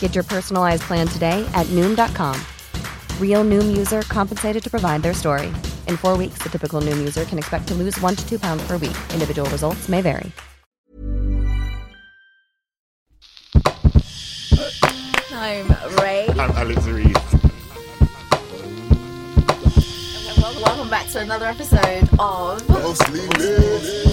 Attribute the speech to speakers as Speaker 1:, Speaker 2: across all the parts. Speaker 1: Get your personalized plan today at Noom.com. Real Noom user compensated to provide their story. In four weeks, the typical Noom user can expect to lose one to two pounds per week. Individual results may vary.
Speaker 2: I'm Ray.
Speaker 3: I'm Alex Reed.
Speaker 2: Welcome, welcome back to another episode of
Speaker 3: Mostly lit.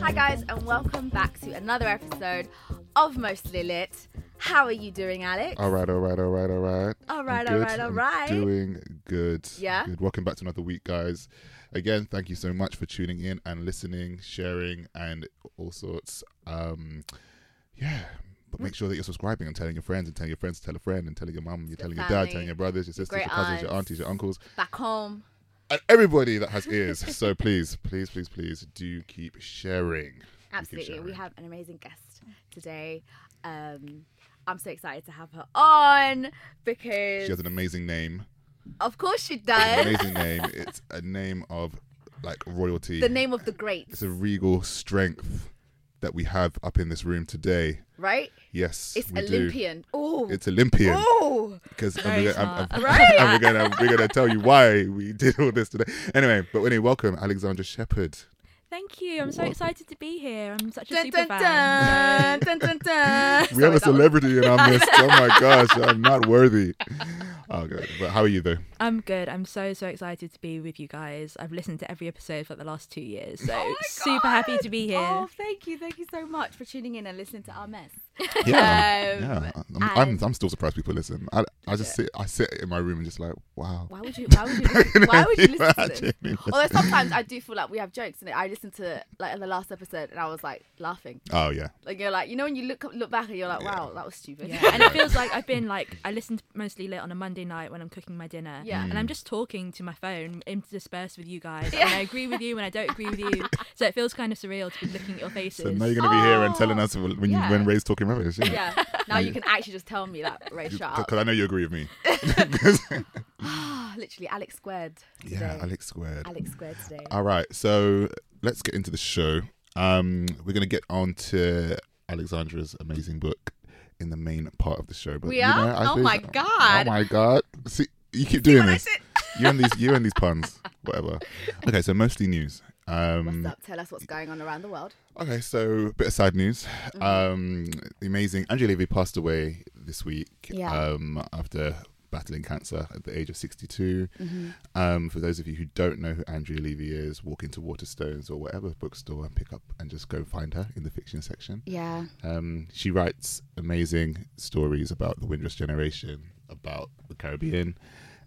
Speaker 2: Hi guys, and welcome back to another episode of Mostly Lit. How are you doing, Alex?
Speaker 3: All right, all right, all right, all right.
Speaker 2: All right,
Speaker 3: I'm
Speaker 2: all
Speaker 3: good.
Speaker 2: right, all
Speaker 3: I'm
Speaker 2: right.
Speaker 3: Doing good.
Speaker 2: Yeah?
Speaker 3: Good. Welcome back to another week, guys. Again, thank you so much for tuning in and listening, sharing, and all sorts. Um, yeah. But make sure that you're subscribing and telling your friends and telling your friends to tell a friend and telling your mum, you're telling your dad,
Speaker 2: family,
Speaker 3: telling your brothers, your sisters,
Speaker 2: great
Speaker 3: your cousins, your
Speaker 2: aunts.
Speaker 3: aunties, your uncles,
Speaker 2: Back home.
Speaker 3: and everybody that has ears. so please, please, please, please do keep sharing. Do keep
Speaker 2: Absolutely. We
Speaker 3: sharing.
Speaker 2: have an amazing guest today. Um, I'm so excited to have her on because,
Speaker 3: She has an amazing name.
Speaker 2: of course, she
Speaker 3: It's an
Speaker 2: does.
Speaker 3: amazing name. It's a name of like royalty.
Speaker 2: the name of the great,
Speaker 3: it's a regal strength that we have up in this room today.
Speaker 2: right?
Speaker 3: Yes,
Speaker 2: It's
Speaker 3: we do.
Speaker 2: Olympian. Oh,
Speaker 3: It's Olympian
Speaker 2: oh,
Speaker 3: because and
Speaker 4: Very
Speaker 3: we're, gonna- I'm- I'm-
Speaker 2: Right?
Speaker 3: and we're gonna we're gonna tell you why we did all this today. Anyway, but anyway, welcome Alexandra Shepherd.
Speaker 5: Thank you. I'm so excited to be here. I'm such a
Speaker 2: dun,
Speaker 5: super
Speaker 2: dun,
Speaker 5: fan.
Speaker 2: dun, dun, dun, dun.
Speaker 3: We have
Speaker 2: Sorry,
Speaker 3: a
Speaker 2: that was-
Speaker 3: celebrity in our midst. Oh my gosh, I'm not worthy. Oh god, but how are you though?
Speaker 5: I'm good. I'm so so excited to be with you guys. I've listened to every episode for the last two years, so super happy to be here.
Speaker 2: Oh, thank you, thank you so much for tuning in and listening to our mess. Um,
Speaker 3: yeah. I'm, I'm,
Speaker 2: and-
Speaker 3: I'm still surprised people listen. I, I just sit I sit in my room and just like wow.
Speaker 2: Why would you? Why would you? Listen, why would you listen to
Speaker 3: Imagine.
Speaker 2: this? Although sometimes I do feel like we have jokes, and I listened to like the last episode, and I was like laughing.
Speaker 3: Oh yeah.
Speaker 2: Like you're like, you know, when you look look back and you're like, wow, that was stupid.
Speaker 5: Yeah, and it feels like I've been like I listened mostly late on a Monday night when I'm cooking my dinner.
Speaker 2: Yeah.
Speaker 5: And I'm
Speaker 3: Mm.
Speaker 5: just talking to my phone, interspersed with you guys. And I agree with you and I don't agree with you. So it feels kind of surreal to be looking at your faces.
Speaker 3: So now you're gonna be here and
Speaker 2: Oh,
Speaker 3: telling us when
Speaker 2: yeah.
Speaker 3: you, when Ray's talking rubbish. Yeah.
Speaker 2: Yeah. Now you can actually just tell me that, Ray, shut up.
Speaker 3: Because I know you agree with me.
Speaker 2: Ah, Literally, Alex squared. Today.
Speaker 3: Yeah, Alex squared.
Speaker 2: Alex squared today.
Speaker 3: All right, so let's get into the show. Um, we're gonna get on to Alexandra's amazing book in the main part of the show. But
Speaker 2: We
Speaker 3: you
Speaker 2: are?
Speaker 3: know, I
Speaker 2: Oh
Speaker 3: think-
Speaker 2: my
Speaker 3: Oh
Speaker 2: God.
Speaker 3: my god! See, you keep doing this. You and these, you and these puns, whatever. Okay, so mostly news. Um,
Speaker 2: What's up? Tell us what's going on around the world.
Speaker 3: Okay, so a bit of sad news.
Speaker 2: Mm-hmm.
Speaker 3: Um, the amazing Andrew Levy passed away this week
Speaker 2: Yeah.
Speaker 3: um, after battling cancer at the age of 62.
Speaker 2: Mm-hmm.
Speaker 3: Um, for those of you who don't know who Andrea Levy is, walk into Waterstones or whatever bookstore and pick up and just go find her in the fiction section.
Speaker 2: Yeah.
Speaker 3: Um, she writes amazing stories about the Windrush generation, about the Caribbean.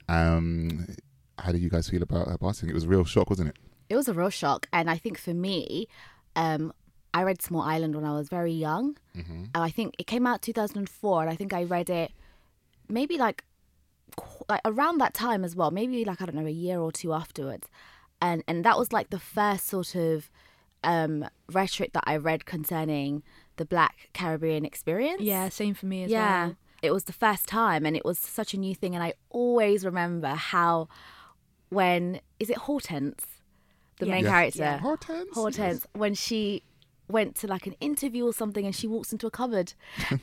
Speaker 3: Um, how do you guys feel about her passing? It was a real shock, wasn't it?
Speaker 2: It was a real shock, and I think for me, um, I read Small Island when I was very young. Mm-hmm. I think it came out 2004, and I think I read it maybe like qu- like around that time as well. Maybe like I don't know a year or two afterwards, and and that was like the first sort of um, rhetoric that I read concerning the Black Caribbean experience.
Speaker 5: Yeah, same for me as
Speaker 2: yeah.
Speaker 5: well.
Speaker 2: It was the first time and it was such a new thing. And I always remember how when is it Hortense, the main
Speaker 3: Yes.
Speaker 2: character?
Speaker 3: Hortense?
Speaker 2: Hortense, when she went to like an interview or something and she walks into a cupboard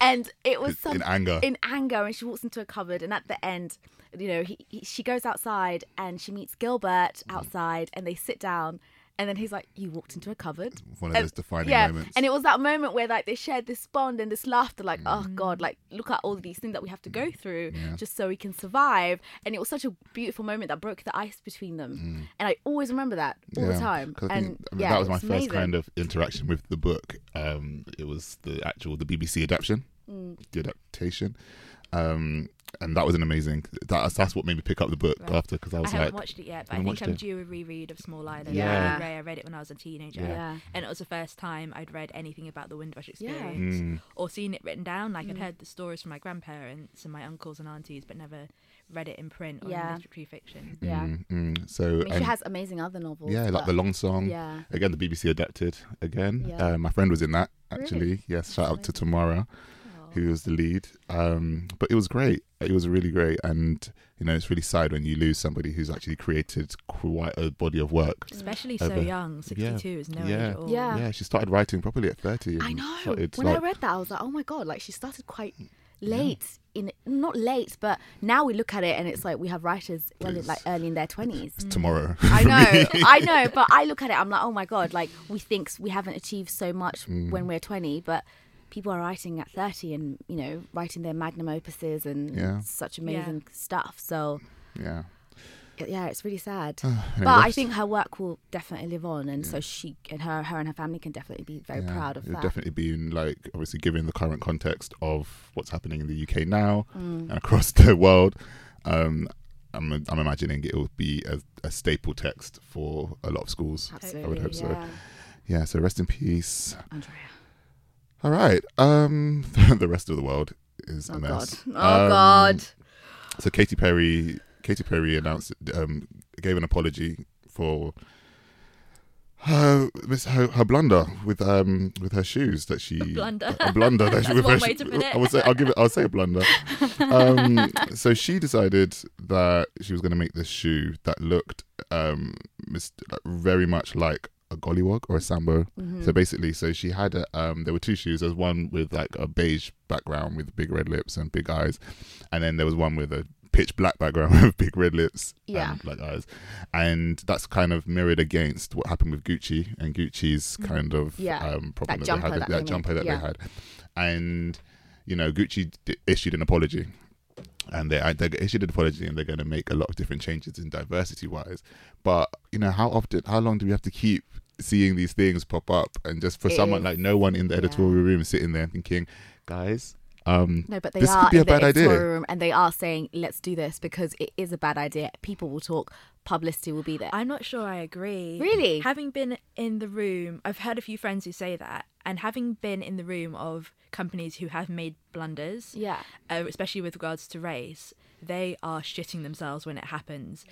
Speaker 2: and it was some
Speaker 3: In anger.
Speaker 2: in anger and she walks into a cupboard and at the end you know he, he, she goes outside and she meets gilbert
Speaker 3: Mm-hmm.
Speaker 2: outside and they sit down and then he's like you walked into a cupboard
Speaker 3: One of
Speaker 2: And-
Speaker 3: those defining
Speaker 2: Uh, yeah
Speaker 3: moments.
Speaker 2: and it was that moment where like they shared this bond and this laughter like oh
Speaker 3: Mm.
Speaker 2: god like look at all these things that we have to go through just so we can survive and it was such a beautiful moment that broke the ice between them and i always remember that all the time
Speaker 3: Mm. 'Cause I
Speaker 2: and
Speaker 3: think, I mean,
Speaker 2: yeah
Speaker 3: that was
Speaker 2: it
Speaker 3: my first
Speaker 2: amazing.
Speaker 3: kind of interaction with the book. Um, it was the actual the BBC adaptation,
Speaker 2: Mm.
Speaker 3: the adaptation, um, and that was an amazing. That's that's what made me pick up the book after 'cause after because I
Speaker 5: I
Speaker 3: was
Speaker 5: haven't
Speaker 3: like,
Speaker 5: watched it
Speaker 3: I
Speaker 5: yet, but I
Speaker 3: haven't
Speaker 5: think
Speaker 3: watched
Speaker 5: I'm
Speaker 3: it.
Speaker 5: due a reread of Small Island.
Speaker 2: Yeah.
Speaker 5: Yeah. I read it when I was a teenager.
Speaker 2: Yeah.
Speaker 5: And it was the first time I'd read anything about the Windrush
Speaker 2: Yeah. Mm.
Speaker 5: experience
Speaker 3: Mm.
Speaker 5: or seen it written down. Like I'd heard the stories from my grandparents and my uncles and aunties, but never read it in print or
Speaker 2: Yeah.
Speaker 5: in literary fiction.
Speaker 2: yeah
Speaker 3: Mm, mm. so
Speaker 2: I mean, she
Speaker 3: um,
Speaker 2: has amazing other novels
Speaker 3: yeah, like
Speaker 2: but-
Speaker 3: the long song.
Speaker 2: Yeah.
Speaker 3: Again, the BBC adapted again.
Speaker 2: Yeah.
Speaker 3: Uh, my friend was in that actually. Yes, shout out to Tamara, who was the lead. Um, but it was great. It was really great, and you know, it's really sad when you lose somebody who's actually created quite a body of work.
Speaker 5: Especially
Speaker 3: Uh,
Speaker 5: so
Speaker 3: but-
Speaker 5: young, 62 is no
Speaker 3: yeah.
Speaker 5: age at all.
Speaker 2: Yeah.
Speaker 3: Yeah, she started writing properly at 30.
Speaker 2: I
Speaker 3: and
Speaker 2: know.
Speaker 3: started,
Speaker 2: when
Speaker 3: like- Mm.
Speaker 2: I read that, I was like, oh my god! Like she started quite late in not late, but now we look at it and it's like we have writers well,
Speaker 3: Please.
Speaker 2: like early in their twenties.
Speaker 3: tomorrow.
Speaker 2: I
Speaker 3: for me.
Speaker 2: know, I know, but I look at it, I'm like, oh my god! Like we think we haven't achieved so much
Speaker 3: Mm.
Speaker 2: when we're twenty, but people are writing at thirty and you know writing their magnum opuses and
Speaker 3: Yeah.
Speaker 2: such amazing stuff. So
Speaker 3: Yeah.
Speaker 2: yeah, it's really sad.
Speaker 3: it
Speaker 2: but I
Speaker 3: was-
Speaker 2: think her work will definitely live on, and so she and her, her and her family can definitely be very
Speaker 3: yeah.
Speaker 2: proud of
Speaker 3: It'd
Speaker 2: that.
Speaker 3: Definitely been like obviously given the current context of what's happening in the UK now
Speaker 2: Mm.
Speaker 3: and across the world. Um, I'm, I'm imagining it will be a, a staple text for a lot of schools.
Speaker 2: Absolutely,
Speaker 3: I would hope so.
Speaker 2: yeah.
Speaker 3: Yeah. So rest in peace.
Speaker 2: Andrea.
Speaker 3: All right. Um, the rest of the world is a
Speaker 2: Oh god.
Speaker 3: mess.
Speaker 2: Oh
Speaker 3: Um,
Speaker 2: god.
Speaker 3: So Katy Perry, Katy Perry announced, um, gave an apology for her miss her, her blunder with um with her shoes that she
Speaker 5: blunder.
Speaker 3: a blunder that she
Speaker 5: That's
Speaker 3: her
Speaker 5: one way
Speaker 3: sho-
Speaker 5: to put it.
Speaker 3: I would say I'll give it I'll say a blunder. um, so she decided that she was going to make this shoe that looked um mis- like, very much like a gollywog or a sambo.
Speaker 2: Mm-hmm.
Speaker 3: So basically, so she had a, um there were two shoes. There's one with like a beige background with big red lips and big eyes, and then there was one with a pitch black background with big red lips
Speaker 2: Yeah.
Speaker 3: and black eyes, and that's kind of mirrored against what happened with Gucci and Gucci's kind of
Speaker 2: Mm-hmm. Yeah.
Speaker 3: um, problem
Speaker 2: That
Speaker 3: that,
Speaker 2: jumper
Speaker 3: they had,
Speaker 2: that
Speaker 3: that,
Speaker 2: they made.
Speaker 3: jumper that
Speaker 2: Yeah.
Speaker 3: they had, and you know Gucci d- issued an apology and they they issued an apology and they're going to make a lot of different changes in diversity wise but you know how often how long do we have to keep seeing these things pop up and just for
Speaker 2: It
Speaker 3: someone
Speaker 2: is-
Speaker 3: like no one in the editorial room sitting there thinking guys um
Speaker 2: No, but they
Speaker 3: this could
Speaker 2: are
Speaker 3: be a
Speaker 2: in the
Speaker 3: bad
Speaker 2: editorial
Speaker 3: idea
Speaker 2: room and they are saying, let's do this because it is a bad idea. People will talk, publicity will be there.
Speaker 5: I'm not sure I agree.
Speaker 2: Really?
Speaker 5: Having been in the room, I've heard a few friends who say that, and having been in the room of companies who have made blunders,
Speaker 2: Yeah.
Speaker 5: uh, especially with regards to race, they are shitting themselves when it happens.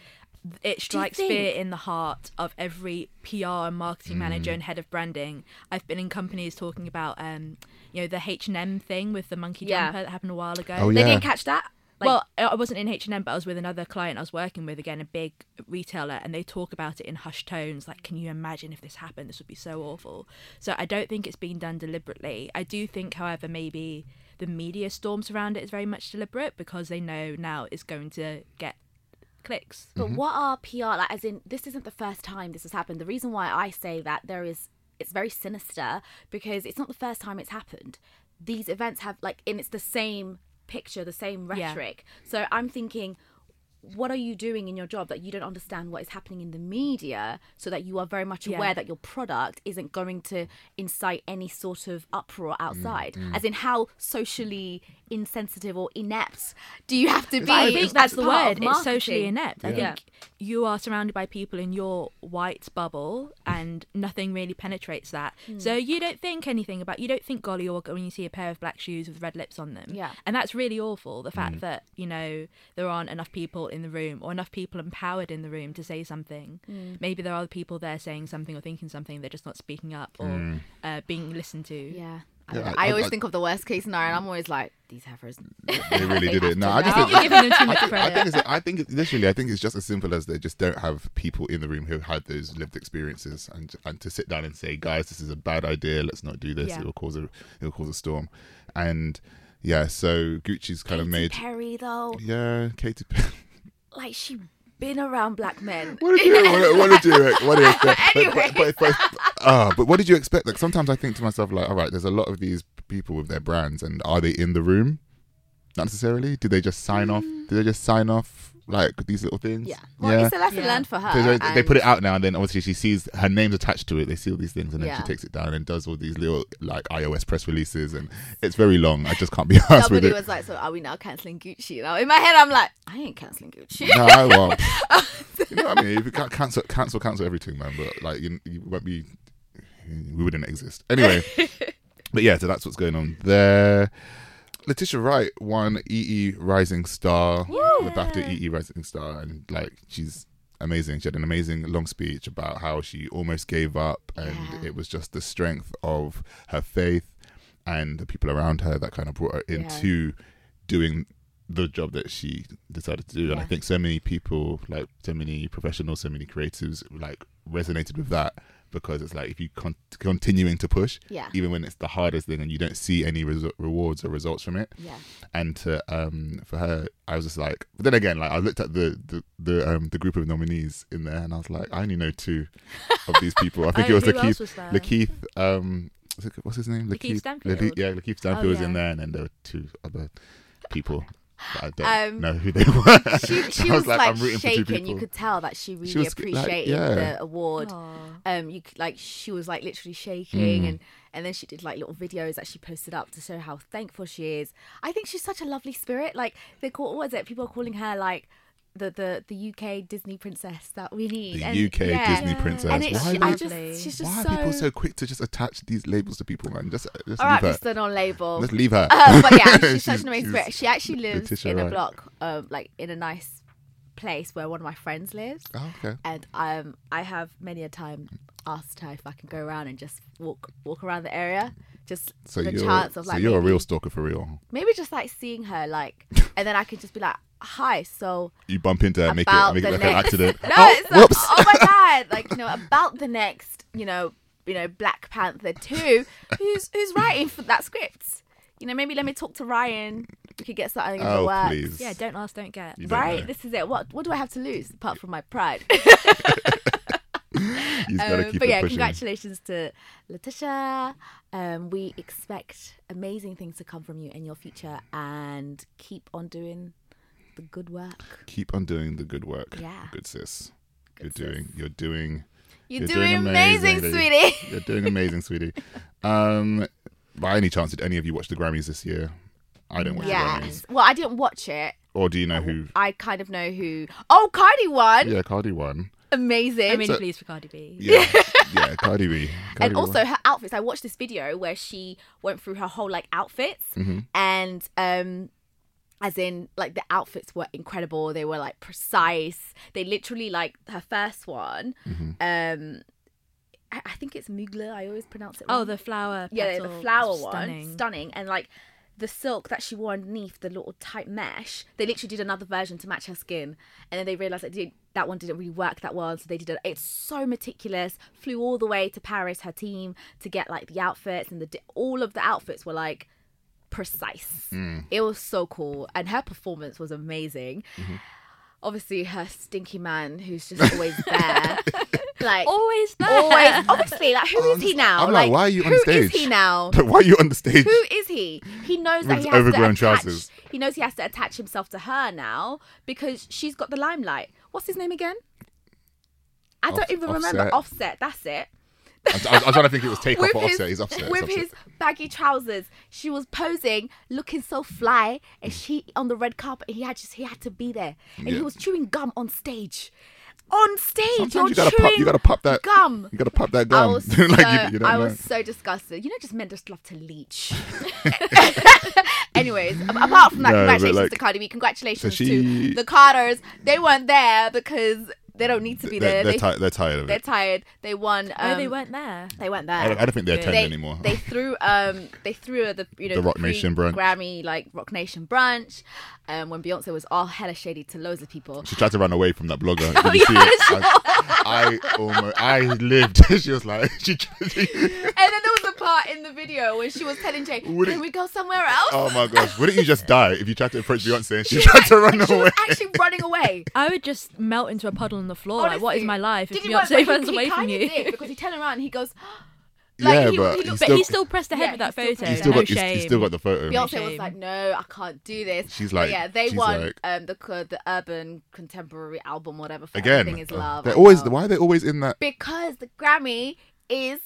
Speaker 5: It strikes
Speaker 2: think?
Speaker 5: fear in the heart of every PR and marketing manager and head of branding. I've been in companies talking about, um, you know, the H and M thing with the monkey
Speaker 2: Yeah.
Speaker 5: jumper that happened a while ago.
Speaker 3: Oh,
Speaker 2: They
Speaker 3: yeah.
Speaker 2: didn't catch that? Like,
Speaker 5: well, I I wasn't in H and M, but I was with another client I was working with again, a big retailer, and they talk about it in hushed tones. Like, can you imagine if this happened? This would be so awful. So I don't think it's been done deliberately. I do think, however, maybe the media storms around it is very much deliberate because they know now it's going to get clicks.
Speaker 2: but what are PR, like, as in, this isn't the first time this has happened. The reason why I say that there is, it's very sinister because it's not the first time it's happened. These events have, like, and it's the same picture, the same
Speaker 5: Yeah.
Speaker 2: rhetoric. So I'm thinking, what are you doing in your job that you don't understand what is happening in the media so that you are very much aware
Speaker 5: Yeah.
Speaker 2: that your product isn't going to incite any sort of uproar outside as in how socially insensitive or inept do you have to be
Speaker 5: I think that's the
Speaker 2: part
Speaker 5: word.
Speaker 2: of
Speaker 5: It's socially
Speaker 2: marketing.
Speaker 5: inept. I
Speaker 2: Yeah.
Speaker 5: think you are surrounded by people in your white bubble, and nothing really penetrates that.
Speaker 2: Hmm.
Speaker 5: So you don't think anything about. You don't think golly or when you see a pair of black shoes with red lips on them.
Speaker 2: Yeah.
Speaker 5: and that's really awful. The
Speaker 3: Hmm.
Speaker 5: fact that you know there aren't enough people in the room or enough people empowered in the room to say something.
Speaker 2: Hmm.
Speaker 5: Maybe
Speaker 3: Hmm.
Speaker 5: there are other people there saying something or thinking something. They're just not speaking up or uh, being listened to.
Speaker 2: yeah I, don't
Speaker 3: Yeah,
Speaker 2: know.
Speaker 3: I-
Speaker 2: I always
Speaker 3: I-
Speaker 2: think of the worst case scenario, and I'm always like, these heifers.
Speaker 3: They really did it. No, I just
Speaker 5: I think
Speaker 3: think.
Speaker 5: you're giving them too much
Speaker 3: I think
Speaker 5: credit.
Speaker 3: it's, I think it's, literally I think it's just as simple as they just don't have people in the room who had those lived experiences and and to sit down and say guys this is a bad idea let's not do this
Speaker 5: Yeah.
Speaker 3: it will cause a it will cause a storm and yeah so Gucci's kind of made
Speaker 2: Perry though,
Speaker 3: yeah Katy Perry
Speaker 2: like she been around black men.
Speaker 3: what did you what, what did you what did you expect but, but, but, but- uh, but what did you expect like sometimes I think to myself like all right there's a lot of these people with their brands and are they in the room not necessarily do they just sign off do they just sign off like these little things
Speaker 2: Mm. Yeah. Well, it's a lesson
Speaker 5: Yeah.
Speaker 2: learned for her.
Speaker 3: So they- they
Speaker 2: and-
Speaker 3: put it out now, and then obviously she sees her name's attached to it. They see all these things, and then she
Speaker 2: Yeah.
Speaker 3: takes it down and does all these little like iOS press releases, and it's very long. I just can't be asked with
Speaker 2: Somebody
Speaker 3: it.
Speaker 2: was like, "So are we now canceling Gucci?" Now in my head, I'm like, "I ain't canceling Gucci."
Speaker 3: no, I won't. you know what I mean? If you can't cancel, cancel, cancel everything, man. But like, you, you won't be. We wouldn't exist anyway. but yeah, so that's what's going on there. Letitia Wright won EE Rising Star, the BAFTA EE E Rising Star, and like she's amazing. She had an amazing long speech about how she almost gave up, and it was just the strength of her faith and the people around her that kind of brought her into doing the job that she decided to do. And I think so many people, like so many professionals, so many creatives, like resonated with that because it's like if you con- continuing to push,
Speaker 2: Yeah.
Speaker 3: even when it's the hardest thing and you don't see any resu- rewards or results from it.
Speaker 2: Yeah.
Speaker 3: And to um for her, I was just like. But then again, like I looked at the the the, um, the group of nominees in there, and I was like, I only know two of these people. I think
Speaker 5: Oh,
Speaker 3: it was
Speaker 5: who else
Speaker 3: Lakeith,
Speaker 5: was there?
Speaker 3: Lakeith, um, is it- what's his name?
Speaker 5: Lakeith Stanfield. Oh,
Speaker 3: Lake- yeah, Lakeith Stanfield was in
Speaker 5: yeah.
Speaker 3: there, and then there were two other people. that I don't
Speaker 2: Um,
Speaker 3: know who they were.
Speaker 2: She,
Speaker 3: So
Speaker 2: she
Speaker 3: I
Speaker 2: was like,
Speaker 3: I'm rooting for two
Speaker 2: shaking. You
Speaker 3: people.
Speaker 2: could tell that she really
Speaker 3: was, like,
Speaker 2: appreciated
Speaker 3: yeah.
Speaker 2: the award. Um, you could, like she was like literally shaking,
Speaker 3: Mm.
Speaker 2: and and then she did like little videos that she posted up to show how thankful she is. I think she's such a lovely spirit. Like they call what was it? People are calling her like the the the UK Disney princess that we need.
Speaker 3: the
Speaker 2: and,
Speaker 3: UK
Speaker 2: yeah.
Speaker 3: Disney princess.
Speaker 2: And it's,
Speaker 3: why
Speaker 2: she-
Speaker 3: are
Speaker 2: I
Speaker 3: we-
Speaker 2: just,
Speaker 5: Lovely.
Speaker 2: she's just
Speaker 3: why are
Speaker 2: so.
Speaker 3: people so quick to just attach these labels to people, man? Just, uh, just
Speaker 2: All right,
Speaker 3: leave her.
Speaker 2: Mr. Non-Label.
Speaker 3: Just leave her.
Speaker 2: Uh, but yeah, she's, such
Speaker 3: She's-
Speaker 2: an amazing
Speaker 3: she's
Speaker 2: spirit. She actually lives
Speaker 3: Letitia
Speaker 2: in a
Speaker 3: Wright.
Speaker 2: block, um, like in a nice place where one of my friends lives.
Speaker 3: Oh, okay.
Speaker 2: And um, I have many a time asked her if I can go around and just walk walk around the area, just
Speaker 3: So
Speaker 2: the
Speaker 3: you're,
Speaker 2: chance of like
Speaker 3: so you're a
Speaker 2: maybe,
Speaker 3: real stalker for real.
Speaker 2: maybe just like seeing her like, and then I could just be like, hi, so
Speaker 3: You bump into her, and make it
Speaker 2: about
Speaker 3: make it
Speaker 2: the
Speaker 3: like an
Speaker 2: next-
Speaker 3: accident.
Speaker 2: No,
Speaker 3: oh,
Speaker 2: it's like,
Speaker 3: whoops.
Speaker 2: oh my god! Like you know about the next, you know, you know Black Panther two. Who's who's writing for that script? You know, maybe let me talk to Ryan. We could get something in the
Speaker 3: oh,
Speaker 2: works.
Speaker 3: please.
Speaker 5: Yeah, don't ask, don't get.
Speaker 3: You don't
Speaker 2: Right,
Speaker 3: know.
Speaker 2: this is it. What what do I have to lose apart from my pride?
Speaker 3: You've got to
Speaker 2: Um,
Speaker 3: keep
Speaker 2: but
Speaker 3: it
Speaker 2: yeah,
Speaker 3: pushing.
Speaker 2: congratulations to Letitia. Um, we expect amazing things to come from you in your future, and keep on doing the good work.
Speaker 3: Keep on doing the good work.
Speaker 2: Yeah.
Speaker 3: Good sis. you're doing. You're doing.
Speaker 2: You're, doing, amazing,
Speaker 3: lady.
Speaker 2: sweetie.
Speaker 3: You're doing amazing, sweetie. Um, by any chance, did any of you watch the Grammys this year? I don't watch the Grammys.
Speaker 2: Yes. Well, I didn't watch it.
Speaker 3: Or do you know who?
Speaker 2: I kind of know who. Oh, Cardi won.
Speaker 3: Yeah, Cardi won.
Speaker 2: Amazing.
Speaker 5: I mean, please for Cardi B.
Speaker 3: Yeah, yeah, Cardi B. Cardi
Speaker 2: and
Speaker 3: B
Speaker 2: also
Speaker 3: won.
Speaker 2: her outfits. I watched this video where she went through her whole like outfits and um as in like the outfits were incredible. They were like precise. They literally like her first one. Um I, I think it's Mugler. I always pronounce it
Speaker 5: Oh,
Speaker 2: wrong.
Speaker 5: the flower.
Speaker 2: yeah, the
Speaker 5: petal,
Speaker 2: flower one,
Speaker 5: stunning.
Speaker 2: stunning, and like the silk that she wore underneath the little tight mesh. They literally did another version to match her skin, and then they realized that did, that one didn't really work that well, so they did it. It's so meticulous. Flew all the way to Paris, her team, to get like the outfits, and the di- all of the outfits were like precise.
Speaker 3: Hmm.
Speaker 2: It was so cool, and her performance was amazing. Obviously, her stinky man, who's just always there, like
Speaker 5: Always there.
Speaker 2: always obviously like who is he now
Speaker 3: I'm like, why are you on
Speaker 2: who
Speaker 3: stage?
Speaker 2: is he now
Speaker 3: But why are you on the stage?
Speaker 2: who is he he knows that
Speaker 3: With
Speaker 2: he has
Speaker 3: overgrown
Speaker 2: to attach,
Speaker 3: trousers.
Speaker 2: he knows he has to attach himself to her now because she's got the limelight what's his name again i don't
Speaker 3: Off-
Speaker 2: even
Speaker 3: Offset.
Speaker 2: remember offset that's it
Speaker 3: I'm, I'm, I'm trying to think it was take off or offset. He's offset.
Speaker 2: with
Speaker 3: he's offset.
Speaker 2: his baggy trousers, she was posing, looking so fly, and she on the red carpet. He had just he had to be there, and
Speaker 3: Yeah.
Speaker 2: he was chewing gum on stage, on stage.
Speaker 3: Sometimes
Speaker 2: you're
Speaker 3: you gotta pop. You
Speaker 2: chewing
Speaker 3: gotta pop that
Speaker 2: gum.
Speaker 3: You gotta pop that
Speaker 2: I
Speaker 3: gum.
Speaker 2: was so,
Speaker 3: like you, you don't
Speaker 2: I
Speaker 3: know.
Speaker 2: was so disgusted. You know, just men just love to leech. Anyways, ab- apart from that,
Speaker 3: No, but
Speaker 2: congratulations
Speaker 3: like-
Speaker 2: to Cardi B. Congratulations
Speaker 3: she-
Speaker 2: to the Carters. They weren't there because They don't need to be
Speaker 3: they're,
Speaker 2: there.
Speaker 3: they're,
Speaker 2: They,
Speaker 3: ti- they're tired of
Speaker 2: they're
Speaker 3: it.
Speaker 2: tired. They won. Um,
Speaker 5: no, Oh, they weren't there.
Speaker 2: They weren't
Speaker 3: I, don't, I
Speaker 2: there.
Speaker 3: don't think they're
Speaker 5: They-
Speaker 3: attending
Speaker 2: They,
Speaker 3: anymore.
Speaker 2: they threw um they threw her the you know
Speaker 3: The Rock Nation brunch.
Speaker 2: Grammy like Rock Nation brunch, um when Beyonce was all hella shady to loads of people.
Speaker 3: she tried to run away from that blogger.
Speaker 2: Oh,
Speaker 3: Did you see it? I, I almost, I lived. she was like, she, she,
Speaker 2: And then there was a part in the video when she was telling Jay,
Speaker 3: Would
Speaker 2: "Can
Speaker 3: it-
Speaker 2: we go somewhere else?"
Speaker 3: oh my gosh, wouldn't you just die if you tried to approach Beyonce and she tried to run
Speaker 2: she
Speaker 3: away?
Speaker 2: was actually running away.
Speaker 5: I would just melt into a puddle on the floor. like, what is
Speaker 2: Honestly.
Speaker 5: my life if
Speaker 2: Did you know what?
Speaker 5: Beyonce
Speaker 2: But
Speaker 5: runs
Speaker 2: he,
Speaker 5: away
Speaker 2: he
Speaker 5: from
Speaker 2: kinda
Speaker 5: you?
Speaker 2: did, because he turned around and he goes,
Speaker 3: yeah,
Speaker 2: he-
Speaker 3: but
Speaker 2: he looked-
Speaker 5: But he still pressed ahead
Speaker 2: Yeah,
Speaker 5: with that
Speaker 2: he still
Speaker 5: photo.
Speaker 2: pressed
Speaker 3: he's still
Speaker 5: no
Speaker 3: got, he's,
Speaker 5: shame.
Speaker 3: he's still got the photo.
Speaker 2: Beyonce was
Speaker 5: shame.
Speaker 2: like, "No, I can't do this."
Speaker 3: She's
Speaker 2: But
Speaker 3: like-
Speaker 2: "Yeah, they
Speaker 3: she's
Speaker 2: won
Speaker 3: like-
Speaker 2: um, the co- the urban contemporary album, whatever." For Everything
Speaker 3: Again, uh,
Speaker 2: is love.
Speaker 3: they're
Speaker 2: I
Speaker 3: always.
Speaker 2: know.
Speaker 3: Why are they always in that?
Speaker 2: because the Grammy is.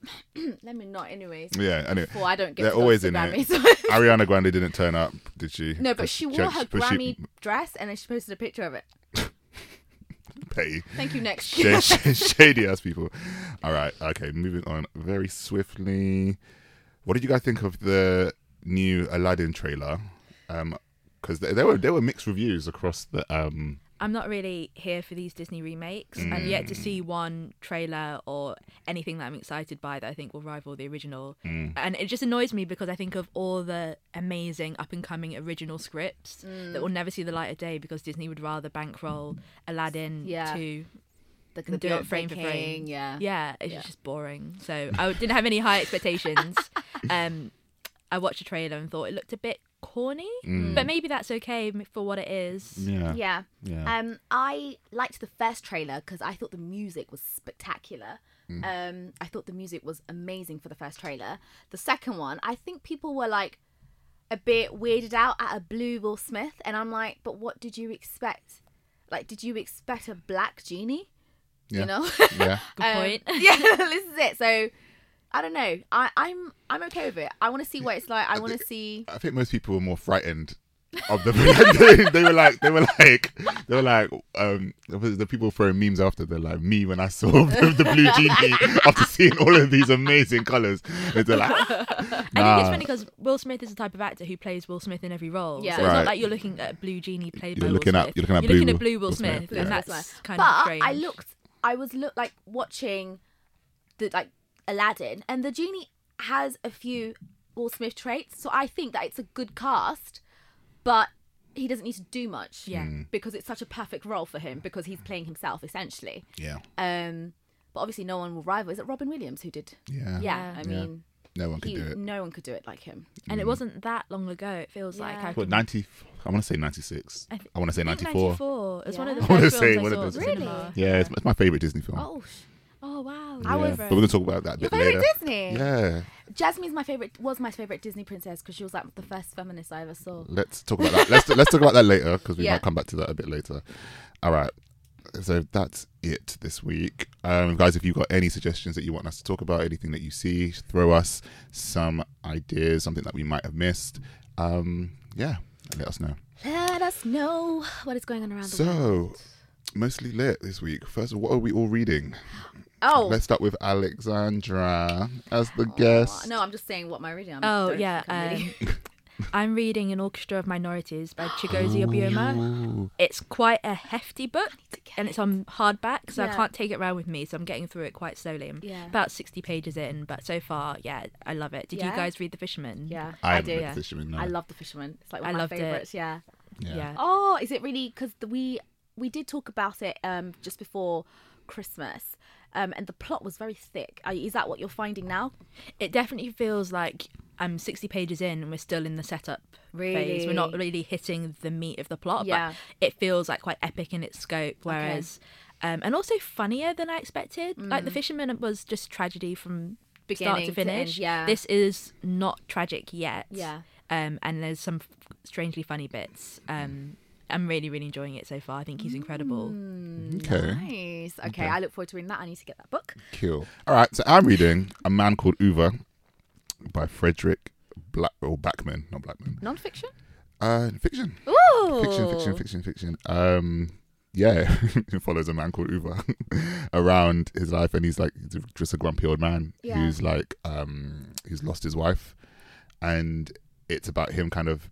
Speaker 2: Let me not, anyways.
Speaker 3: Yeah, anyway.
Speaker 2: Well, I don't get.
Speaker 3: They're
Speaker 2: to go
Speaker 3: always
Speaker 2: to
Speaker 3: in
Speaker 2: the
Speaker 3: it.
Speaker 2: Grammys.
Speaker 3: Ariana Grande didn't turn up, did she?
Speaker 2: no, but
Speaker 3: 'Cause
Speaker 2: she wore her
Speaker 3: but she-
Speaker 2: Grammy dress and then she posted a picture of it.
Speaker 3: petty.
Speaker 2: Thank you. Next.
Speaker 3: Sh- sh- shady ass people. All right, okay, moving on very swiftly. What did you guys think of the new Aladdin trailer? Um, because there, there were there were mixed reviews across the um.
Speaker 5: I'm not really here for these Disney remakes. I've yet to
Speaker 3: Mm.
Speaker 5: see one trailer or anything that I'm excited by that I think will rival the original.
Speaker 3: Mm.
Speaker 5: And it just annoys me because I think of all the amazing up and coming original scripts
Speaker 2: Mm.
Speaker 5: that will never see the light of day because Disney would rather bankroll Aladdin
Speaker 2: Yeah.
Speaker 5: to
Speaker 2: The, the
Speaker 5: and do
Speaker 2: Beyonce
Speaker 5: it frame for frame.
Speaker 2: King, Yeah.
Speaker 5: yeah, it's just boring. So I didn't have any high expectations. um, I watched the trailer and thought it looked a bit corny, but maybe that's okay for what it is.
Speaker 3: Mm. Yeah.
Speaker 2: Yeah.
Speaker 3: Yeah.
Speaker 2: Um, I liked the first trailer because I thought the music was spectacular.
Speaker 3: Mm.
Speaker 2: Um, I thought the music was amazing for the first trailer. The second one, I think people were like a bit weirded out at a blue Will Smith, and I'm like, but what did you expect? Like, did you expect a black genie?
Speaker 3: Yeah.
Speaker 2: You know.
Speaker 3: Yeah.
Speaker 5: Good
Speaker 2: Um,
Speaker 5: point.
Speaker 2: yeah, this is it. So. I don't know. I, I'm I'm okay with it. I want to see what it's like. I want to see.
Speaker 3: I think most people were more frightened of the they, they were like they were like they were like um there was the people throwing memes after they're like me when I saw the, the blue genie after seeing all of these amazing colors and they're like
Speaker 5: I think
Speaker 3: Nah.
Speaker 5: it's funny because Will Smith is the type of actor who plays Will Smith in every role.
Speaker 2: Yeah.
Speaker 5: So it's
Speaker 3: Right.
Speaker 5: not like you're looking at a blue genie played
Speaker 3: You're
Speaker 5: by
Speaker 3: looking
Speaker 5: Will
Speaker 3: at-
Speaker 5: Smith.
Speaker 3: you're looking at
Speaker 5: you're looking
Speaker 3: blue
Speaker 5: at blue Will,
Speaker 3: Will
Speaker 5: Smith,
Speaker 3: Smith,
Speaker 5: and
Speaker 3: yeah.
Speaker 5: that's kind
Speaker 2: but
Speaker 5: of strange.
Speaker 2: I looked, I was look like watching, the like Aladdin, and the genie has a few Will Smith traits, so I think that it's a good cast, but he doesn't need to do much,
Speaker 5: Yeah.
Speaker 3: Hmm.
Speaker 5: Mm.
Speaker 2: because it's such a perfect role for him because he's playing himself essentially.
Speaker 3: yeah
Speaker 2: Um, but obviously no one will rival. Is it Robin Williams who did?
Speaker 3: yeah
Speaker 2: Yeah, I
Speaker 3: Yeah.
Speaker 2: mean,
Speaker 3: no one could
Speaker 2: he,
Speaker 3: do it
Speaker 2: no one could do it like him.
Speaker 5: and it wasn't that long ago. It feels like I,
Speaker 3: Mm. What
Speaker 5: can-
Speaker 3: ninety? I want to say ninety six. I,
Speaker 5: thi-
Speaker 3: want to say
Speaker 5: I think
Speaker 3: ninety four.
Speaker 5: 94. It was one of the
Speaker 2: Yeah.
Speaker 3: I wanna
Speaker 5: first
Speaker 3: say
Speaker 5: films
Speaker 3: one of
Speaker 5: I saw at
Speaker 3: those-
Speaker 5: the
Speaker 3: Really?
Speaker 5: cinema.
Speaker 3: Yeah, it's, it's my favorite Disney film.
Speaker 2: Oh, sh-
Speaker 5: Oh wow.
Speaker 2: I was-
Speaker 3: but we're gonna talk about that a bit
Speaker 2: Your favorite
Speaker 3: later.
Speaker 2: Disney?
Speaker 3: Yeah,
Speaker 2: Jasmine's my favorite. Was my favorite Disney princess because she was like the first feminist I ever saw.
Speaker 3: let's talk about that. Let's let's talk about that later because we
Speaker 2: Yeah.
Speaker 3: might come back to that a bit later. All right. So that's it this week, um, guys. If you've got any suggestions that you want us to talk about, anything that you see, throw us some ideas, something that we might have missed. Um, yeah, let us know.
Speaker 2: Let us know what is going on around the world.
Speaker 3: So, mostly lit this week. First, what are we all reading?
Speaker 2: Oh,
Speaker 3: Let's start with Alexandra as the guest.
Speaker 2: Oh, no, I'm just saying what my original.
Speaker 5: Oh yeah. Um, I'm reading an orchestra of minorities by Chigozie Obioma. It's quite a hefty book, and it's on hardback, so I
Speaker 2: Yeah.
Speaker 5: can't take it around with me. So I'm getting through it quite slowly. I'm
Speaker 2: Yeah.
Speaker 5: about 60 pages in, but so far, yeah, I love it. Did you
Speaker 2: Yeah?
Speaker 5: guys read The Fisherman?
Speaker 2: yeah,
Speaker 3: I
Speaker 2: I,
Speaker 3: haven't
Speaker 2: do.
Speaker 3: read The Fisherman, no.
Speaker 2: I love the fisherman. It's like one
Speaker 5: I
Speaker 2: of my
Speaker 5: loved it.
Speaker 2: favorites. Yeah.
Speaker 5: Yeah.
Speaker 2: Oh, is it really? Because we we did talk about it um just before Christmas, um and the plot was very thick. Are, is that what you're finding now?
Speaker 5: It definitely feels like I'm 60 pages in and we're still in the setup phase. We're not
Speaker 2: Really?
Speaker 5: really hitting the meat of the plot,
Speaker 2: Yeah.
Speaker 5: but it feels like quite epic in its scope. Whereas, um, and also funnier than I expected. Like The Fisherman was just tragedy from
Speaker 2: Mm.
Speaker 5: start
Speaker 2: Beginning
Speaker 5: to
Speaker 2: to end,
Speaker 5: finish.
Speaker 2: yeah.
Speaker 5: This is not tragic yet.
Speaker 2: Yeah.
Speaker 5: Um, and there's some f- strangely funny bits. Um, I'm really, really enjoying it so far. I think he's incredible.
Speaker 2: Mm.
Speaker 3: Okay.
Speaker 2: Nice. Okay, I look forward to reading that. I need to get that book.
Speaker 3: Cool. All right, so I'm reading A Man Called Uva by Frederick Black or Backman, not Blackman.
Speaker 2: Nonfiction.
Speaker 3: Uh, fiction.
Speaker 2: Ooh.
Speaker 3: Fiction, fiction, fiction, fiction. Um, yeah, it follows a man called Uva around his life, and he's like just a grumpy old man
Speaker 2: Yeah.
Speaker 3: who's like um who's lost his wife, and it's about him kind of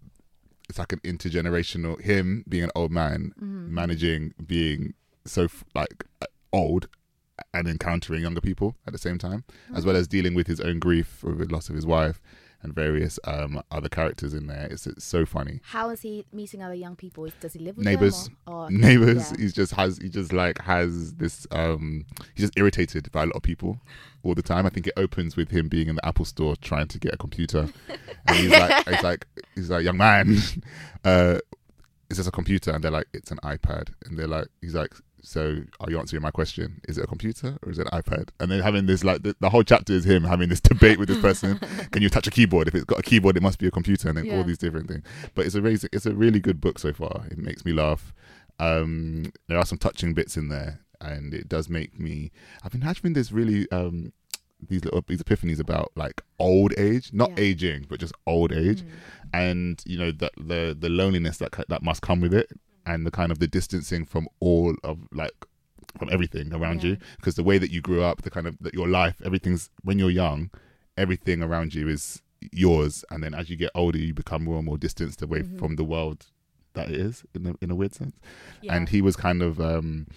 Speaker 3: it's like an intergenerational him being an old man managing being so f- like uh, old and encountering younger people at the same time, as well as dealing with his own grief with the loss of his wife and various um, other characters in there. It's, it's so funny.
Speaker 2: How is he meeting other young people? Does he live with
Speaker 3: neighbors,
Speaker 2: them? Or, or,
Speaker 3: neighbors.
Speaker 2: Yeah.
Speaker 3: He's just has he just like has this. um He's just irritated by a lot of people all the time. I think it opens with him being in the Apple store trying to get a computer, and he's like, he's like, he's like, young man, uh, is this a computer? And they're like, it's an iPad. And they're like, he's like, so are you answering my question? Is it a computer or is it an iPad? And then having this like the, the whole chapter is him having this debate with this person. Can you touch a keyboard? If it's got a keyboard, it must be a computer, and then all
Speaker 2: Yeah.
Speaker 3: these different things. But it's a really, it's a really good book so far. It makes me laugh. Um, there are some touching bits in there, and it does make me. I've been having this really um, these little these epiphanies about like old age, not
Speaker 2: Yeah.
Speaker 3: aging, but just old age, and you know that the the loneliness that ki- that must come with it, and the kind of the distancing from all of like from everything around you, because the way that you grew up, the kind of that your life, everything's when you're young, everything around you is yours, and then as you get older, you become more and more distanced away from the world that it is in a, in a weird sense, and he was kind of um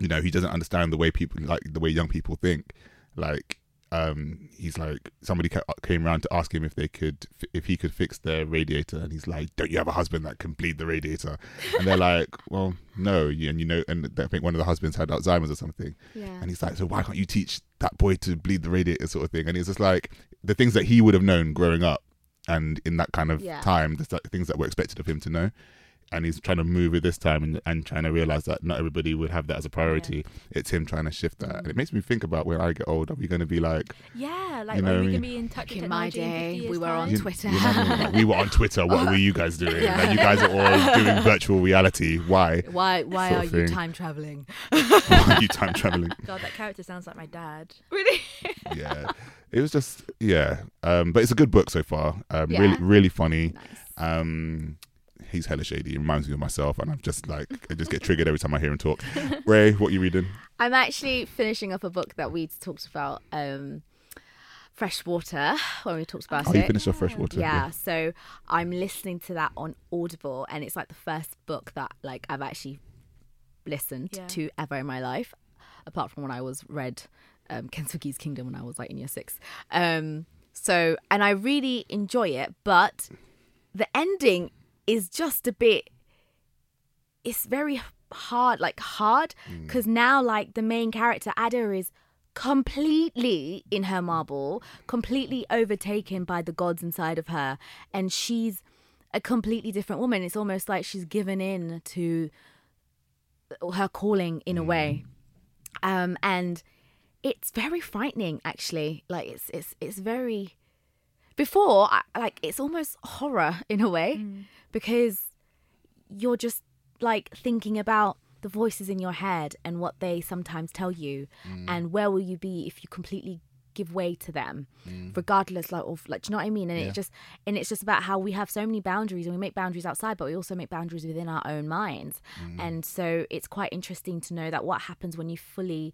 Speaker 3: you know he doesn't understand the way people like the way young people think like um he's like somebody ca- came around to ask him if they could if he could fix their radiator and he's like don't you have a husband that can bleed the radiator and they're like well no you, and you know and i think one of the husbands had alzheimer's or something
Speaker 2: Yeah.
Speaker 3: and he's like so why can't you teach that boy to bleed the radiator sort of thing and it's just like the things that he would have known growing up and in that kind of
Speaker 2: Yeah.
Speaker 3: time the th- things that were expected of him to know and he's trying to move it this time and, and trying to realize that not everybody would have that as a priority. It's him trying to shift that, and it makes me think about when I get old, are we going to be like,
Speaker 5: Yeah, like
Speaker 3: You know what I
Speaker 5: when we
Speaker 3: mean?
Speaker 5: can be in touch
Speaker 2: Back
Speaker 5: with
Speaker 2: in my
Speaker 5: technology in 50
Speaker 2: day,
Speaker 5: years
Speaker 2: we were on
Speaker 5: time?
Speaker 3: you-
Speaker 2: Twitter.
Speaker 3: you know what I mean? Like, we were on Twitter. What were you guys doing? Like, you guys are all doing virtual reality. Why?
Speaker 6: Why? Why
Speaker 3: Sort
Speaker 6: are
Speaker 3: of
Speaker 6: you
Speaker 3: thing.
Speaker 6: time traveling?
Speaker 3: Why are you time traveling?
Speaker 5: God, that character sounds like my dad.
Speaker 3: yeah it was just yeah um but it's a good book so far um really
Speaker 2: Yeah.
Speaker 3: really funny
Speaker 2: Nice.
Speaker 3: um he's hella shady he reminds me of myself and i'm just like i just get triggered every time i hear him talk ray what you reading
Speaker 2: I'm actually finishing up a book that we talked about, um, Freshwater, when we talked about
Speaker 3: oh
Speaker 2: it.
Speaker 3: you finished off freshwater
Speaker 2: yeah, so I'm listening to that on Audible, and it's like the first book that like I've actually listened
Speaker 5: Yeah.
Speaker 2: to ever in my life, apart from when I was read um, Kensuke's Kingdom when I was like in year six. Um, so, and I really enjoy it, but the ending is just a bit. It's very hard, like hard, because now like the main character Ada is completely in her marble, completely overtaken by the gods inside of her, and she's a completely different woman. It's almost like she's given in to her calling in a way, um, and it's very frightening. Actually, like it's it's it's very before I, like it's almost horror in a way because you're just like thinking about the voices in your head and what they sometimes tell you and where will you be if you completely give way to them regardless like of like do you know what i mean and
Speaker 3: Yeah.
Speaker 2: it just and it's just about how we have so many boundaries and we make boundaries outside but we also make boundaries within our own minds and so it's quite interesting to know that what happens when you fully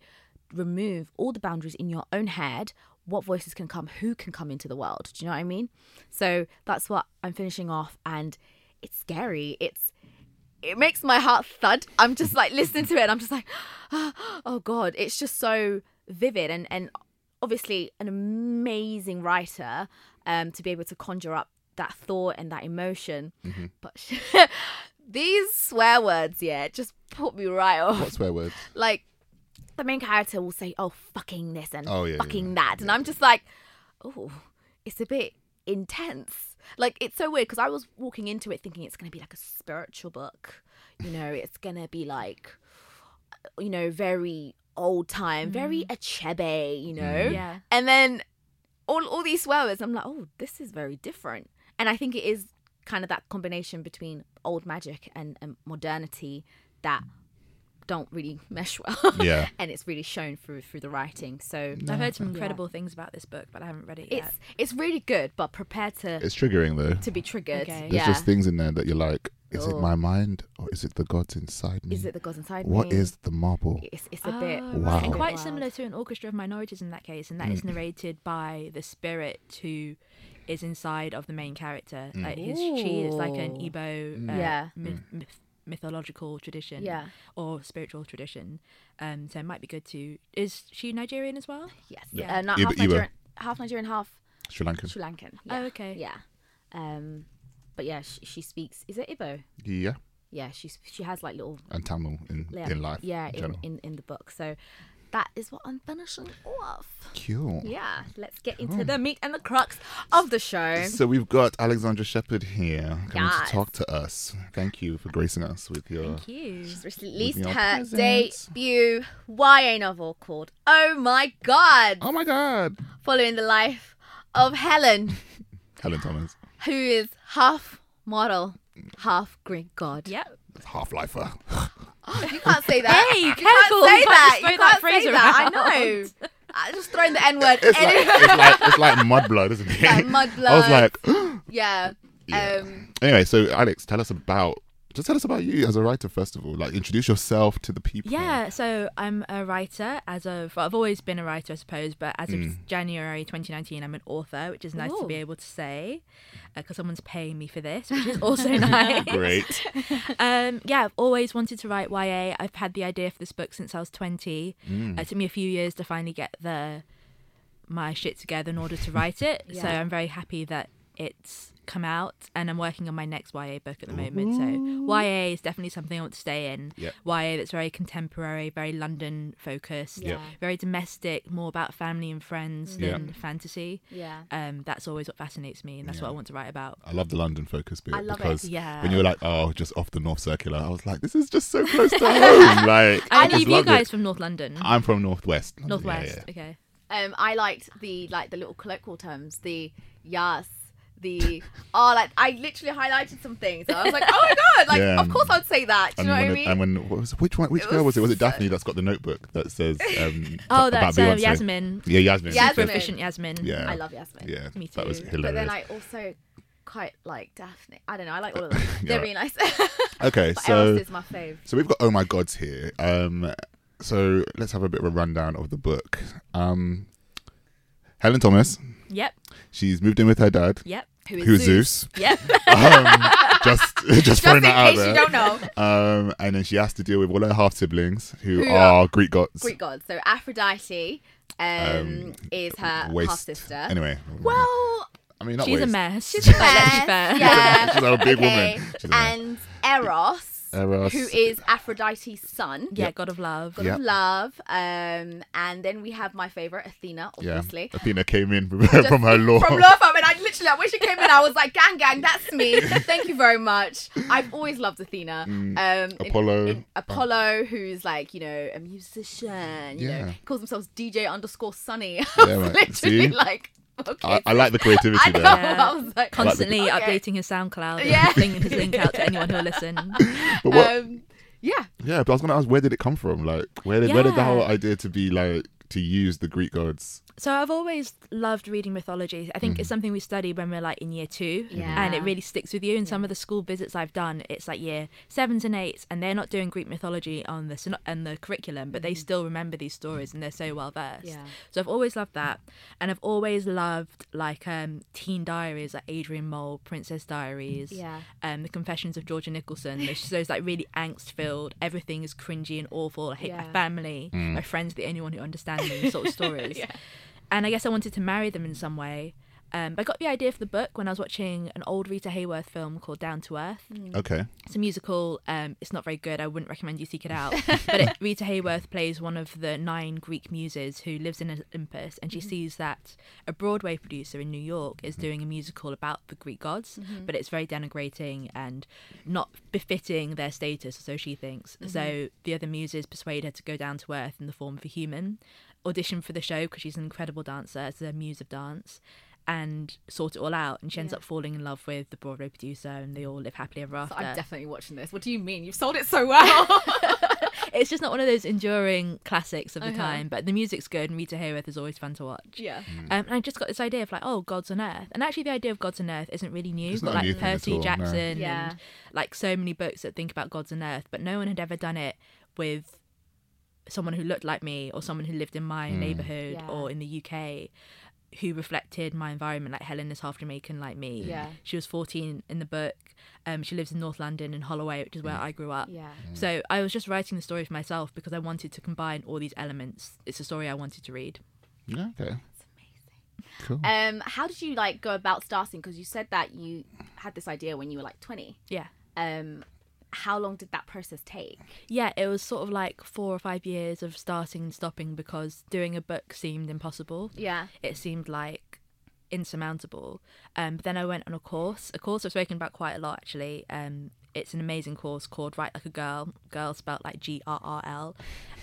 Speaker 2: remove all the boundaries in your own head what voices can come who can come into the world do you know what i mean so that's what i'm finishing off and it's scary it's it makes my heart thud. I'm just like listening to it and I'm just like, oh God, it's just so vivid and, and obviously an amazing writer um, to be able to conjure up that thought and that emotion. But these swear words, yeah, just put me right off.
Speaker 3: what swear words
Speaker 2: Like the main character will say, oh, fucking this and
Speaker 3: Oh, yeah, yeah,
Speaker 2: fucking
Speaker 3: yeah.
Speaker 2: that. And I'm just like, oh, it's a bit intense. Like it's so weird because I was walking into it thinking it's going to be like a spiritual book. You know, it's going to be like, you know, very old time, very Achebe, you know?
Speaker 3: Mm.
Speaker 5: Yeah.
Speaker 2: And then all, all these swear words, I'm like, oh, this is very different. And I think it is kind of that combination between old magic and, and modernity that don't really mesh well.
Speaker 3: Yeah.
Speaker 2: and it's really shown through through the writing. So
Speaker 5: I've heard some incredible things about this book, but I haven't read it yet.
Speaker 2: it's it's really good, but prepare to
Speaker 3: it's triggering though
Speaker 2: to be triggered.
Speaker 5: Okay.
Speaker 3: there's
Speaker 2: Yeah.
Speaker 3: just things in there that you're like is it
Speaker 2: Oh.
Speaker 3: my mind or is it the gods inside me
Speaker 2: is it the gods inside
Speaker 3: What
Speaker 2: me?
Speaker 3: is the marble
Speaker 2: It's it's a bit
Speaker 5: Oh,
Speaker 3: Wow.
Speaker 5: right. And quite
Speaker 2: Wild.
Speaker 5: similar to an orchestra of minorities in that case, and that is narrated by the spirit who is inside of the main character. Like his, she is like an
Speaker 2: Ooh.
Speaker 5: Igbo uh,
Speaker 2: Yeah.
Speaker 5: myth, myth, mythological tradition
Speaker 2: Yeah.
Speaker 5: or spiritual tradition. Um, so it might be good to. Is she Nigerian as well?
Speaker 2: Yes.
Speaker 5: Yeah.
Speaker 2: Uh, not
Speaker 3: Iba-
Speaker 2: half
Speaker 3: Iba.
Speaker 2: Nigerian, half Nigerian, half
Speaker 3: Sri Lankan.
Speaker 2: Sri Lankan. Yeah.
Speaker 5: Oh, okay.
Speaker 2: Yeah. Um, but yeah, she, she speaks. Is it Igbo?
Speaker 3: yeah,
Speaker 2: Yeah, she's she has like little
Speaker 3: and Tamil in,
Speaker 2: yeah,
Speaker 3: in life.
Speaker 2: Yeah,
Speaker 3: in
Speaker 2: in,
Speaker 3: general.
Speaker 2: in in the book. So that is what I'm finishing off.
Speaker 3: Oh, Cool.
Speaker 2: Yeah, let's get into the meat and the crux of the show.
Speaker 3: So we've got Alexandra Shepherd here coming
Speaker 2: Yes.
Speaker 3: to talk to us. Thank you for gracing us with your
Speaker 5: Thank you.
Speaker 2: She's released
Speaker 3: your
Speaker 2: her
Speaker 3: presents.
Speaker 2: debut YA novel called Oh My God,
Speaker 3: Oh my god.
Speaker 2: following the life of Helen,
Speaker 3: Helen Thomas.
Speaker 2: who is half model, half Greek god.
Speaker 5: Yep.
Speaker 3: Half lifer.
Speaker 2: You can't say that.
Speaker 5: Hey,
Speaker 2: you
Speaker 5: careful.
Speaker 2: can't say
Speaker 5: You can't
Speaker 2: that.
Speaker 5: just
Speaker 2: You
Speaker 5: throw that
Speaker 2: can't
Speaker 5: phrase
Speaker 2: say that.
Speaker 5: around.
Speaker 2: I know. I just throwing the N word.
Speaker 3: It's like it's like it's like mudblood, isn't it?
Speaker 2: like
Speaker 3: I was
Speaker 2: mudblood.
Speaker 3: like
Speaker 2: yeah.
Speaker 3: Yeah.
Speaker 2: Um,
Speaker 3: Anyway, so Alex, tell us about just tell us about you as a writer first of all. Like introduce yourself to the people.
Speaker 5: Yeah, so I'm a writer as of well, I've always been a writer, I suppose, but as of January 2019, I'm an author, which is nice to be
Speaker 2: Ooh.
Speaker 5: able to say because someone's paying me for this, which is also nice.
Speaker 3: Great.
Speaker 5: Um, yeah, I've always wanted to write YA. I've had the idea for this book since I was 20.
Speaker 3: Mm.
Speaker 5: Uh, it took me a few years to finally get the my shit together in order to write it. So
Speaker 2: Yeah.
Speaker 5: I'm very happy that it's come out and I'm working on my next YA book at the moment. So YA is definitely something I want to stay in.
Speaker 3: Yep.
Speaker 5: YA that's very contemporary, very London focused,
Speaker 3: Yep.
Speaker 5: very domestic, more about family and friends
Speaker 3: Yeah.
Speaker 5: than fantasy.
Speaker 2: Mm. yeah.
Speaker 5: Um, that's always what fascinates me and that's what I want to write about.
Speaker 3: I love the London focus bit
Speaker 2: I love it.
Speaker 3: because
Speaker 5: Yeah.
Speaker 3: when you were like, oh, just off the North Circular, I was like, this is just so close to home. Like,
Speaker 5: I
Speaker 3: just
Speaker 5: believe you
Speaker 3: loved it.
Speaker 5: guys from North London.
Speaker 3: I'm from Northwest. London, yeah,
Speaker 5: Northwest.
Speaker 3: yeah.
Speaker 5: Okay.
Speaker 2: Um, I liked the like the little colloquial terms, the yas, the oh, like I literally highlighted some things. I was like, oh my god, like
Speaker 3: Yeah.
Speaker 2: of course I'd say that. Do
Speaker 3: And
Speaker 2: you know what
Speaker 3: when,
Speaker 2: I
Speaker 3: it-
Speaker 2: mean?
Speaker 3: and when what was which one? Which
Speaker 2: It
Speaker 3: girl was
Speaker 2: was
Speaker 3: it? Was it
Speaker 2: so-
Speaker 3: Daphne that's got the notebook that says? Um,
Speaker 5: Oh,
Speaker 3: about
Speaker 5: that's uh,
Speaker 3: Beyonce?
Speaker 5: Yasmin.
Speaker 3: Yeah, Yasmin.
Speaker 2: Yasmin.
Speaker 5: Proficient Yasmin.
Speaker 3: Yeah,
Speaker 2: I love Yasmin.
Speaker 3: Yeah,
Speaker 5: Me
Speaker 3: that was
Speaker 5: too.
Speaker 3: hilarious.
Speaker 2: But then I also quite like Daphne. I don't know. I like all of them. They're
Speaker 3: Yeah.
Speaker 2: really nice.
Speaker 3: okay,
Speaker 2: but
Speaker 3: so
Speaker 2: Eros is my fave.
Speaker 3: so we've got oh my gods here. Um, so let's have a bit of a rundown of the book. Um, Helen Thomas.
Speaker 5: Yep.
Speaker 3: She's moved in with her dad,
Speaker 5: Yep.
Speaker 3: who's Zeus.
Speaker 5: Yep.
Speaker 3: um, just just,
Speaker 2: Just
Speaker 3: throwing
Speaker 2: in
Speaker 3: that out
Speaker 2: case
Speaker 3: there.
Speaker 2: you don't know,
Speaker 3: Um, and then she has to deal with all her half siblings who,
Speaker 2: Who
Speaker 3: are Greek gods.
Speaker 2: Greek gods. So Aphrodite um,
Speaker 3: Um,
Speaker 2: is her
Speaker 3: Waist.
Speaker 2: half sister.
Speaker 3: Anyway,
Speaker 2: uh, Well,
Speaker 3: I mean, not
Speaker 5: She's a
Speaker 3: waist.
Speaker 5: mess.
Speaker 2: she's a
Speaker 5: Let's
Speaker 2: mess.
Speaker 5: be fair.
Speaker 2: Yeah.
Speaker 3: She's a big
Speaker 2: okay.
Speaker 3: woman. She's a mess.
Speaker 2: And Eros,
Speaker 3: Eros.
Speaker 2: who is Aphrodite's son.
Speaker 5: Yeah, God of Love.
Speaker 2: God
Speaker 3: Yep.
Speaker 2: of love. Um, and then we have my favorite, Athena, obviously.
Speaker 3: Yeah. Athena came in from, from her law.
Speaker 2: From Law Firm, and I literally, I wish it came in. I was like, "Gang, gang, that's me. Thank you very much." I've always loved Athena. um, in-
Speaker 3: Mm. Apollo.
Speaker 2: in Apollo, who's like you know a musician. You know,
Speaker 3: Yeah.
Speaker 2: calls themselves DJ underscore Sunny.
Speaker 3: Yeah, right.
Speaker 2: literally
Speaker 3: See?
Speaker 2: like, okay.
Speaker 3: I, I like the
Speaker 2: I
Speaker 3: creativity
Speaker 2: know.
Speaker 3: there.
Speaker 2: I was like, okay.
Speaker 5: Constantly updating his SoundCloud.
Speaker 2: Yeah.
Speaker 5: Yeah. His link out to anyone who'll listen.
Speaker 3: But what,
Speaker 2: Um, yeah,
Speaker 3: yeah, but I was gonna ask, where did it come from? Like, where did where did the
Speaker 5: Yeah.
Speaker 3: whole idea to be like to use the Greek gods?
Speaker 5: So I've always loved reading mythology. I think it's something we study when we're like in year two,
Speaker 2: Yeah.
Speaker 5: and it really sticks with you. And some of the school visits I've done, it's like year sevens and eights, and they're not doing Greek mythology on the syno- on the curriculum, but they still remember these stories and they're so well versed.
Speaker 2: Mm. Yeah.
Speaker 5: So I've always loved that, and I've always loved like um, teen diaries, like Adrian Mole, Princess Diaries,
Speaker 2: Yeah.
Speaker 5: um, the Confessions of Georgia Nicholson. Those, those like really angst filled, everything is cringy and awful. I hate
Speaker 2: Yeah.
Speaker 5: my family, my friends, are the only one who understand me sort of stories. And I guess I wanted to marry them in some way. Um, but I got the idea for the book when I was watching an old Rita Hayworth film called Down to Earth.
Speaker 2: Mm.
Speaker 3: Okay.
Speaker 5: It's a musical. Um, it's not very good. I wouldn't recommend you seek it out. but it, Rita Hayworth plays one of the nine Greek muses who lives in Olympus, and she sees that a Broadway producer in New York is doing a musical about the Greek gods, but it's very denigrating and not befitting their status, so she thinks. So the other muses persuade her to go down to earth in the form of a human, audition for the show because she's an incredible dancer, as a muse of dance and sort it all out and she ends up falling in love with the Broadway producer and they all live happily ever after.
Speaker 2: I'm definitely watching this. What do you mean? You've sold it so well.
Speaker 5: it's just not one of those enduring classics of the time, but the music's good and Rita Hayworth is always fun to watch.
Speaker 2: Uh-huh. yeah.
Speaker 3: Mm.
Speaker 5: Um, and I just got this idea of like, oh, gods on earth, and actually the idea of gods on earth isn't really new.
Speaker 3: It's
Speaker 5: but
Speaker 3: not a
Speaker 5: like
Speaker 3: new thing at
Speaker 5: Percy
Speaker 3: all, no.
Speaker 5: Jackson
Speaker 2: Yeah.
Speaker 5: and like so many books that think about gods on earth, but no one had ever done it with
Speaker 3: Mm.
Speaker 5: someone who looked like me or someone who lived in my neighborhood
Speaker 2: Yeah.
Speaker 5: or in the UK. who reflected my environment. Like Helen is half Jamaican, like me.
Speaker 2: Yeah.
Speaker 5: She was 14 in the book. Um, she lives in North London in Holloway, which is
Speaker 3: Mm.
Speaker 5: where I grew up.
Speaker 2: Yeah.
Speaker 5: So I was just writing the story for myself because I wanted to combine all these elements. It's a story I wanted to read.
Speaker 3: Yeah, okay. Cool.
Speaker 2: Um, how did you like go about starting? Because you said that you had this idea when you were like twenty.
Speaker 5: Yeah.
Speaker 2: Um, how long did that process take?
Speaker 5: Yeah, it was sort of like four or five years of starting and stopping because doing a book seemed impossible.
Speaker 2: Yeah.
Speaker 5: It seemed like insurmountable. Um, but then I went on a course, a course I've spoken about quite a lot actually. Um, it's an amazing course called Write Like a Girl, girl spelt like G R R L.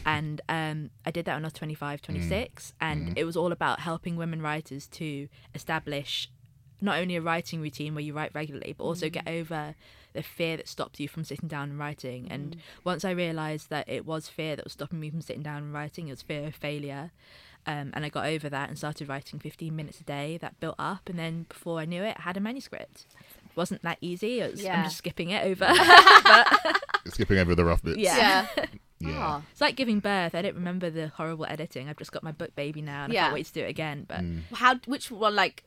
Speaker 5: And um, I did that when I was 25, 26. And it was all about helping women writers to establish not only a writing routine where you write regularly, but also get
Speaker 2: Mm.
Speaker 5: over the fear that stops you from sitting down and writing. And
Speaker 2: Mm.
Speaker 5: once I realised that it was fear that was stopping me from sitting down and writing, it was fear of failure. Um, and I got over that and started writing 15 minutes a day. That built up, and then before I knew it, I had a manuscript. It wasn't that easy. It was,
Speaker 2: Yeah.
Speaker 5: I'm just skipping it over.
Speaker 3: Skipping over the rough bits.
Speaker 5: Yeah.
Speaker 3: Yeah.
Speaker 2: Oh.
Speaker 5: it's like giving birth. I don't remember the horrible editing. I've just got my book baby now, and I
Speaker 2: Yeah.
Speaker 5: can't wait to do it again. But
Speaker 2: How? Which one? Like,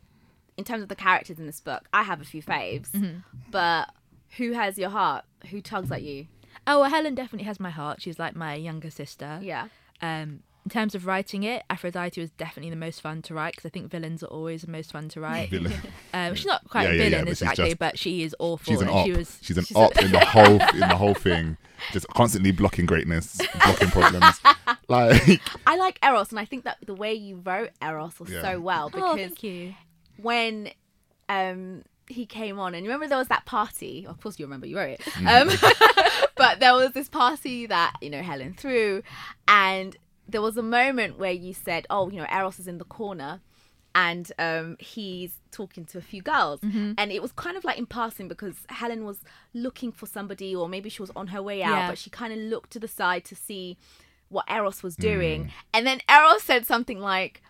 Speaker 2: in terms of the characters in this book, I have a few faves,
Speaker 5: Mm-hmm.
Speaker 2: but who has your heart? Who tugs at you?
Speaker 5: oh, well, Helen definitely has my heart. She's like my younger sister.
Speaker 2: Yeah.
Speaker 5: Um, in terms of writing it, Aphrodite was definitely the most fun to write because I think villains are always the most fun to write.
Speaker 3: Villain.
Speaker 5: Um, she's not quite
Speaker 3: Yeah,
Speaker 5: a
Speaker 3: yeah, yeah,
Speaker 5: villain
Speaker 3: but she's
Speaker 5: exactly,
Speaker 3: just-
Speaker 5: but she is awful.
Speaker 3: She's an
Speaker 5: and
Speaker 3: op.
Speaker 5: she was.
Speaker 3: she's an
Speaker 5: she's a-
Speaker 3: op in the whole in the whole thing, just constantly blocking greatness, blocking problems. Like,
Speaker 2: I like Eros, and I think that the way you wrote Eros was
Speaker 3: Yeah.
Speaker 2: so well
Speaker 5: Oh,
Speaker 2: because
Speaker 5: thank you.
Speaker 2: when um he came on and you remember there was that party of course you remember you wrote it um but there was this party that you know helen threw and there was a moment where you said oh you know eros is in the corner and um he's talking to a few girls and it was kind of like in passing because helen was looking for somebody or maybe she was on her way out
Speaker 5: Yeah.
Speaker 2: but she kind of looked to the side to see what eros was doing and then eros said something like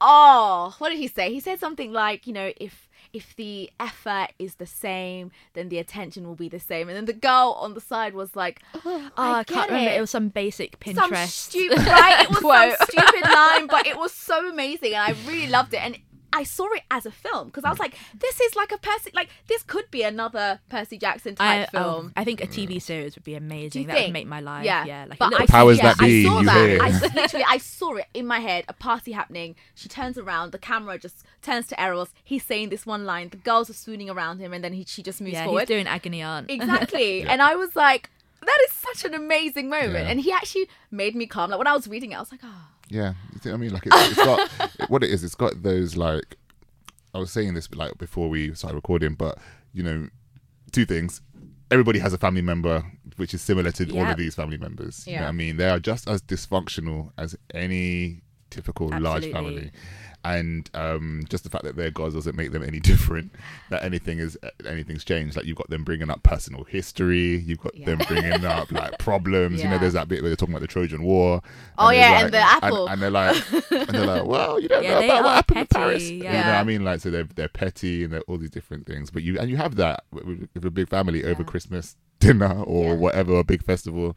Speaker 2: oh what did he say he said something like you know if if the effort is the same then the attention will be the same and then the girl on the side was like oh,
Speaker 5: Oh, I,
Speaker 2: get
Speaker 5: can't remember. It.
Speaker 2: it
Speaker 5: was some basic Pinterest.
Speaker 2: some stupid right it was
Speaker 5: quote.
Speaker 2: some stupid line but it was so amazing and i really loved it and i saw it as a film because i was like this is like a percy like this could be another percy jackson
Speaker 5: I,
Speaker 2: type
Speaker 5: oh,
Speaker 2: film
Speaker 5: I think a
Speaker 3: Mm.
Speaker 5: TV series would be
Speaker 2: Do you
Speaker 5: amazing. That
Speaker 2: think?
Speaker 5: would make my life.
Speaker 2: Yeah,
Speaker 5: Yeah, like
Speaker 2: But
Speaker 5: a little
Speaker 2: I-
Speaker 3: Powers that be,
Speaker 2: I saw
Speaker 3: you
Speaker 2: that.
Speaker 3: hear.
Speaker 2: I s- literally, I saw it in my head. A party happening. She turns around. The camera just turns to Eros. He's saying this one line. The girls are swooning around him, and then he, she just moves
Speaker 5: yeah, he's
Speaker 2: forward.
Speaker 5: doing agony aunt.
Speaker 2: exactly. And I was like, that is such an amazing moment.
Speaker 3: Yeah.
Speaker 2: And he actually made me calm. Like when I was reading it, I was like, oh,
Speaker 3: yeah, you see what I mean, like it's, it's got what it is. It's got those like I was saying this like before we started recording, but you know, two things. Everybody has a family member which is similar to all
Speaker 5: Yep.
Speaker 3: of these family members. You know
Speaker 2: Yeah.
Speaker 3: what I mean? They are just as dysfunctional as any typical large
Speaker 5: Absolutely.
Speaker 3: family. And um, just the fact that their gods doesn't make them any different. That anything is uh, anything's changed. Like you've got them bringing up personal history. You've got them bringing up like problems. You
Speaker 2: Yeah.
Speaker 3: know, there's that bit where they're talking about the Trojan War.
Speaker 2: Oh,
Speaker 3: they're
Speaker 2: yeah, and the apple.
Speaker 3: and they're like, and they're like, well, you don't
Speaker 5: Yeah,
Speaker 3: know
Speaker 5: they
Speaker 3: about what
Speaker 5: are
Speaker 3: happened in
Speaker 5: petty,
Speaker 3: Paris. You know
Speaker 5: yeah.
Speaker 3: what I mean? Like, so they're they're petty and they're all these different things. But you and you have that with- with with a big family over Christmas dinner or whatever, a big festival,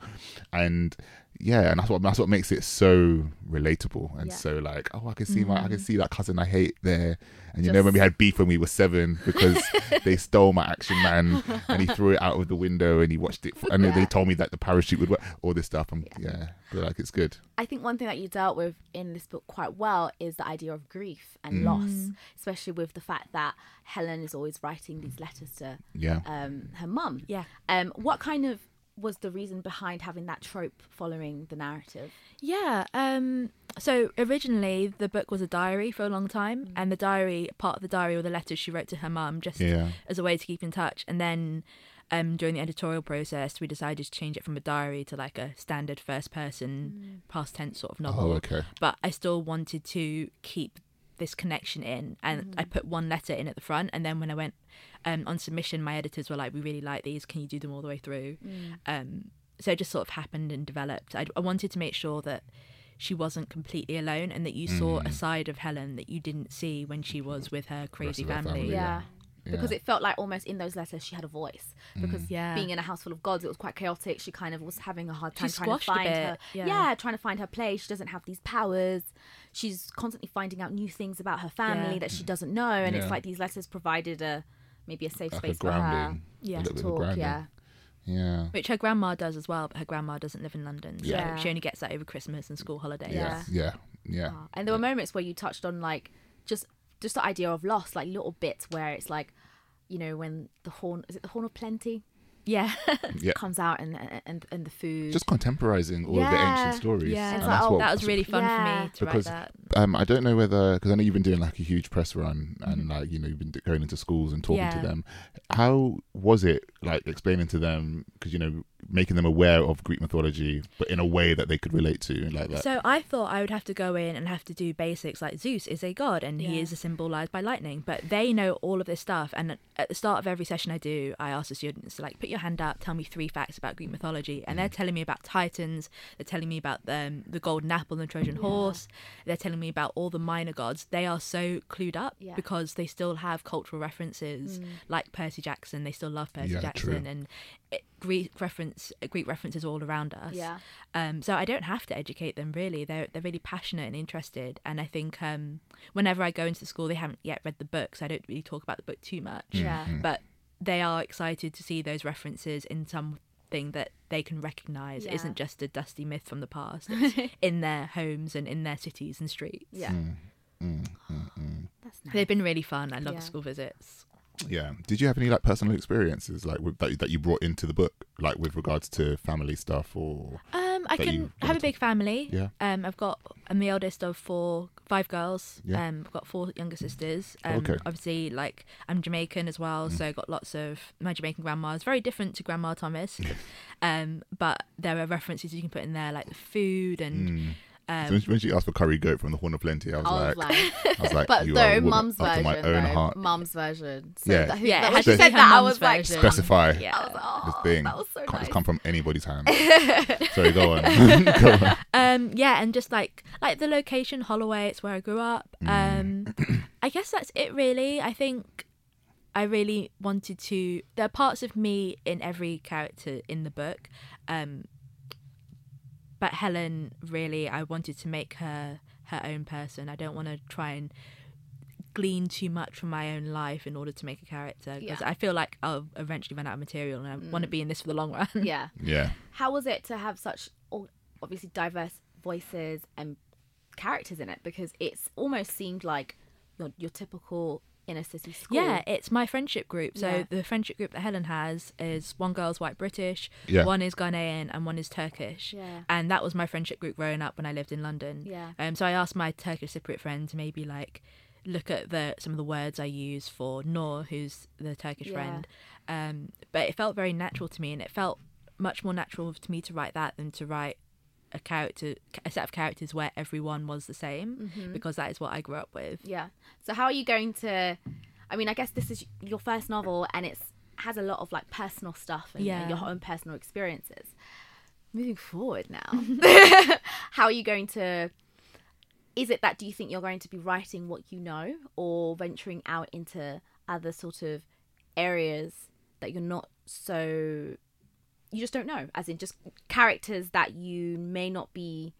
Speaker 3: and yeah, and that's what that's what makes it so relatable and so like, oh, I can see my I
Speaker 5: Mm-hmm.
Speaker 3: can see that cousin I hate there, and you know when we had beef when we were seven because they stole my action man and he threw it out of the window and he watched it and they told me that the parachute would work, all this stuff. I'm yeah, but like it's good.
Speaker 2: I think one thing that you dealt with in this book quite well is the idea of grief
Speaker 3: Mm.
Speaker 2: and loss, especially with the fact that Helen is always writing these letters to
Speaker 3: Yeah.
Speaker 2: um, her mum.
Speaker 5: Yeah.
Speaker 2: Um, what kind of was the reason behind having that trope following the narrative?
Speaker 5: Yeah. Um, so originally the book was a diary for a long time, and the diary part of the diary were the letters she wrote to her mum, just
Speaker 3: Yeah.
Speaker 5: as a way to keep in touch. And then um, during the editorial process, we decided to change it from a diary to like a standard first person past tense sort of novel.
Speaker 3: Oh, okay.
Speaker 5: But I still wanted to keep this connection in and I put one letter in at the front and then when I went um, on submission my editors were like we really like these can you do them all the way through um, so it just sort of happened and developed I, I wanted to make sure that she wasn't completely alone and that you saw a side of Helen that you didn't see when she was with her crazy
Speaker 3: of her
Speaker 5: family,
Speaker 3: family, Yeah.
Speaker 2: because
Speaker 3: Yeah. Mm.
Speaker 2: it felt like almost in those letters she had a voice because
Speaker 5: Yeah.
Speaker 2: being in a house full of gods it was quite chaotic she kind of was having a hard
Speaker 5: She
Speaker 2: time trying to
Speaker 5: squashed a
Speaker 2: find
Speaker 5: bit,
Speaker 2: her
Speaker 5: yeah.
Speaker 2: trying to find her place she doesn't have these powers she's constantly finding out new things about her family
Speaker 5: Yeah.
Speaker 2: that she doesn't know and it's
Speaker 3: Yeah.
Speaker 2: like these letters provided a maybe a safe
Speaker 3: like
Speaker 2: space
Speaker 3: a grounding.
Speaker 2: for her
Speaker 5: Yeah.
Speaker 3: A
Speaker 2: to
Speaker 3: little bit of
Speaker 2: talk
Speaker 3: grounding.
Speaker 2: yeah
Speaker 3: Yeah.
Speaker 5: Which her grandma does as well, but her grandma doesn't live in London, so
Speaker 2: Yeah.
Speaker 5: she only gets that over Christmas and school holidays.
Speaker 3: Yeah.
Speaker 2: Yeah.
Speaker 3: Yeah. Yeah.
Speaker 2: And there were moments where you touched on like just just the idea of loss, like little bits where it's like, you know, when the horn is it the horn of plenty
Speaker 5: Yeah.
Speaker 3: Yeah.
Speaker 2: comes out and and and the food.
Speaker 3: Just contemporizing all of the
Speaker 2: Yeah.
Speaker 3: ancient stories.
Speaker 5: Yeah.
Speaker 3: And
Speaker 5: It's
Speaker 2: like,
Speaker 3: that's
Speaker 2: oh,
Speaker 3: what
Speaker 5: that was really fun for
Speaker 2: Yeah.
Speaker 5: me to
Speaker 3: because
Speaker 5: write that.
Speaker 3: um, I don't know whether because I know you've been doing like a huge press run and like you know you've been d- going into schools and talking to
Speaker 5: Yeah.
Speaker 3: them. How was it like explaining to them because you know making them aware of Greek mythology but in a way that they could relate to and like that?
Speaker 5: So I thought I would have to go in and have to do basics like Zeus is a god and he
Speaker 2: Yeah.
Speaker 5: is symbolized by lightning, but they know all of this stuff. And at the start of every session I do, I ask the students to like put your hand up, tell me three facts about Greek mythology, and
Speaker 3: Mm.
Speaker 5: they're telling me about Titans, they're telling me about um, the golden apple and the Trojan horse, they're telling me about all the minor gods. They are so clued up
Speaker 2: Yeah. Mm.
Speaker 5: because they still have cultural references like Percy Jackson. They still love Percy
Speaker 3: Yeah, true.
Speaker 5: Jackson and it, Greek reference Greek references all around us.
Speaker 2: Yeah.
Speaker 5: Um, so I don't have to educate them really. They're they're really passionate and interested. And I think um, whenever I go into school, they haven't yet read the book, so I don't really talk about the book too much.
Speaker 2: Yeah.
Speaker 3: Mm-hmm.
Speaker 5: But they are excited to see those references in something that they can recognise. It
Speaker 2: Yeah.
Speaker 5: isn't just a dusty myth from the past. It's in their homes and in their cities and streets.
Speaker 2: yeah.
Speaker 3: Mm-hmm.
Speaker 2: That's nice.
Speaker 5: They've been really fun. I love
Speaker 2: Yeah.
Speaker 5: the school visits.
Speaker 3: yeah. Did you have any like personal experiences like with, that that you brought into the book like with regards to family stuff or?
Speaker 5: Um, I
Speaker 3: that
Speaker 5: can
Speaker 3: you
Speaker 5: have a
Speaker 3: wanted.
Speaker 5: big family.
Speaker 3: Yeah.
Speaker 5: Um, I've got I'm the eldest of four, five girls.
Speaker 3: Yeah.
Speaker 5: Um, I've got four younger sisters. Um,
Speaker 3: Okay. Mm.
Speaker 5: Obviously, like I'm Jamaican as well, so I got lots of my Jamaican grandma is very different to Grandma Thomas. um, but there are references you can put in there, like the food
Speaker 3: Mm.
Speaker 5: and.
Speaker 3: So when she- when she asked for curry goat from the Horn of Plenty, I was,
Speaker 2: I was
Speaker 3: like,
Speaker 2: like-
Speaker 3: I was like,
Speaker 2: But
Speaker 3: you are a
Speaker 2: though
Speaker 3: woman
Speaker 2: mum's
Speaker 3: after
Speaker 2: version,
Speaker 3: my own
Speaker 2: though,
Speaker 3: heart.
Speaker 2: mum's version. So
Speaker 3: Yeah.
Speaker 2: that-
Speaker 5: Yeah, it
Speaker 2: that-
Speaker 5: had
Speaker 2: when
Speaker 5: to
Speaker 2: she
Speaker 5: be
Speaker 2: said
Speaker 5: her
Speaker 2: that, I
Speaker 5: mum's
Speaker 2: was like,
Speaker 5: version.
Speaker 3: specify
Speaker 5: Yeah.
Speaker 3: this thing.
Speaker 2: Oh, that was so
Speaker 3: Can't just
Speaker 2: nice.
Speaker 3: come from anybody's hand. Sorry, go on. go on.
Speaker 5: um yeah and just like like the location holloway it's where i grew up um i guess that's it really i think i really wanted to there are parts of me in every character in the book um but helen really i wanted to make her her own person i don't want to try and glean too much from my own life in order to make a character because
Speaker 2: Yeah.
Speaker 5: i feel like i'll eventually run out of material and i want to be in this for the long run
Speaker 2: yeah.
Speaker 3: Yeah.
Speaker 2: How was it to have such all- obviously diverse voices and characters in it? Because it's almost seemed like your, your typical inner city school.
Speaker 5: Yeah, it's my friendship group. So
Speaker 2: Yeah.
Speaker 5: the friendship group that Helen has is one girl's white British,
Speaker 3: Yeah.
Speaker 5: one is Ghanaian, and one is Turkish.
Speaker 2: Yeah.
Speaker 5: And that was my friendship group growing up when I lived in London.
Speaker 2: Yeah.
Speaker 5: Um, so I asked my Turkish Cypriot friend to maybe like look at the some of the words I use for Nor, who's the Turkish
Speaker 2: Yeah.
Speaker 5: friend. Um, but it felt very natural to me, and it felt much more natural to me to write that than to write a character, a set of characters where everyone was the same,
Speaker 2: Mm-hmm.
Speaker 5: because that is what I grew up with.
Speaker 2: Yeah. So how are you going to? I mean, I guess this is your first novel, and it's has a lot of like personal stuff and,
Speaker 5: Yeah.
Speaker 2: and your own personal experiences. Moving forward now, how are you going to? Is it that do you think you're going to be writing what you know, or venturing out into other sort of areas that you're not so? You just don't know, as in just characters that you may not be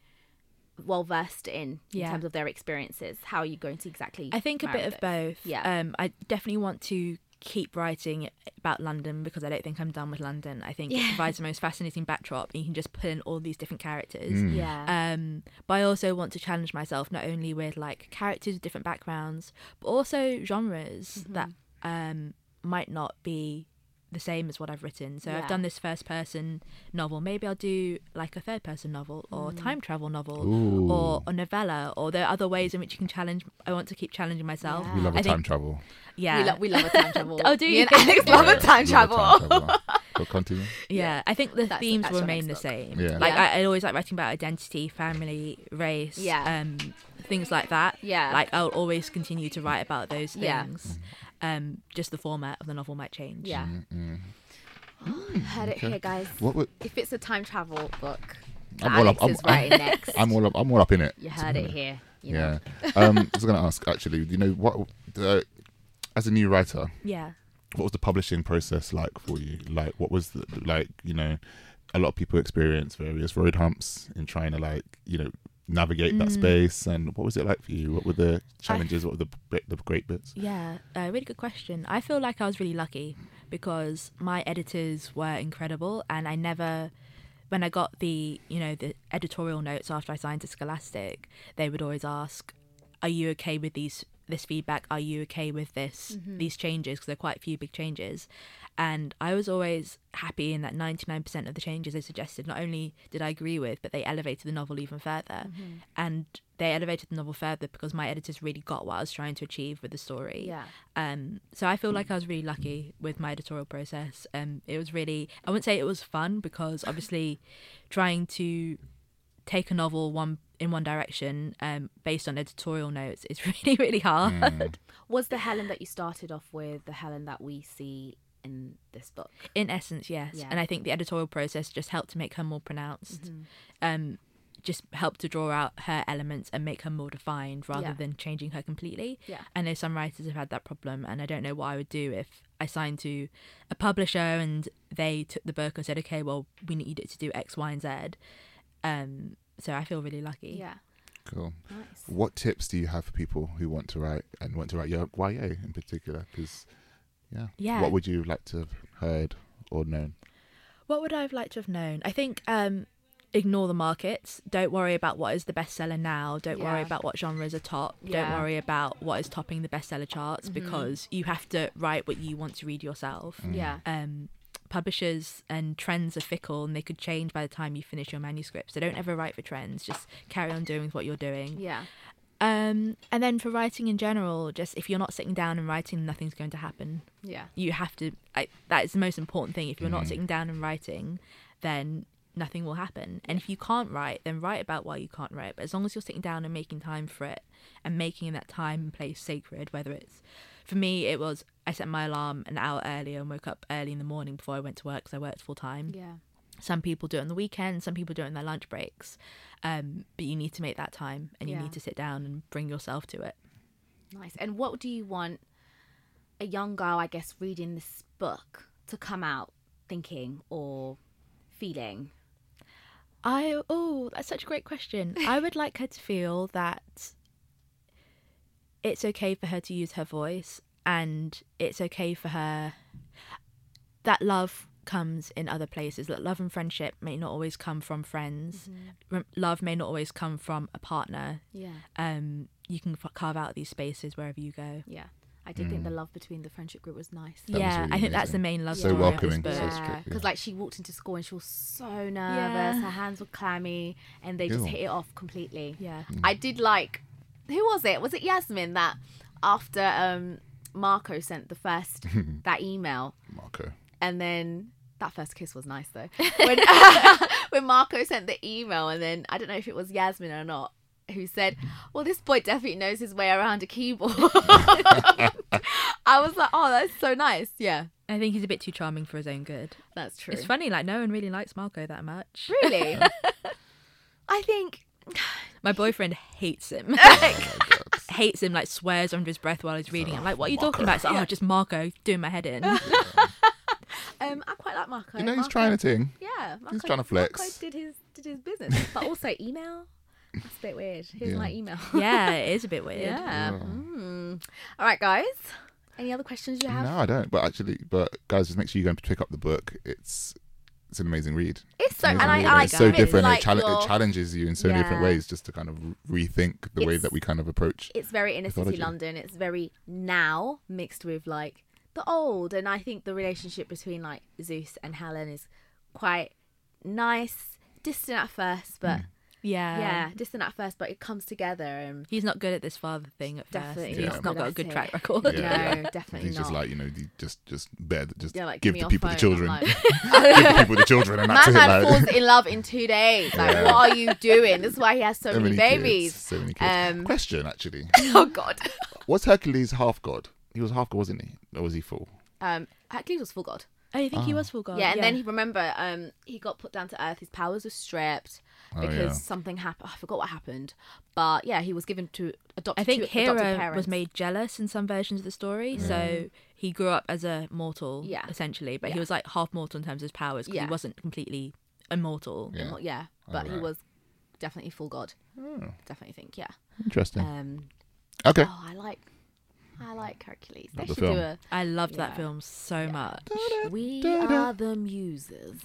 Speaker 2: well versed in
Speaker 5: Yeah.
Speaker 2: in terms of their experiences. How are you going to exactly?
Speaker 5: I think a
Speaker 2: marry
Speaker 5: bit of
Speaker 2: those?
Speaker 5: both.
Speaker 2: Yeah.
Speaker 5: Um, I definitely want to keep writing about London because I don't think I'm done with London. I think it provides the most fascinating backdrop, and you can just put in all these different characters.
Speaker 2: Yeah.
Speaker 5: Um, but I also want to challenge myself not only with like characters with different backgrounds, but also genres that um, might not be the same as what I've written. So I've
Speaker 2: Yeah.
Speaker 5: done this first person novel. Maybe I'll do like a third person novel or time travel novel or a novella or there are other ways in which you can challenge. I want to keep challenging myself.
Speaker 3: We love
Speaker 5: I
Speaker 3: a
Speaker 5: think-
Speaker 3: time travel.
Speaker 5: Yeah.
Speaker 2: We, lo- we love a time travel.
Speaker 5: Uh, Oh, do
Speaker 2: Me
Speaker 5: you?
Speaker 2: and Alex love
Speaker 3: Yeah,
Speaker 2: a time travel.
Speaker 3: Love a time travel. Go continue.
Speaker 5: yeah, I think the
Speaker 2: That's-
Speaker 5: themes
Speaker 2: that's
Speaker 5: will
Speaker 2: your
Speaker 5: remain the
Speaker 2: next book.
Speaker 5: same.
Speaker 3: Yeah.
Speaker 5: Like
Speaker 2: Yeah.
Speaker 5: I, I always like writing about identity, family, race,
Speaker 2: Yeah.
Speaker 5: um, things like that.
Speaker 2: Yeah.
Speaker 5: like I'll always continue to write about those
Speaker 2: Yeah.
Speaker 5: things. Um, just the format of the novel might change.
Speaker 2: Yeah. Heard it here, guys.
Speaker 3: What would?
Speaker 2: If it's a time travel book,
Speaker 3: I'm
Speaker 2: I'm
Speaker 3: all
Speaker 2: Alex
Speaker 3: up- I'm-
Speaker 2: is writing next.
Speaker 3: I'm all up. I'm all up in it.
Speaker 2: you heard it here. You know.
Speaker 3: Yeah. um, I was going to ask actually. You know what? Uh, as a new writer,
Speaker 5: Yeah.
Speaker 3: what was the publishing process like for you? Like, what was the, like, you know, a lot of people experience various road humps in trying to like, you know, navigate
Speaker 2: Mm.
Speaker 3: that space. And what was it like for you? What were the challenges? what were the bit- the great bits?
Speaker 5: Yeah, uh, really good question. I feel like I was really lucky because my editors were incredible, and I never, when I got the you know the editorial notes after I signed to Scholastic, they would always ask, "Are you okay with these this feedback? Are you okay with this these changes? Because there are quite a few big changes." And I was always happy in that 99% of the changes they suggested, not only did I agree with, but they elevated the novel even further. And they elevated the novel further because my editors really got what I was trying to achieve with the story.
Speaker 2: Yeah.
Speaker 5: Um, so I feel like I was really lucky with my editorial process. Um, it was really, I wouldn't say it was fun because obviously trying to take a novel one in one direction um, based on editorial notes is really, really hard.
Speaker 2: Was the Helen that you started off with the Helen that we see in this book?
Speaker 5: in essence yes
Speaker 2: Yeah. Mm-hmm.
Speaker 5: and i think the editorial process just helped to make her more pronounced um just helped to draw out her elements and make her more defined rather
Speaker 2: Yeah.
Speaker 5: than changing her completely
Speaker 2: Yeah.
Speaker 5: i know some writers have had that problem and i don't know what i would do if i signed to a publisher and they took the book and said okay well we need it to do x y and z um so i feel really lucky
Speaker 2: Yeah.
Speaker 3: Cool.
Speaker 2: Nice.
Speaker 3: What tips do you have for people who want to write and want to write your YA in particular? Because, yeah.
Speaker 5: Yeah.
Speaker 3: What would you like to have heard or known?
Speaker 5: What would I have liked to have known? I think um, ignore the markets. Don't worry about what is the bestseller now. Don't worry
Speaker 2: Yeah.
Speaker 5: about what genres are top.
Speaker 2: Yeah. Mm-hmm.
Speaker 5: Don't worry about what is topping the bestseller charts because you have to write what you want to read yourself.
Speaker 2: Yeah.
Speaker 5: Um, publishers and trends are fickle and they could change by the time you finish your manuscript. So don't ever write for trends. Just carry on doing what you're doing.
Speaker 2: Yeah.
Speaker 5: Um, and then for writing in general, just if you're not sitting down and writing, nothing's going to happen
Speaker 2: Yeah.
Speaker 5: you have to I, that is the most important thing if you're not sitting down and writing then nothing will happen and if you can't write then write about why you can't write but as long as you're sitting down and making time for it and making that time and place sacred whether it's for me it was i set my alarm an hour earlier and woke up early in the morning before i went to work because i worked full time
Speaker 2: Yeah.
Speaker 5: some people do it on the weekend some people do it on their lunch breaks um, but you need to make that time and you
Speaker 2: Yeah.
Speaker 5: need to sit down and bring yourself to it
Speaker 2: Nice. And what do you want a young girl, I guess, reading this book to come out thinking or feeling?
Speaker 5: I oh, that's such a great question. I would like her to feel that it's okay for her to use her voice and it's okay for her that love comes in other places. That love and friendship may not always come from friends. Rem Love may not always come from a partner.
Speaker 2: Yeah.
Speaker 5: Um you can f- carve out these spaces wherever you go.
Speaker 2: Yeah. I did think the love between the friendship group was nice.
Speaker 3: was
Speaker 5: yeah,
Speaker 3: really
Speaker 5: I think that's
Speaker 3: amazing.
Speaker 5: the main love
Speaker 3: So
Speaker 5: story of this
Speaker 3: welcoming.
Speaker 5: book.
Speaker 3: So
Speaker 2: Yeah,
Speaker 3: strict, yeah.
Speaker 2: because like she walked into school and she was so nervous.
Speaker 5: Yeah.
Speaker 2: Her hands were clammy, and they just
Speaker 3: Ew. Mm.
Speaker 2: hit it off completely.
Speaker 5: Yeah.
Speaker 2: I did like. Who was it? Was it Yasmin that after um, Marco sent the first that email,
Speaker 3: Marco.
Speaker 2: and then that first kiss was nice though. When when Marco sent the email, and then I don't know if it was Yasmin or not. Who said, "Well, this boy definitely knows his way around a keyboard." I was like, "Oh, that's so nice." Yeah,
Speaker 5: I think he's a bit too charming for his own good.
Speaker 2: that's true.
Speaker 5: It's funny, like no one really likes Marco that much.
Speaker 2: Really? I think.
Speaker 5: My boyfriend hates him.
Speaker 2: Oh
Speaker 5: hates him, like swears under his breath while he's reading. it. I'm like, what are you talking about? It's like, oh, just Marco doing my head in.
Speaker 2: Um, I quite like Marco.
Speaker 3: You know, he's
Speaker 2: Marco-
Speaker 3: trying a thing.
Speaker 2: Yeah, Marco,
Speaker 3: trying to flex.
Speaker 2: Marco did his did his business, but also email. That's a bit weird. Here's
Speaker 3: Yeah.
Speaker 2: my email.
Speaker 5: yeah, it is a bit weird.
Speaker 2: Yeah. Mm. All right, guys. Any other questions you have?
Speaker 3: No, I don't. But actually, but guys, just make sure you go and pick up the book. It's it's an amazing read.
Speaker 2: It's so, and
Speaker 3: Amazing
Speaker 2: I,
Speaker 3: read,
Speaker 2: I like
Speaker 3: it's so
Speaker 2: it.
Speaker 3: different.
Speaker 2: It's, like
Speaker 3: it, chal-
Speaker 2: your-
Speaker 3: it challenges you in so many different
Speaker 2: Yeah.
Speaker 3: ways, just to kind of rethink the way
Speaker 2: It's-
Speaker 3: that we kind of approach.
Speaker 2: it's very inner city
Speaker 3: mythology.
Speaker 2: London. It's very now mixed with like the old, and I think the relationship between like Zeus and Helen is quite nice, distant at first, but
Speaker 3: Hmm.
Speaker 5: Yeah.
Speaker 2: yeah, distant at first, but it comes together and
Speaker 5: He's not good at this father thing at
Speaker 2: Definitely
Speaker 5: first. He's
Speaker 3: not
Speaker 5: not
Speaker 2: good
Speaker 5: got a
Speaker 2: at
Speaker 5: good
Speaker 2: it.
Speaker 5: track record.
Speaker 2: No, definitely
Speaker 3: He's just
Speaker 2: not.
Speaker 3: like you know, you just just bear, just
Speaker 2: Yeah, like
Speaker 3: give
Speaker 2: me
Speaker 3: the
Speaker 2: your
Speaker 3: people the
Speaker 2: phone. I'm
Speaker 3: children,
Speaker 2: like-
Speaker 3: give the people the children, and
Speaker 2: My
Speaker 3: that's it.
Speaker 2: man
Speaker 3: Like,
Speaker 2: falls in love in two days. Like,
Speaker 3: Yeah.
Speaker 2: what are you doing? This is why he has so,
Speaker 3: so
Speaker 2: many,
Speaker 3: kids,
Speaker 2: babies.
Speaker 3: so many kids.
Speaker 2: Um,
Speaker 3: Question actually,
Speaker 2: oh God.
Speaker 3: was Hercules half god? He was half god, wasn't he? Or was he full?
Speaker 2: Um, Hercules was full god.
Speaker 5: Oh, you think he was full god?
Speaker 2: yeah, and then he remember um he got put down to earth. His powers were stripped. because
Speaker 3: Oh, yeah.
Speaker 2: something happened. I forgot what happened, but yeah, he was given to adopt.
Speaker 5: I think
Speaker 2: to adopted
Speaker 5: Hera
Speaker 2: parents.
Speaker 5: was made jealous in some versions of the story, so he grew up as a mortal,
Speaker 2: Yeah.
Speaker 5: essentially, but he
Speaker 2: Yeah.
Speaker 5: was like half mortal in terms of his powers 'cause
Speaker 2: Yeah.
Speaker 5: he wasn't completely immortal.
Speaker 3: Yeah. Hmm.
Speaker 2: Well, yeah, but he
Speaker 3: Alright.
Speaker 2: was definitely full god. Definitely think, yeah.
Speaker 3: Interesting.
Speaker 2: Um,
Speaker 3: okay.
Speaker 2: oh, I like, I like Hercules. They
Speaker 3: Not the
Speaker 2: should do
Speaker 3: film.
Speaker 2: a.
Speaker 5: I loved
Speaker 2: Yeah.
Speaker 5: that film so much.
Speaker 2: We are the muses,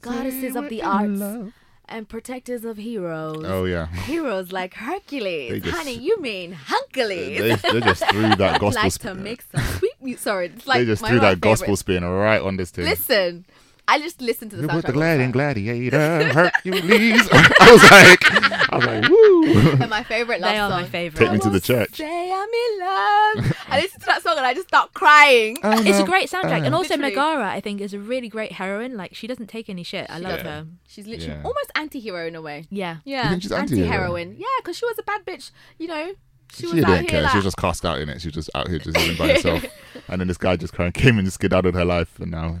Speaker 2: goddesses of the arts, and protectors of heroes.
Speaker 3: Oh yeah.
Speaker 2: Heroes like
Speaker 3: They
Speaker 2: Hercules,
Speaker 3: just-
Speaker 2: honey. You mean Hercules?
Speaker 3: they, they just threw that gospel.
Speaker 2: like
Speaker 3: spin-
Speaker 2: to mix some sweet music. Sorry, it's like
Speaker 3: they just
Speaker 2: my
Speaker 3: threw
Speaker 2: one
Speaker 3: that gospel
Speaker 2: favorite.
Speaker 3: spin right on this thing.
Speaker 2: Listen, I just listened to the
Speaker 3: Who
Speaker 2: soundtrack.
Speaker 3: put the
Speaker 2: all
Speaker 3: glad
Speaker 2: time.
Speaker 3: in gladiator? Hercules. I was like, I was like, woo.
Speaker 2: And my favorite love
Speaker 5: They are
Speaker 2: song.
Speaker 5: my
Speaker 3: Take me
Speaker 5: favourite.
Speaker 3: to the church.
Speaker 2: Say I'm in love. I listened to that song and I just start crying.
Speaker 3: Uh,
Speaker 5: It's a great soundtrack, and also
Speaker 2: Literally.
Speaker 5: Megara, I think, is a really great heroine. Like she doesn't take any shit. I love
Speaker 3: Yeah.
Speaker 5: her.
Speaker 2: She's literally
Speaker 3: Yeah.
Speaker 2: almost anti-hero in a way.
Speaker 5: Yeah.
Speaker 2: Yeah,
Speaker 3: think she's
Speaker 2: anti-heroine.
Speaker 3: anti-hero?
Speaker 2: Yeah, because she was a bad bitch. You know, she,
Speaker 3: She,
Speaker 2: was out
Speaker 3: didn't
Speaker 2: here
Speaker 3: care.
Speaker 2: like
Speaker 3: She was just cast out in it. She was just out here just living by herself. And then this guy just kind of came and just skedaddled her life. And now,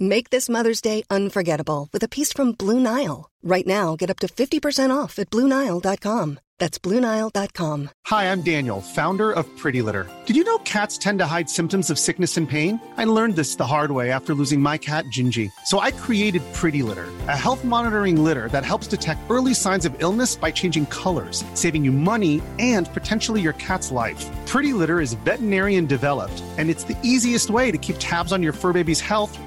Speaker 6: Make this Mother's Day unforgettable with a piece from Blue Nile. Right now, get up to 50% off at BlueNile.com. That's BlueNile.com.
Speaker 7: Hi, I'm Daniel, founder of Pretty Litter. Did you know cats tend to hide symptoms of sickness and pain? I learned this the hard way after losing my cat, Gingy. So I created Pretty Litter, a health monitoring litter that helps detect early signs of illness by changing colors, saving you money and potentially your cat's life. Pretty Litter is veterinarian developed, and it's the easiest way to keep tabs on your fur baby's health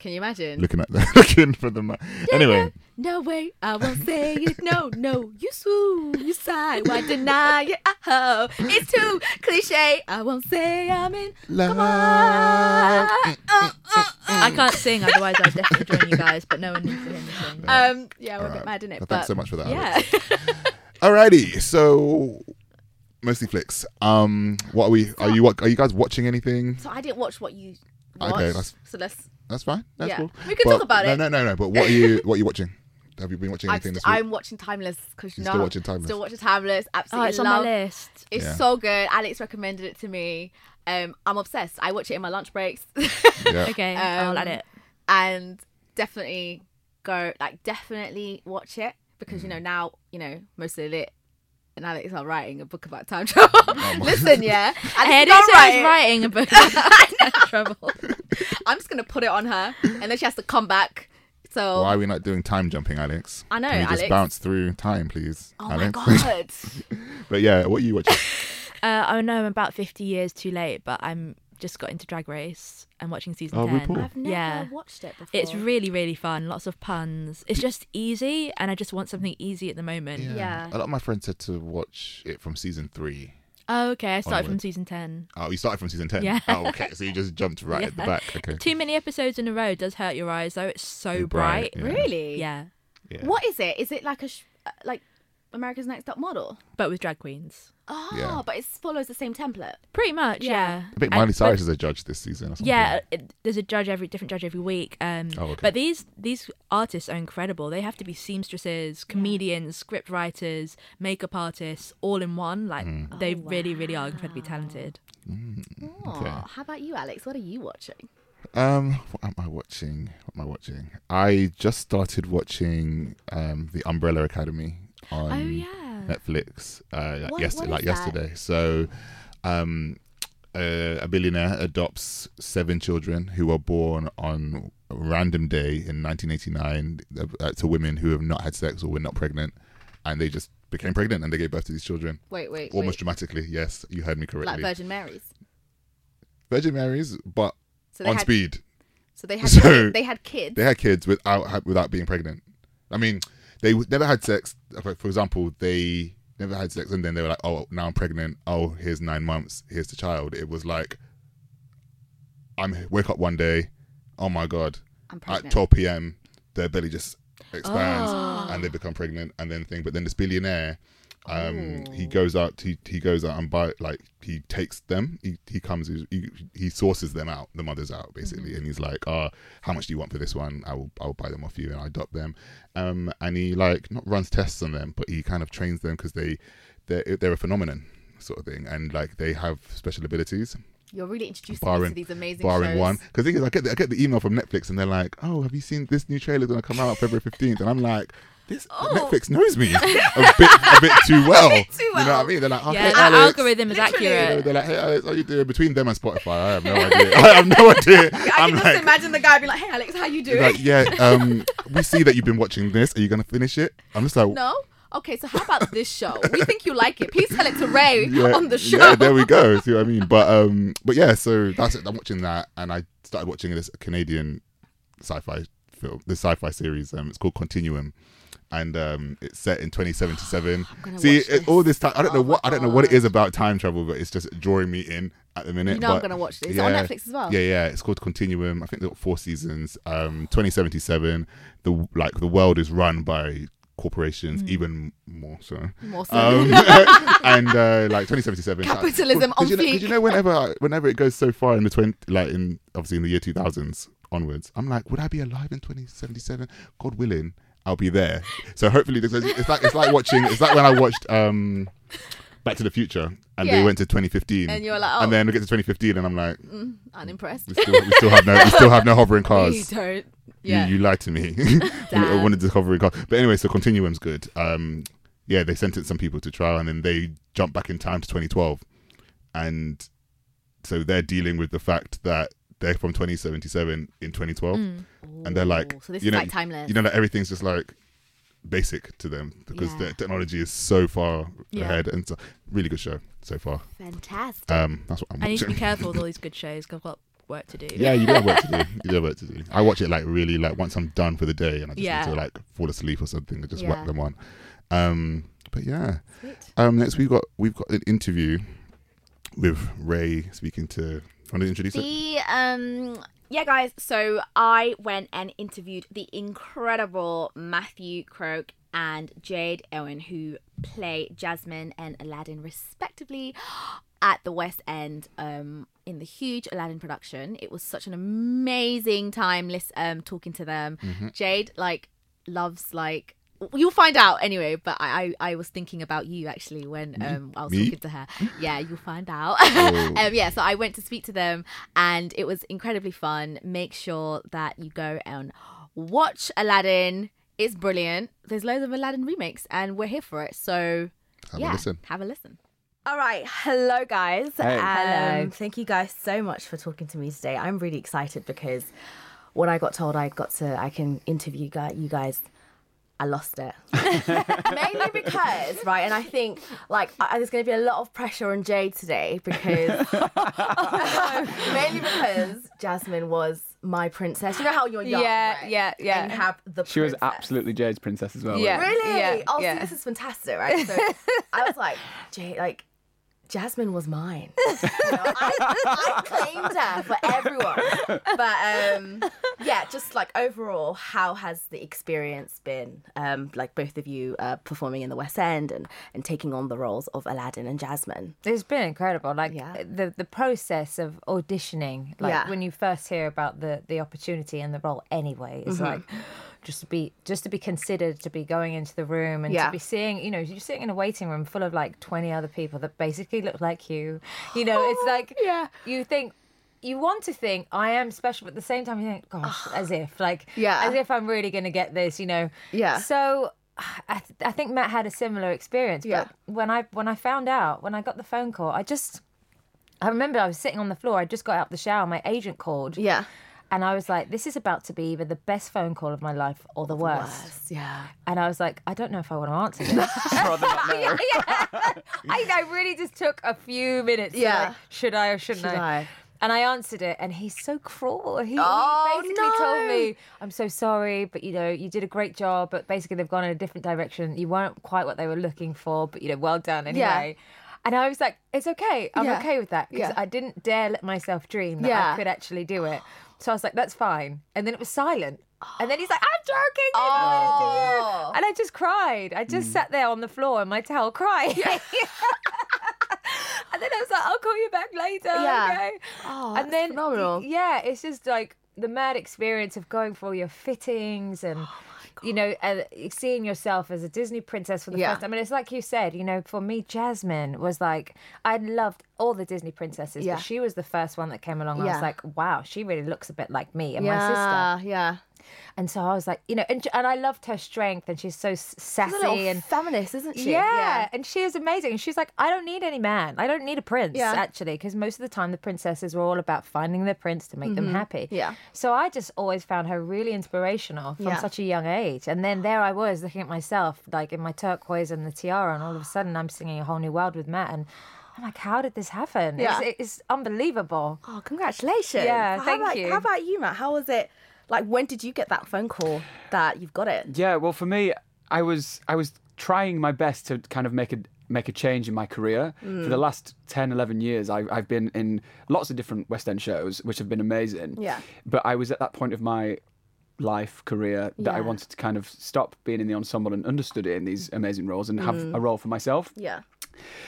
Speaker 2: Can you imagine?
Speaker 3: Looking at the, looking for the. Ma- anyway,
Speaker 2: No way, I won't say it. No, no, you swoon, you sigh. Why deny it? Oh, it's too cliche. I won't say I'm in. Come
Speaker 3: Mm,
Speaker 2: on. Uh, uh, uh.
Speaker 5: I can't sing, otherwise I would definitely join you guys. But no one needs to hear me sing.
Speaker 2: Um, yeah, we're a
Speaker 3: Alright.
Speaker 2: bit mad in it.
Speaker 3: Well,
Speaker 2: but
Speaker 3: thanks so much for that,
Speaker 2: Yeah,
Speaker 3: alrighty. So mostly flicks. Um, what are we? Are you? What are you guys watching? Anything?
Speaker 2: so I didn't watch what you
Speaker 3: Okay,
Speaker 2: watched.
Speaker 3: that's-
Speaker 2: so let's.
Speaker 3: That's fine. That's
Speaker 2: Yeah.
Speaker 3: cool.
Speaker 2: We can
Speaker 3: But-
Speaker 2: talk about
Speaker 3: no,
Speaker 2: it.
Speaker 3: No, no, no. But what are you? What are you watching? Have you been watching
Speaker 2: I've
Speaker 3: anything
Speaker 2: st-
Speaker 3: this week?
Speaker 2: I'm watching Timeless because you
Speaker 3: You're
Speaker 2: know
Speaker 3: still watching Timeless?
Speaker 2: Still watching Timeless.
Speaker 5: oh,
Speaker 2: Absolutely
Speaker 5: it's on
Speaker 2: love.
Speaker 5: my list.
Speaker 2: It's
Speaker 3: Yeah.
Speaker 2: so good. Alex recommended it to me. Um, I'm obsessed. I watch it in my lunch breaks.
Speaker 3: yeah.
Speaker 5: Okay,
Speaker 2: Um,
Speaker 5: I'll add it.
Speaker 2: and definitely go like definitely watch it because
Speaker 3: Mm-hmm.
Speaker 2: you know now you know most of it and Alex are writing a book about time travel. Listen, yeah, Alex
Speaker 5: Hey,
Speaker 2: is
Speaker 5: this
Speaker 2: not
Speaker 5: is
Speaker 2: writing.
Speaker 5: writing a book about trouble.
Speaker 2: I'm just gonna put it on her, and then she has to come back. So
Speaker 3: Why are we not doing time jumping, Alex?
Speaker 2: I know,
Speaker 3: Can we just
Speaker 2: Alex.
Speaker 3: bounce through time, please,
Speaker 2: oh
Speaker 3: Alex?
Speaker 2: my god,
Speaker 3: but yeah, what are you watching?
Speaker 5: Uh, I know I'm about 50 years too late, but I'm just got into Drag Race. I'm watching season
Speaker 3: Oh,
Speaker 5: 10.
Speaker 3: RuPaul.
Speaker 2: I've never
Speaker 5: yeah.
Speaker 2: watched it before.
Speaker 5: It's really, really fun. Lots of puns. It's just easy, and I just want something easy at the moment.
Speaker 2: Yeah.
Speaker 3: A lot of my friends said to watch it from season three.
Speaker 5: Oh, okay. I started from
Speaker 3: Onward.
Speaker 5: season 10.
Speaker 3: Oh, you started from season ten.
Speaker 5: Yeah.
Speaker 3: Oh, okay. So you just jumped right at the
Speaker 5: Yeah.
Speaker 3: back. Okay.
Speaker 5: Too many episodes in a row does hurt your eyes, though. It's so
Speaker 3: Too
Speaker 5: bright.
Speaker 3: bright, yeah.
Speaker 2: really,
Speaker 5: Yeah.
Speaker 3: Yeah.
Speaker 2: What is it? Is it like a sh- uh, like America's Next Top Model?
Speaker 5: But with drag queens.
Speaker 2: Oh,
Speaker 3: Yeah.
Speaker 2: but it follows the same template.
Speaker 5: Pretty much, yeah.
Speaker 3: I think
Speaker 5: And-
Speaker 3: Miley Cyrus
Speaker 5: but-
Speaker 3: is a judge this season. Or something.
Speaker 5: Yeah, it- there's a judge every different judge every week. Um,
Speaker 3: Oh, okay.
Speaker 5: But these these artists are incredible. They have to be seamstresses, comedians, script writers, makeup artists, all in one. Like
Speaker 3: Mm.
Speaker 8: Oh,
Speaker 5: they really, really are incredibly talented.
Speaker 2: Oh, how about you, Alex? What are you watching?
Speaker 3: Um, what am I watching? What am I watching? I just started watching um the Umbrella Academy
Speaker 2: Oh,
Speaker 3: on Netflix. Uh,
Speaker 2: What-
Speaker 3: yesterday, like
Speaker 2: what is that?
Speaker 3: yesterday. So, um, uh, a billionaire adopts seven children who are born on a random day in 1989 uh, to women who have not had sex or were not pregnant, and they just became pregnant and they gave birth to these children.
Speaker 2: Wait, wait,
Speaker 3: Almost
Speaker 2: wait.
Speaker 3: dramatically, yes, you heard me correctly.
Speaker 2: like Virgin Marys.
Speaker 3: Virgin Marys, but
Speaker 2: So they
Speaker 3: on
Speaker 2: had-
Speaker 3: speed.
Speaker 2: So they had
Speaker 3: So-
Speaker 2: they had kids.
Speaker 3: They had kids without without being pregnant. I mean, they w- never had sex. Like, For example, they never had sex, and then they were like, "Oh, now I'm pregnant. Oh, here's nine months. Here's the child." It was like, "I'm wake up one day, oh my god,
Speaker 2: I'm
Speaker 3: at
Speaker 2: pregnant.
Speaker 3: 12 p.m. their belly just expands
Speaker 8: Oh.
Speaker 3: and they become pregnant, and then thing." But then this billionaire. Um, he goes out. He, he goes out and buy like he takes them. He, he comes. He, he sources them out. The mothers out basically, and he's like, "Ah, how much do you want for this one? I will I will buy them off you and I adopt them." Um, and he like not runs tests on them, but he kind of trains them because they they're they're a phenomenon sort of thing, and like they have special abilities
Speaker 2: You're really introducing me
Speaker 3: barring
Speaker 2: to these amazing
Speaker 3: barring
Speaker 2: shows.
Speaker 3: one because thing is I get the, I get the email from Netflix and they're like oh have you seen this new trailer going to come out February 15th and I'm like this Netflix knows me a bit a bit too well you know what I mean they're like oh,
Speaker 5: Yeah,
Speaker 3: hey,
Speaker 5: that
Speaker 3: Alex.
Speaker 5: algorithm is
Speaker 3: You know,
Speaker 5: accurate.
Speaker 3: they're like hey Alex what are you doing between them and Spotify I have no idea I have no idea
Speaker 2: I
Speaker 3: I'm
Speaker 2: can just
Speaker 3: like
Speaker 2: imagine the guy being like, "Hey, Alex, how you doing?"
Speaker 3: like, yeah um we see that you've been watching this are you going to finish it I'm just like
Speaker 2: No. Okay, so how about this show? We think you like it. Please tell it to Ray on the show.
Speaker 3: Yeah, there we go. See what I mean? But um, but yeah, so that's it. I'm watching that, and I started watching this Canadian sci-fi film, the sci-fi series. Um, it's called Continuum, and um, it's set in 2077. See,
Speaker 2: watch
Speaker 3: it- all this time, I don't know
Speaker 2: Oh
Speaker 3: what
Speaker 2: my
Speaker 3: I don't know what it is about time travel, but it's just drawing me in at the minute.
Speaker 2: You know I'm
Speaker 3: but
Speaker 2: gonna watch this. Is it on Netflix as well?
Speaker 3: Yeah, yeah. It's called Continuum. I think they've got four seasons. Um, 2077. The like the world is run by corporations, even more so.
Speaker 2: Mm. More so.
Speaker 3: Um, and uh, like 2077.
Speaker 2: Capitalism
Speaker 3: Cause you
Speaker 2: on
Speaker 3: know, 'cause you
Speaker 2: fleek.
Speaker 3: know, whenever whenever it goes so far in the 20, like in obviously in the year 2000s onwards, I'm like, would I be alive in 2077? God willing, I'll be there. So hopefully, this is, it's like it's like watching. It's like when I watched um, Back to the Future, and they
Speaker 2: Yeah.
Speaker 3: went to 2015,
Speaker 2: And you were like, oh.
Speaker 3: and then we get to 2015, and I'm like,
Speaker 2: Unimpressed.
Speaker 3: we still, we still have no, we still have no hovering
Speaker 2: You
Speaker 3: cars.
Speaker 2: don't. Yeah.
Speaker 3: You, you lied to me. You- I
Speaker 2: Damn.
Speaker 3: wanted to cover it. But anyway, so Continuum's good. Um, yeah, they sentenced some people to trial and then they jumped back in time to 2012. And so they're dealing with the fact that they're from 2077 in 2012. And they're like,
Speaker 2: Mm. Ooh, so this
Speaker 3: you
Speaker 2: is
Speaker 3: know,
Speaker 2: like timeless.
Speaker 3: You know, that everything's just like basic to them because
Speaker 2: Yeah.
Speaker 3: the technology is so far
Speaker 5: Yeah.
Speaker 3: ahead. And so, really good show so far.
Speaker 2: Fantastic.
Speaker 3: Um, that's what I'm
Speaker 5: I need to be
Speaker 3: watching.
Speaker 5: careful with all these good shows because I've got work to do.
Speaker 3: Yeah, you do have work to do. You do have work to do. I watch it like really like once I'm done for the day and I just
Speaker 5: Yeah.
Speaker 3: need to like fall asleep or something. I just
Speaker 2: Yeah.
Speaker 3: whack them on. Um, but yeah. Um, next we've got we've got an interview with Ray speaking to. Want to introduce it?
Speaker 2: The um yeah guys, so I went and interviewed the incredible Matthew Croak and Jade Owen who play Jasmine and Aladdin respectively at the West End um in the huge Aladdin production. It was such an amazing time lis- um talking to them.
Speaker 3: Mm-hmm.
Speaker 2: Jade like loves like You'll find out anyway, but I, I, I was thinking about you actually when
Speaker 3: Mm-hmm.
Speaker 2: um, I was
Speaker 3: Me? Oh.
Speaker 2: talking to her. Yeah, you'll find out. um, yeah, so I went to speak to them and it was incredibly fun. Make sure that you go and watch Aladdin. It's brilliant. There's loads of Aladdin remakes and we're here for it. So
Speaker 3: Have a
Speaker 2: yeah,
Speaker 3: listen.
Speaker 2: have a listen.
Speaker 9: All right, hello guys. Um,
Speaker 2: Hello.
Speaker 9: Thank you guys so much for talking to me today. I'm really excited because when I got told I got to, I can interview gu- you guys. I lost it. Mainly because, right, and I think like I, there's going to be a lot of pressure on Jade today because mainly because Jasmine was my princess. You know how you're young,
Speaker 2: Yeah,
Speaker 9: right?
Speaker 2: yeah, yeah.
Speaker 9: And you have the
Speaker 10: She was
Speaker 9: princess.
Speaker 10: absolutely Jade's princess as
Speaker 5: um,
Speaker 10: well.
Speaker 2: Yeah.
Speaker 10: wasn't
Speaker 9: Really?
Speaker 2: Yeah,
Speaker 9: oh, see,
Speaker 2: yeah.
Speaker 9: this is fantastic, right? So I was like, Jay, like, Jasmine was mine. You know, I, I claimed her for everyone. But um, yeah, just like overall, how has the experience been? Um, like both of you uh, performing in the West End and, and taking on the roles of Aladdin and Jasmine.
Speaker 8: It's been incredible. Like
Speaker 9: Yeah.
Speaker 8: the the process of auditioning, like
Speaker 9: Yeah.
Speaker 8: when you first hear about the the opportunity and the role anyway, it's like just to be just to be considered to be going into the room and
Speaker 9: Yeah.
Speaker 8: to be seeing, you know, you're sitting in a waiting room full of like 20 other people that basically look like you. You know, it's like
Speaker 2: yeah.
Speaker 8: you think you want to think I am special, but at the same time you think, gosh, as if like
Speaker 2: Yeah.
Speaker 8: as if I'm really going to get this, you know.
Speaker 2: Yeah.
Speaker 8: So I, th- I think Matt had a similar experience.
Speaker 2: Yeah.
Speaker 8: But when I when I found out when I got the phone call, I just I remember I was sitting on the floor. I just got out of the shower. My agent called.
Speaker 2: Yeah.
Speaker 8: And I was like, this is about to be either the best phone call of my life or the worst.
Speaker 2: Yeah.
Speaker 8: And I was like, I don't know if I want to answer this.
Speaker 10: yeah,
Speaker 8: yeah. I, I really just took a few minutes. to,
Speaker 2: Yeah.
Speaker 8: like, should I or shouldn't
Speaker 2: Should
Speaker 8: I?
Speaker 2: I?
Speaker 8: And I answered it, and he's so cruel. He, he
Speaker 2: Oh,
Speaker 8: basically told
Speaker 2: no.
Speaker 8: me, "I'm so sorry, but you know, you did a great job, but basically they've gone in a different direction. You weren't quite what they were looking for, but you know, well done anyway." And I was like, "It's okay. I'm
Speaker 2: Yeah.
Speaker 8: okay with that because
Speaker 2: Yeah.
Speaker 8: I didn't dare let myself dream that I
Speaker 2: Yeah.
Speaker 8: could actually do it." So I was like, "That's fine." And then it was silent. And then he's like, "I'm joking." it's not meant to you."
Speaker 2: Oh.
Speaker 8: And I just cried. I just sat there on the floor in my towel crying. and then I was like, I'll call you back later.
Speaker 2: Yeah.
Speaker 8: Okay.
Speaker 2: Oh,
Speaker 8: and then Yeah, it's just like the mad experience of going for all your fittings
Speaker 2: Oh
Speaker 8: and you know, uh, seeing yourself as a Disney princess for the
Speaker 2: Yeah.
Speaker 8: first time. I mean, it's like you said, you know, for me, Jasmine was like, I loved all the Disney princesses,
Speaker 2: Yeah.
Speaker 8: but she was the first one that came along. And I was
Speaker 2: Yeah.
Speaker 8: like, wow, she really looks a bit like me and my sister.
Speaker 2: yeah, Uh, yeah.
Speaker 8: And so I was like, you know, and, and I loved her strength, and she's so s- sassy
Speaker 2: She's a little
Speaker 8: and
Speaker 2: feminist, isn't she?
Speaker 8: Yeah, and she was amazing. And she's like, I don't need any man. I don't need a prince
Speaker 2: Yeah.
Speaker 8: actually, because most of the time the princesses were all about finding their prince to make
Speaker 2: Mhm.
Speaker 8: them happy.
Speaker 2: Yeah.
Speaker 8: So I just always found her really inspirational from
Speaker 2: Yeah.
Speaker 8: such a young age. And then there I was looking at myself, like in my turquoise and the tiara, and all of a sudden I'm singing a whole new world with Matt and. I'm like, how did this happen?
Speaker 2: Yeah.
Speaker 8: It's, it's unbelievable.
Speaker 2: Oh, congratulations.
Speaker 8: Yeah,
Speaker 2: how
Speaker 8: thank
Speaker 2: about,
Speaker 8: you.
Speaker 2: How about you, Matt? How was it? Like, when did you get that phone call that you've got it?
Speaker 10: Yeah, well, for me, I was I was trying my best to kind of make a make a change in my career. For
Speaker 2: Mm.
Speaker 10: the last 10, 11 years, I, I've been in lots of different West End shows, which have been amazing.
Speaker 2: Yeah.
Speaker 10: But I was at that point of my life career that I
Speaker 2: Yeah.
Speaker 10: wanted to kind of stop being in the ensemble and understudy in these amazing roles and have
Speaker 2: Mm.
Speaker 10: a role for myself.
Speaker 2: Yeah.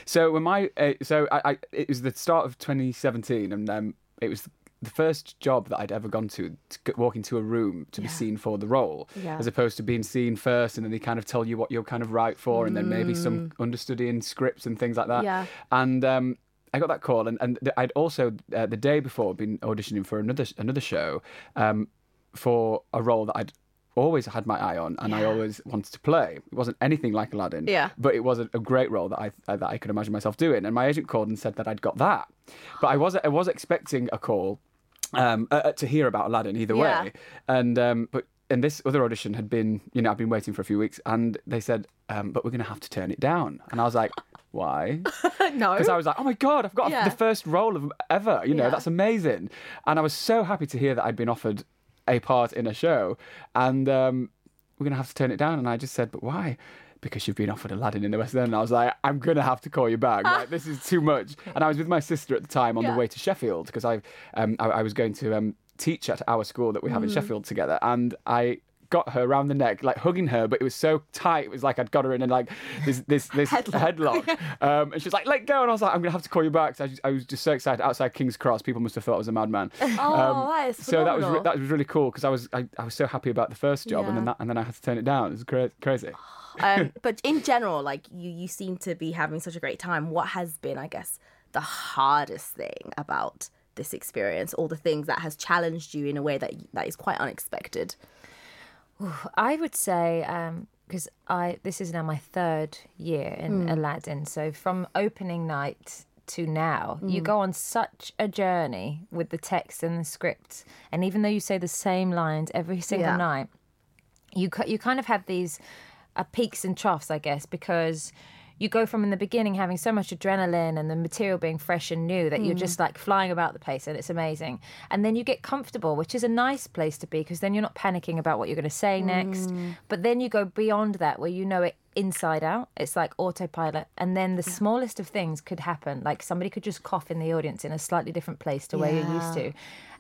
Speaker 10: So when my uh, so I, I it was the start of 2017, and um, it was the first job that I'd ever gone to, to g- walk into a room to be seen for the role,
Speaker 11: Yeah.
Speaker 10: as opposed to being seen first, and then they kind of tell you what you're kind of right for, and then maybe some understudy and scripts and things like that.
Speaker 11: Mm. Yeah.
Speaker 10: And um, I got that call, and and th- I'd also uh, the day before been auditioning for another another show, um, for a role that I'd always had my eye on and I always wanted to play. It wasn't anything like Aladdin,
Speaker 2: Yeah.
Speaker 10: but it was a, a great role that I uh, that I could imagine myself doing. And my agent called and said that I'd got that, but I was I was expecting a call um, uh, uh, to hear about Aladdin either
Speaker 2: Yeah.
Speaker 10: way. And um, but and this other audition had been you know I've been waiting for a few weeks and they said um, but we're going to have to turn it down and I was like why
Speaker 2: no.
Speaker 10: because I was like, oh my god, I've got
Speaker 2: Yeah.
Speaker 10: the first role of ever. You know,
Speaker 2: Yeah.
Speaker 10: that's amazing. And I was so happy to hear that I'd been offered a part in a show, and um, we're gonna have to turn it down. And I just said, but why? Because you've been offered Aladdin in the West End. And I was like, I'm gonna have to call you back. Like, this is too much. And I was with my sister at the time on
Speaker 11: Yeah.
Speaker 10: the way to Sheffield because I, um, I, I was going to um, teach at our school that we have in
Speaker 2: Mm.
Speaker 11: Mhm.
Speaker 10: Sheffield together, and I. Got her around the neck, like hugging her, but it was so tight. It was like I'd got her in and like this this this headlock. Um, and she was like, "Let go," and I was like, "I'm gonna have to call you back." 'cause I, just, I was just so excited. Outside King's Cross, people must have thought I was a madman. Um,
Speaker 2: Oh, that is
Speaker 10: so that was re-
Speaker 2: phenomenal.
Speaker 10: that was really cool because I was I, I was so happy about the first job, and then
Speaker 2: Yeah.
Speaker 10: that, and then I had to turn it down. It was cra- crazy.
Speaker 2: um, but in general, like, you, you seem to be having such a great time. What has been, I guess, the hardest thing about this experience or the things that has challenged you in a way that that is quite unexpected?
Speaker 8: Oof, I would say because I this is now my third year in
Speaker 2: Mm.
Speaker 8: Aladdin, so from opening night to now, you
Speaker 2: Mm.
Speaker 8: go on such a journey with the text and the script, and even though you say the same lines every single
Speaker 2: Yeah.
Speaker 8: night, you ki- you kind of have these uh, peaks and troughs, I guess, because. You go from in the beginning having so much adrenaline and the material being fresh and new that you're
Speaker 2: Mm.
Speaker 8: just like flying about the place and it's amazing. And then you get comfortable, which is a nice place to be because then you're not panicking about what you're going to say next.
Speaker 2: Mm.
Speaker 8: But then you go beyond that where you know it inside out. It's like autopilot. And then the smallest of things could happen. Like somebody could just cough in the audience in a slightly different place to where you're used
Speaker 2: Yeah.
Speaker 8: to.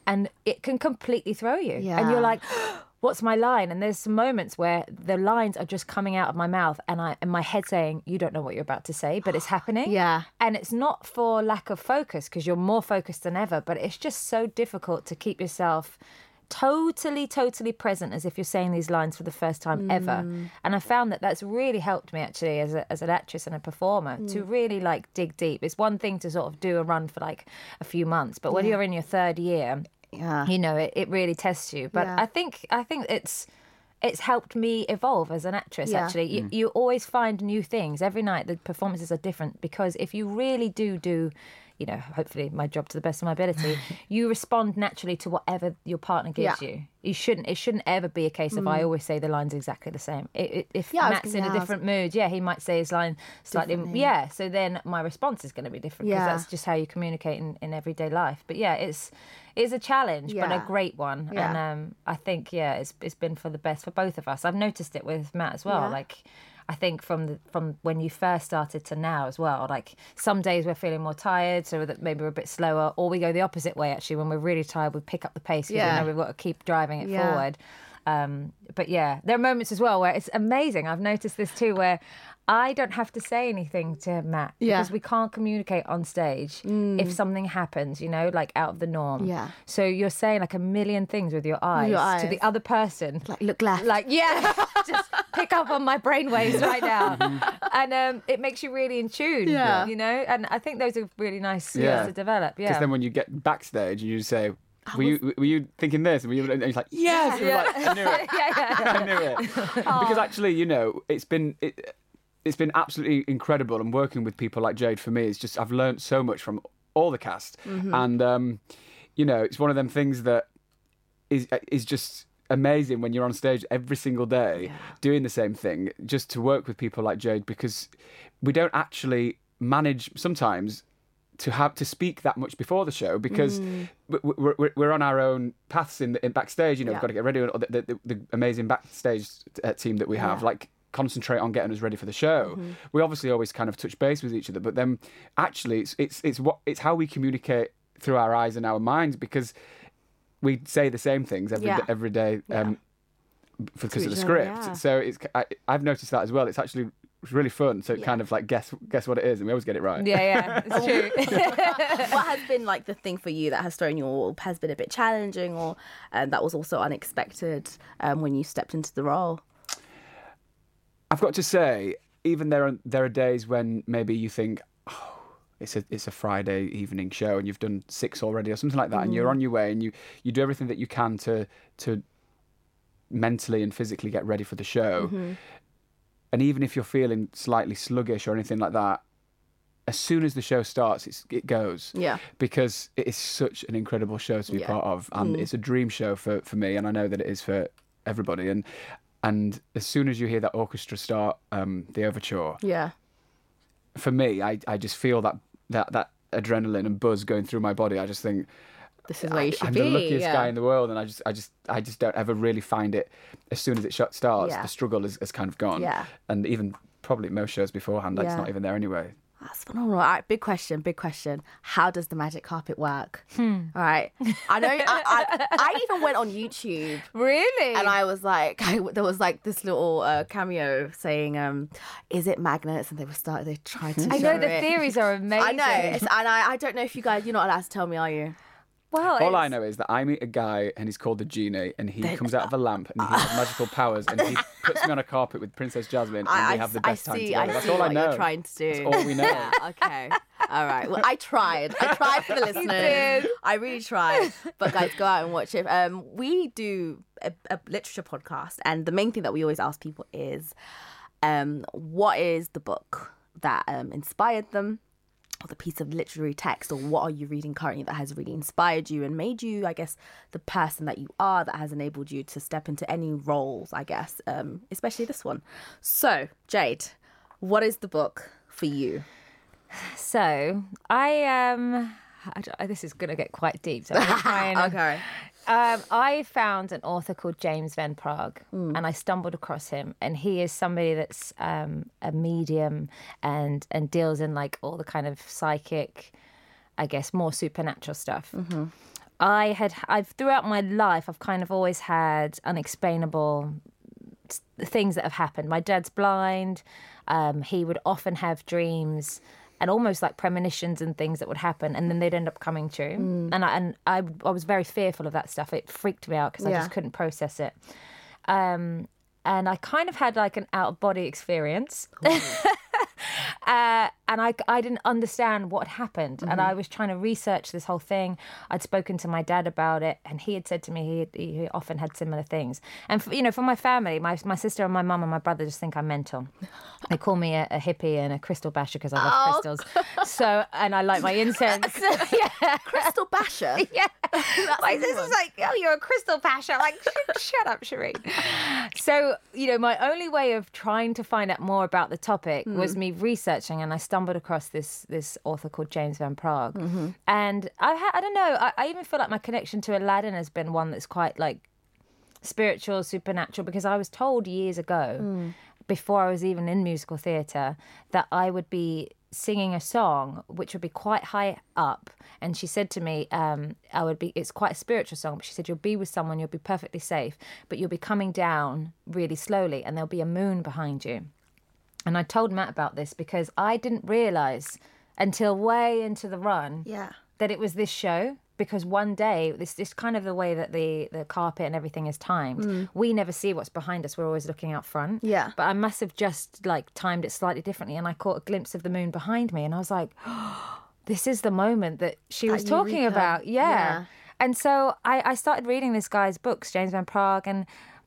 Speaker 8: And it can completely throw you. And
Speaker 2: Yeah.
Speaker 8: you're like, what's my line? And there's some moments where the lines are just coming out of my mouth and I and my head saying, You don't know what you're about to say, but it's happening.
Speaker 2: Yeah.
Speaker 8: And it's not for lack of focus, because you're more focused than ever, but it's just so difficult to keep yourself totally, totally present as if you're saying these lines for the first time ever.
Speaker 2: Mm.
Speaker 8: And I found that that's really helped me actually as, a, as an actress and a performer to
Speaker 2: Mm.
Speaker 8: really like dig deep. It's one thing to sort of do a run for like a few months, but when
Speaker 2: Yeah.
Speaker 8: you're in your third year,
Speaker 2: Yeah.
Speaker 8: you know, it, it really tests you. But
Speaker 2: Yeah.
Speaker 8: I think I think it's it's helped me evolve as an actress
Speaker 2: Yeah.
Speaker 8: actually you,
Speaker 2: Mm.
Speaker 8: you always find new things every night the performances are different because if you really do do you know, hopefully my job to the best of my ability, you respond naturally to whatever your partner gives
Speaker 5: Yeah.
Speaker 8: you. You shouldn't. It shouldn't ever be a case of I
Speaker 5: Mm.
Speaker 8: always say the line's exactly the same. It, it, if
Speaker 5: Yeah, I was
Speaker 8: Matt's
Speaker 5: gonna-
Speaker 8: in a
Speaker 5: yeah, I was-
Speaker 8: different mood, yeah, he might say his line slightly.
Speaker 5: Differently.
Speaker 8: Yeah, so then my response is going to be different because
Speaker 5: Yeah.
Speaker 8: that's just how you communicate in, in everyday life. But yeah, it's it's a challenge, but
Speaker 5: Yeah.
Speaker 8: a great one. And
Speaker 5: Yeah.
Speaker 8: um, I think yeah, it's it's been for the best for both of us. I've noticed it with Matt as well.
Speaker 5: Yeah.
Speaker 8: Like I think from the, from when you first started to now as well. Like some days we're feeling more tired, so that maybe we're a bit slower, or we go the opposite way. Actually, when we're really tired, we pick up the pace because
Speaker 5: Yeah.
Speaker 8: we know we've got to keep driving it
Speaker 5: Yeah.
Speaker 8: forward. Um, but yeah, there are moments as well where it's amazing. I've noticed this too, where I don't have to say anything to Matt
Speaker 5: Yeah.
Speaker 8: because we can't communicate on stage
Speaker 5: Mm.
Speaker 8: if something happens, you know, like out of the norm.
Speaker 5: Yeah.
Speaker 8: So you're saying like a million things with your eyes,
Speaker 5: With your
Speaker 8: to the
Speaker 5: eyes.
Speaker 8: other person.
Speaker 5: Like look left.
Speaker 8: Like yeah, just pick up on my brainwaves right now, and um, it makes you really in tune.
Speaker 5: Yeah.
Speaker 8: You know, and I think those are really nice skills to develop.
Speaker 10: Because
Speaker 8: Yeah.
Speaker 10: then when you get backstage, you say, were you, were you thinking this? And, were you, and he's like, yes! And you're like,
Speaker 8: yeah.
Speaker 10: I knew it. because actually, you know, it's been it, it's been absolutely incredible, and working with people like Jade for me is just I've learned so much from all the cast,
Speaker 8: Mm-hmm.
Speaker 3: Mhm.
Speaker 10: and um, you know, it's one of them things that is is just amazing when you're on stage every single day doing the same thing just to work with people like Jade because we don't actually manage sometimes to have to speak that much before the show because
Speaker 3: Mm.
Speaker 10: w- w- we're, we're, we're on our own paths in, the, in backstage you know
Speaker 3: Yeah.
Speaker 10: we've got to get ready or the, the, the, the amazing backstage uh, team that we have
Speaker 3: Yeah.
Speaker 10: like concentrate on getting us ready for the show
Speaker 3: Mhm.
Speaker 10: we obviously always kind of touch base with each other but then actually it's it's it's what it's how we communicate through our eyes and our minds because we say the same things every
Speaker 3: Yeah.
Speaker 10: d- every day um, b-
Speaker 3: To
Speaker 10: because of the
Speaker 3: each other,
Speaker 10: script.
Speaker 3: yeah.
Speaker 10: So it's c- I, have noticed that as well. It's actually really fun. So it kind of like guess guess what it is, and we always get it right.
Speaker 8: yeah, it's true.
Speaker 2: what has been like the thing for you that has thrown you off? Has been a bit challenging, or um, that was also unexpected um, when you stepped into the role?
Speaker 10: I've got to say, even there are there are days when maybe you think, oh, it's a it's a Friday evening show and you've done six already or something like that, and you're
Speaker 3: Mm.
Speaker 10: on your way and you you do everything that you can to to mentally and physically get ready for the show.
Speaker 3: Mhm.
Speaker 10: And even if you're feeling slightly sluggish or anything like that, as soon as the show starts, it's, it goes.
Speaker 2: Yeah.
Speaker 10: Because it is such an incredible show to be
Speaker 3: Yeah.
Speaker 10: part of, and
Speaker 3: Mm.
Speaker 10: it's a dream show for, for me, and I know that it is for everybody. And and as soon as you hear that orchestra start um, the overture,
Speaker 2: Yeah.
Speaker 10: for me, I, I just feel that, that that adrenaline and buzz going through my body. I just think
Speaker 2: This is where you should
Speaker 10: I'm
Speaker 2: be.
Speaker 10: the luckiest
Speaker 2: yeah.
Speaker 10: guy in the world, and I just I just I just don't ever really find it. As soon as it shut starts,
Speaker 2: Yeah.
Speaker 10: the struggle is, is kind of gone.
Speaker 2: Yeah.
Speaker 10: And even probably most shows beforehand, like, it's
Speaker 2: Yeah.
Speaker 10: not even there anyway.
Speaker 2: That's phenomenal. All right, big question, big question. How does the magic carpet work?
Speaker 8: Hmm.
Speaker 2: All right, I know. I, I, I even went on YouTube.
Speaker 8: Really?
Speaker 2: And I was like, there was like this little uh, cameo saying, um, "Is it magnets?" And they were started. They tried to.
Speaker 8: I
Speaker 2: show
Speaker 8: know the
Speaker 2: it.
Speaker 8: theories are amazing.
Speaker 2: I know, it's, and I, I don't know if you guys, you're not allowed to tell me, are you?
Speaker 8: Well,
Speaker 10: All I know is that I meet a guy and he's called the genie, and he
Speaker 2: Then-
Speaker 10: comes out of a lamp and he has magical powers, and he puts me on a carpet with Princess Jasmine, and
Speaker 2: I,
Speaker 10: we have the
Speaker 2: I
Speaker 10: best time
Speaker 2: see,
Speaker 10: together.
Speaker 2: I
Speaker 10: That's
Speaker 2: see
Speaker 10: all
Speaker 2: what
Speaker 10: I know.
Speaker 2: you're trying to do.
Speaker 10: That's all we know.
Speaker 2: Yeah, okay. All right. Well, I tried. I tried for the listeners.
Speaker 8: did.
Speaker 2: I really tried. But guys, go out and watch it. Um, we do a, a literature podcast, and the main thing that we always ask people is, um, what is the book that um, inspired them? or the piece of literary text or what are you reading currently that has really inspired you and made you i guess the person that you are that has enabled you to step into any roles i guess um, especially this one so jade what is the book for you
Speaker 8: So I um, I don't- this is gonna get quite deep. So I'm gonna try and,
Speaker 2: okay.
Speaker 8: Um, I found an author called James Van Praag, and I stumbled across him. And he is somebody that's um, a medium and and deals in like all the kind of psychic, I guess, more supernatural stuff.
Speaker 5: Mm-hmm.
Speaker 8: I had I've throughout my life I've kind of always had unexplainable s- things that have happened. My dad's blind. Um, he would often have dreams and almost like premonitions and things that would happen, and then they'd end up coming true.
Speaker 5: Mm.
Speaker 8: And I and I, I was very fearful of that stuff. It freaked me out because I
Speaker 5: Yeah.
Speaker 8: just couldn't process it. Um, and I kind of had like an out of body experience. uh, and I, I didn't understand what happened. And I was trying to research this whole thing. I'd spoken to my dad about it, and he had said to me he, he often had similar things. And, for, you know, for my family, my, my sister and my mum and my brother just think I'm mental. They call me a, a hippie and a crystal basher because I love
Speaker 9: Oh,
Speaker 8: crystals. So, and I like my incense. yeah.
Speaker 12: Crystal basher?
Speaker 8: yeah.
Speaker 12: a
Speaker 8: Like,
Speaker 12: new
Speaker 8: this
Speaker 12: one.
Speaker 8: is like, oh, you're a crystal basher. Like, sh- shut up, Cherie. So, you know, my only way of trying to find out more about the topic
Speaker 9: Mm.
Speaker 8: was me researching, and I stumbled across this this author called James Van Praag.
Speaker 9: Mhm.
Speaker 8: And I, ha- I don't know, I, I even feel like my connection to Aladdin has been one that's quite like spiritual, supernatural, because I was told years ago,
Speaker 9: Mm.
Speaker 8: before I was even in musical theatre, that I would be singing a song which would be quite high up. And she said to me, um, I would be, it's quite a spiritual song, but she said, You'll be with someone, you'll be perfectly safe, but you'll be coming down really slowly, and there'll be a moon behind you. And I told Matt about this because I didn't realize until way into the run
Speaker 12: Yeah.
Speaker 8: that it was this show because one day this is kind of the way that the the carpet and everything is timed
Speaker 12: Mm.
Speaker 8: we never see what's behind us we're always looking out front
Speaker 12: Yeah.
Speaker 8: but i must have just like timed it slightly differently and i caught a glimpse of the moon behind me and i was like this is the moment that she
Speaker 9: That
Speaker 8: was talking
Speaker 9: eureka.
Speaker 8: about yeah.
Speaker 9: Yeah.
Speaker 8: and so I, I started reading this guy's books james van prague and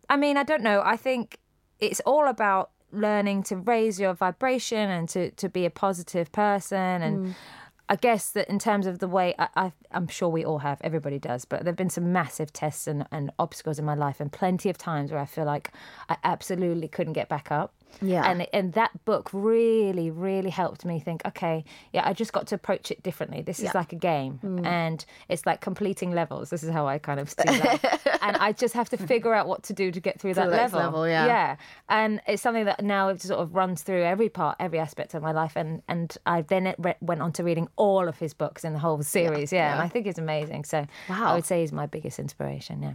Speaker 8: i mean i don't know i think it's all about learning to raise your vibration and to, to be a positive person and
Speaker 9: Mm.
Speaker 8: I guess that in terms of the way I, I, I'm sure we all have, everybody does, but there have been some massive tests and, and obstacles in my life, and plenty of times where I feel like I absolutely couldn't get back up.
Speaker 12: Yeah.
Speaker 8: And and that book really, really helped me think, okay, yeah, I just got to approach it differently. This
Speaker 9: Yeah.
Speaker 8: is like a game
Speaker 9: Mm.
Speaker 8: and it's like completing levels. This is how I kind of see that. and I just have to figure out what to do to get through
Speaker 9: To
Speaker 8: that
Speaker 9: the next
Speaker 8: level.
Speaker 9: level, yeah.
Speaker 8: Yeah. And it's something that now it sort of runs through every part, every aspect of my life. And, and I then it re- went on to reading all of his books in the whole series. Yeah. And
Speaker 12: yeah.
Speaker 8: I think it's amazing. So I would say he's my biggest inspiration. Yeah.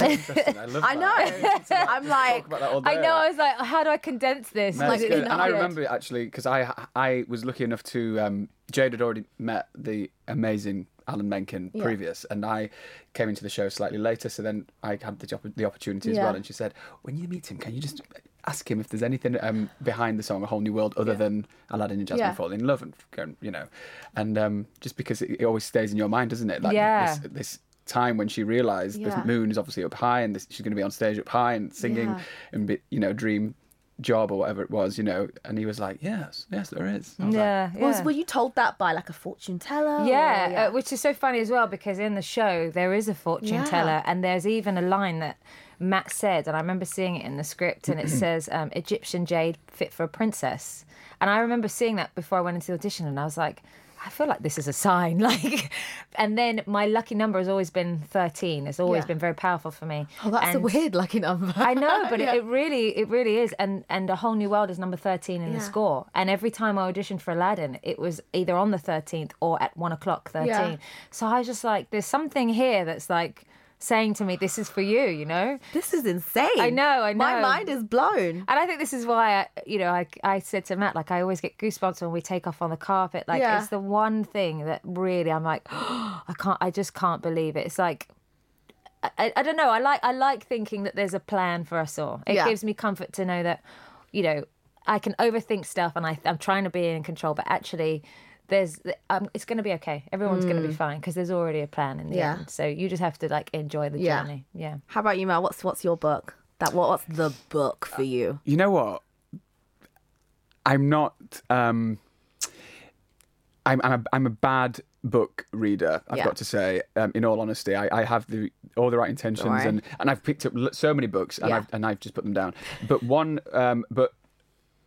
Speaker 10: interesting. I love
Speaker 12: I know. I'm like,
Speaker 10: about that all
Speaker 8: I
Speaker 10: day.
Speaker 8: know. I was like, how do I condense this?
Speaker 10: No,
Speaker 8: Like,
Speaker 10: it's good.
Speaker 8: it's
Speaker 10: And I
Speaker 8: not-
Speaker 10: remember it actually because I I was lucky enough to um, Jade had already met the amazing Alan Menken
Speaker 8: Yeah.
Speaker 10: previous, and I came into the show slightly later. So then I had the job, the opportunity as
Speaker 8: Yeah.
Speaker 10: well. And she said, "When you meet him, can you just ask him if there's anything um, behind the song A Whole New World other than Aladdin and Jasmine
Speaker 8: Yeah.
Speaker 10: fall in love and going, you know?" And um, just because it, it always stays in your mind, doesn't it? Like
Speaker 8: Yeah.
Speaker 10: this, this time when she realised
Speaker 8: Yeah.
Speaker 10: the moon is obviously up high and this, she's going to be on stage up high and singing
Speaker 8: Yeah.
Speaker 10: and be, you know dream job or whatever it was you know and he was like yes yes there is I was like,
Speaker 8: Yeah,
Speaker 12: Was,
Speaker 8: yeah.
Speaker 12: were you told that by like a fortune teller? or-
Speaker 9: Oh,
Speaker 8: Yeah, Uh, which is so funny as well because in the show there is a fortune
Speaker 12: Yeah.
Speaker 8: teller and there's even a line that Matt said, and I remember seeing it in the script, and it says um, Egyptian jade fit for a princess, and I remember seeing that before I went into the audition, and I was like. I feel like this is a sign, like, and then my lucky number has always been thirteen. It's always
Speaker 9: Yeah.
Speaker 8: been very powerful for me.
Speaker 9: Oh, that's a
Speaker 8: And-
Speaker 9: weird lucky number.
Speaker 8: I know, but
Speaker 9: Yeah.
Speaker 8: it, it really, it really is. And and a whole new world is number thirteen in the
Speaker 9: Yeah.
Speaker 8: score. And every time I auditioned for Aladdin, it was either on the thirteenth or at one o'clock thirteen.
Speaker 9: Yeah.
Speaker 8: So I was just like, there's something here that's like saying to me, this is for you. You know,
Speaker 12: this is insane.
Speaker 8: I know, I know.
Speaker 12: My mind is blown.
Speaker 8: And I think this is why, I, you know, I, I said to Matt, like, I always get goosebumps when we take off on the carpet. Like,
Speaker 12: Yeah.
Speaker 8: it's the one thing that really I'm like, I can't, I just can't believe it. It's like, I- I, I don't know. I like, I like thinking that there's a plan for us all. It
Speaker 9: Yeah.
Speaker 8: gives me comfort to know that, you know, I can overthink stuff and I, I'm trying to be in control, but actually, there's, um, it's going to be okay. Everyone's going to be
Speaker 12: Mm.
Speaker 8: fine because there's already a plan in the
Speaker 12: Yeah.
Speaker 8: end. So you just have to like enjoy the
Speaker 12: Yeah.
Speaker 8: journey. Yeah.
Speaker 12: How about you, Mel? What's what's your book? That what, what's the book for you?
Speaker 10: you know what i'm not um i'm i'm a, I'm a bad book reader i've
Speaker 8: Yeah.
Speaker 10: got to say um, in all honesty I, I have the all the right intentions
Speaker 8: worry.
Speaker 10: and and i've picked up l- so many books and
Speaker 8: Yeah.
Speaker 10: i've and i've just put them down but one um but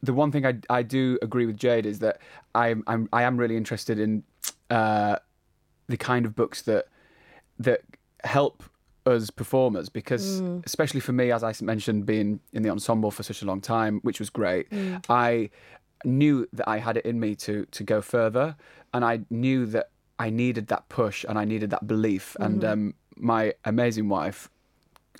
Speaker 10: the one thing I, I do agree with Jade is that I'm, I'm I am really interested in uh, the kind of books that that help us performers because
Speaker 13: Mm.
Speaker 10: especially for me as I mentioned being in the ensemble for such a long time which was great
Speaker 13: Mm.
Speaker 10: I knew that I had it in me to to go further and I knew that I needed that push and I needed that belief and
Speaker 13: Mhm.
Speaker 10: um, my amazing wife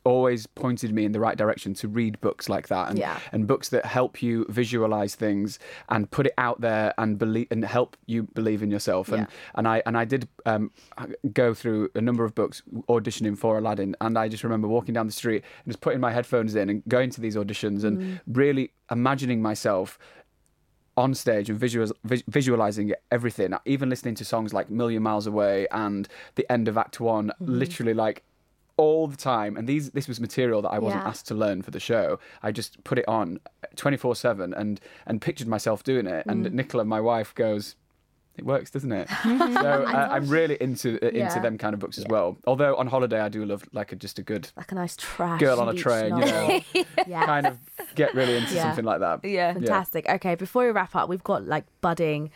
Speaker 10: always pointed me in the right direction to read books like that and,
Speaker 13: Yeah.
Speaker 10: and books that help you visualize things and put it out there and believe and help you believe in yourself and and I and I did um, go through a number of books auditioning for Aladdin and I just remember walking down the street and just putting my headphones in and going to these auditions and
Speaker 13: Mm.
Speaker 10: really imagining myself on stage and visual, vis- visualizing everything, even listening to songs like Million Miles Away and the end of Act One,
Speaker 14: Mm-hmm.
Speaker 10: literally like all the time. And these this was material that I wasn't
Speaker 13: Yeah.
Speaker 10: asked to learn for the show. I just put it on 24 7 and and pictured myself doing it. And
Speaker 13: Mm.
Speaker 10: Nicola, my wife, goes, it works, doesn't it? so uh, I'm really into uh, into
Speaker 14: Yeah.
Speaker 10: them kind of books as well. Although on holiday, I do love like a, just a good
Speaker 14: Like a nice trash
Speaker 10: girl on a
Speaker 14: beach
Speaker 10: train, you
Speaker 14: novel.
Speaker 10: know,
Speaker 14: yeah.
Speaker 10: kind of get really into
Speaker 14: Yeah.
Speaker 10: something like that.
Speaker 14: Yeah.
Speaker 2: Fantastic. Okay, before we wrap up, we've got like budding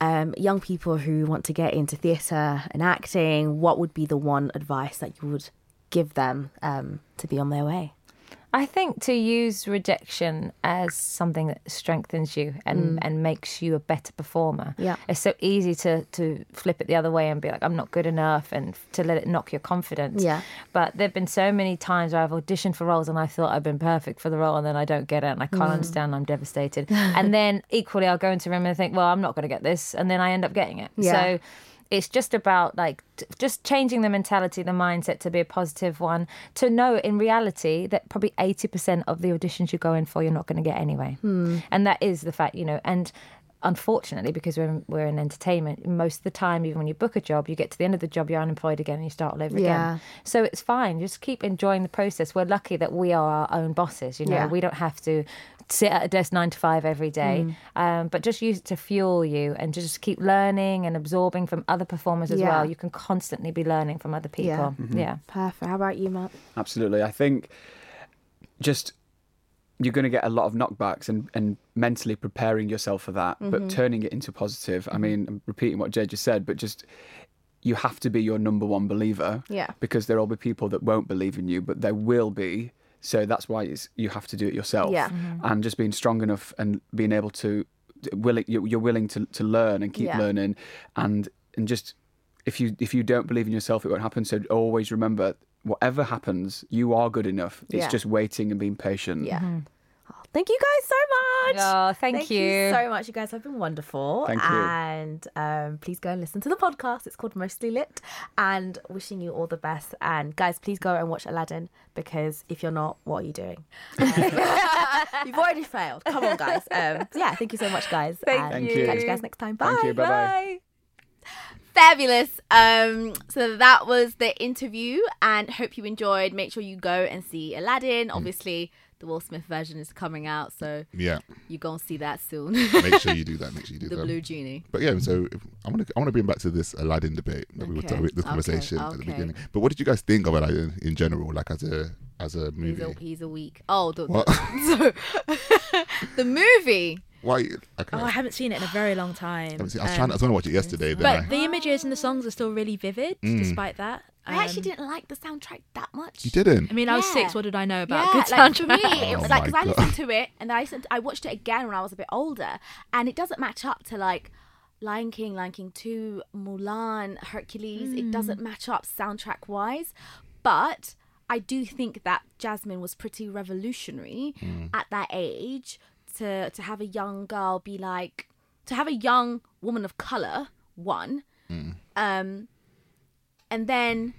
Speaker 2: um, young people who want to get into theatre and acting. What would be the one advice that you would give them um, to be on their way?
Speaker 8: I think to use rejection as something that strengthens you and,
Speaker 15: Mm.
Speaker 8: and makes you a better performer.
Speaker 15: Yeah.
Speaker 8: It's so easy to, to flip it the other way and be like, I'm not good enough, and f- to let it knock your confidence.
Speaker 15: Yeah.
Speaker 8: But there have been so many times where I've auditioned for roles and I thought I've been perfect for the role, and then I don't get it, and I can't
Speaker 15: Mm.
Speaker 8: understand, I'm devastated. and then equally, I'll go into a room and think, well, I'm not going to get this, and then I end up getting it.
Speaker 15: Yeah.
Speaker 8: So it's just about like t- just changing the mentality the mindset to be a positive one to know in reality that probably 80% of the auditions you go in for you're not going to get anyway
Speaker 15: Hmm.
Speaker 8: and that is the fact you know and unfortunately because we're in, we're in entertainment most of the time even when you book a job you get to the end of the job you're unemployed again and you start all over
Speaker 15: Yeah.
Speaker 8: again so it's fine just keep enjoying the process we're lucky that we are our own bosses you know
Speaker 15: Yeah.
Speaker 8: we don't have to sit at a desk 9 to 5 every day
Speaker 15: Mm.
Speaker 8: um, but just use it to fuel you and to just keep learning and absorbing from other performers as
Speaker 15: Yeah.
Speaker 8: well. You can constantly be learning from other people. Yeah.
Speaker 10: Mhm.
Speaker 2: Perfect. How about you, Matt?
Speaker 10: Absolutely. I think just you're going to get a lot of knockbacks and, and mentally preparing yourself for that, but
Speaker 15: Mm-hmm.
Speaker 13: Mhm.
Speaker 10: turning it into positive. I mean, I'm repeating what Jay just said, but just you have to be your number one believer
Speaker 13: Yeah.
Speaker 10: because there will be people that won't believe in you, but there will be. So that's why it's, you have to do it yourself.
Speaker 13: Yeah.
Speaker 5: Mm-hmm.
Speaker 13: Mhm.
Speaker 10: And just being strong enough and being able to, willing, you're you're willing to, to learn and keep
Speaker 13: Yeah.
Speaker 10: learning and, and just if you if you don't believe in yourself, it won't happen. So always remember, whatever happens, you are good enough. It's
Speaker 2: Yeah.
Speaker 10: just waiting and being patient.
Speaker 2: Yeah.
Speaker 14: Mm-hmm.
Speaker 2: Thank you guys so much.
Speaker 8: Oh, thank you.
Speaker 2: so much. You guys have been wonderful.
Speaker 10: Thank you.
Speaker 2: and um, please go and listen to the podcast. It's called Mostly Lit. And wishing you all the best. And guys, please go and watch Aladdin because if you're not, what are you doing? Um, you've already failed. Come on, guys. Um, yeah, thank you so much, guys.
Speaker 14: Thank
Speaker 2: and
Speaker 14: you.
Speaker 2: Catch you guys next time. Bye.
Speaker 14: Thank you. Bye-bye.
Speaker 2: Bye. Fabulous. Um, so that was the interview, and hope you enjoyed. Make sure you go and see Aladdin. Obviously, the Will Smith version is coming out, so
Speaker 3: Yeah.
Speaker 2: you go and see that soon.
Speaker 3: Make sure you do that. Make sure you do
Speaker 2: the
Speaker 3: that.
Speaker 2: Blue Genie.
Speaker 3: But yeah, so if, I want to I want to bring back to this Aladdin debate that we were
Speaker 2: Okay.
Speaker 3: talking this
Speaker 2: Okay,
Speaker 3: conversation at the
Speaker 2: okay.
Speaker 3: beginning. But what did you guys think of Aladdin in general, like as a as a
Speaker 2: He's
Speaker 3: movie?
Speaker 2: a, he's a week. Oh, the,
Speaker 3: What?
Speaker 2: the, the movie.
Speaker 3: Why? Okay.
Speaker 5: Oh, I haven't seen it in a very long time.
Speaker 3: Let me see. I was
Speaker 5: Um,
Speaker 3: trying. I was going to watch it yesterday. Then
Speaker 5: But
Speaker 3: I,
Speaker 5: the images and the songs are still really vivid,
Speaker 3: Mm.
Speaker 5: despite that.
Speaker 2: I actually
Speaker 5: Um,
Speaker 2: didn't like the soundtrack that much.
Speaker 3: You didn't?
Speaker 5: I mean, I was
Speaker 2: Yeah.
Speaker 5: six. What did I know about
Speaker 2: yeah,
Speaker 5: good
Speaker 2: like for me,
Speaker 5: soundtrack?
Speaker 2: it
Speaker 3: Oh
Speaker 2: was like
Speaker 3: my
Speaker 2: because I
Speaker 3: God.
Speaker 2: listened to it and then I listened, I watched it again when I was a bit older, and it doesn't match up to like Lion King, Lion King Two, Mulan, Hercules.
Speaker 5: Hmm.
Speaker 2: It doesn't match up soundtrack wise, but I do think that Jasmine was pretty revolutionary
Speaker 3: Hmm.
Speaker 2: at that age to to have a young girl be like to have a young woman of color one um and then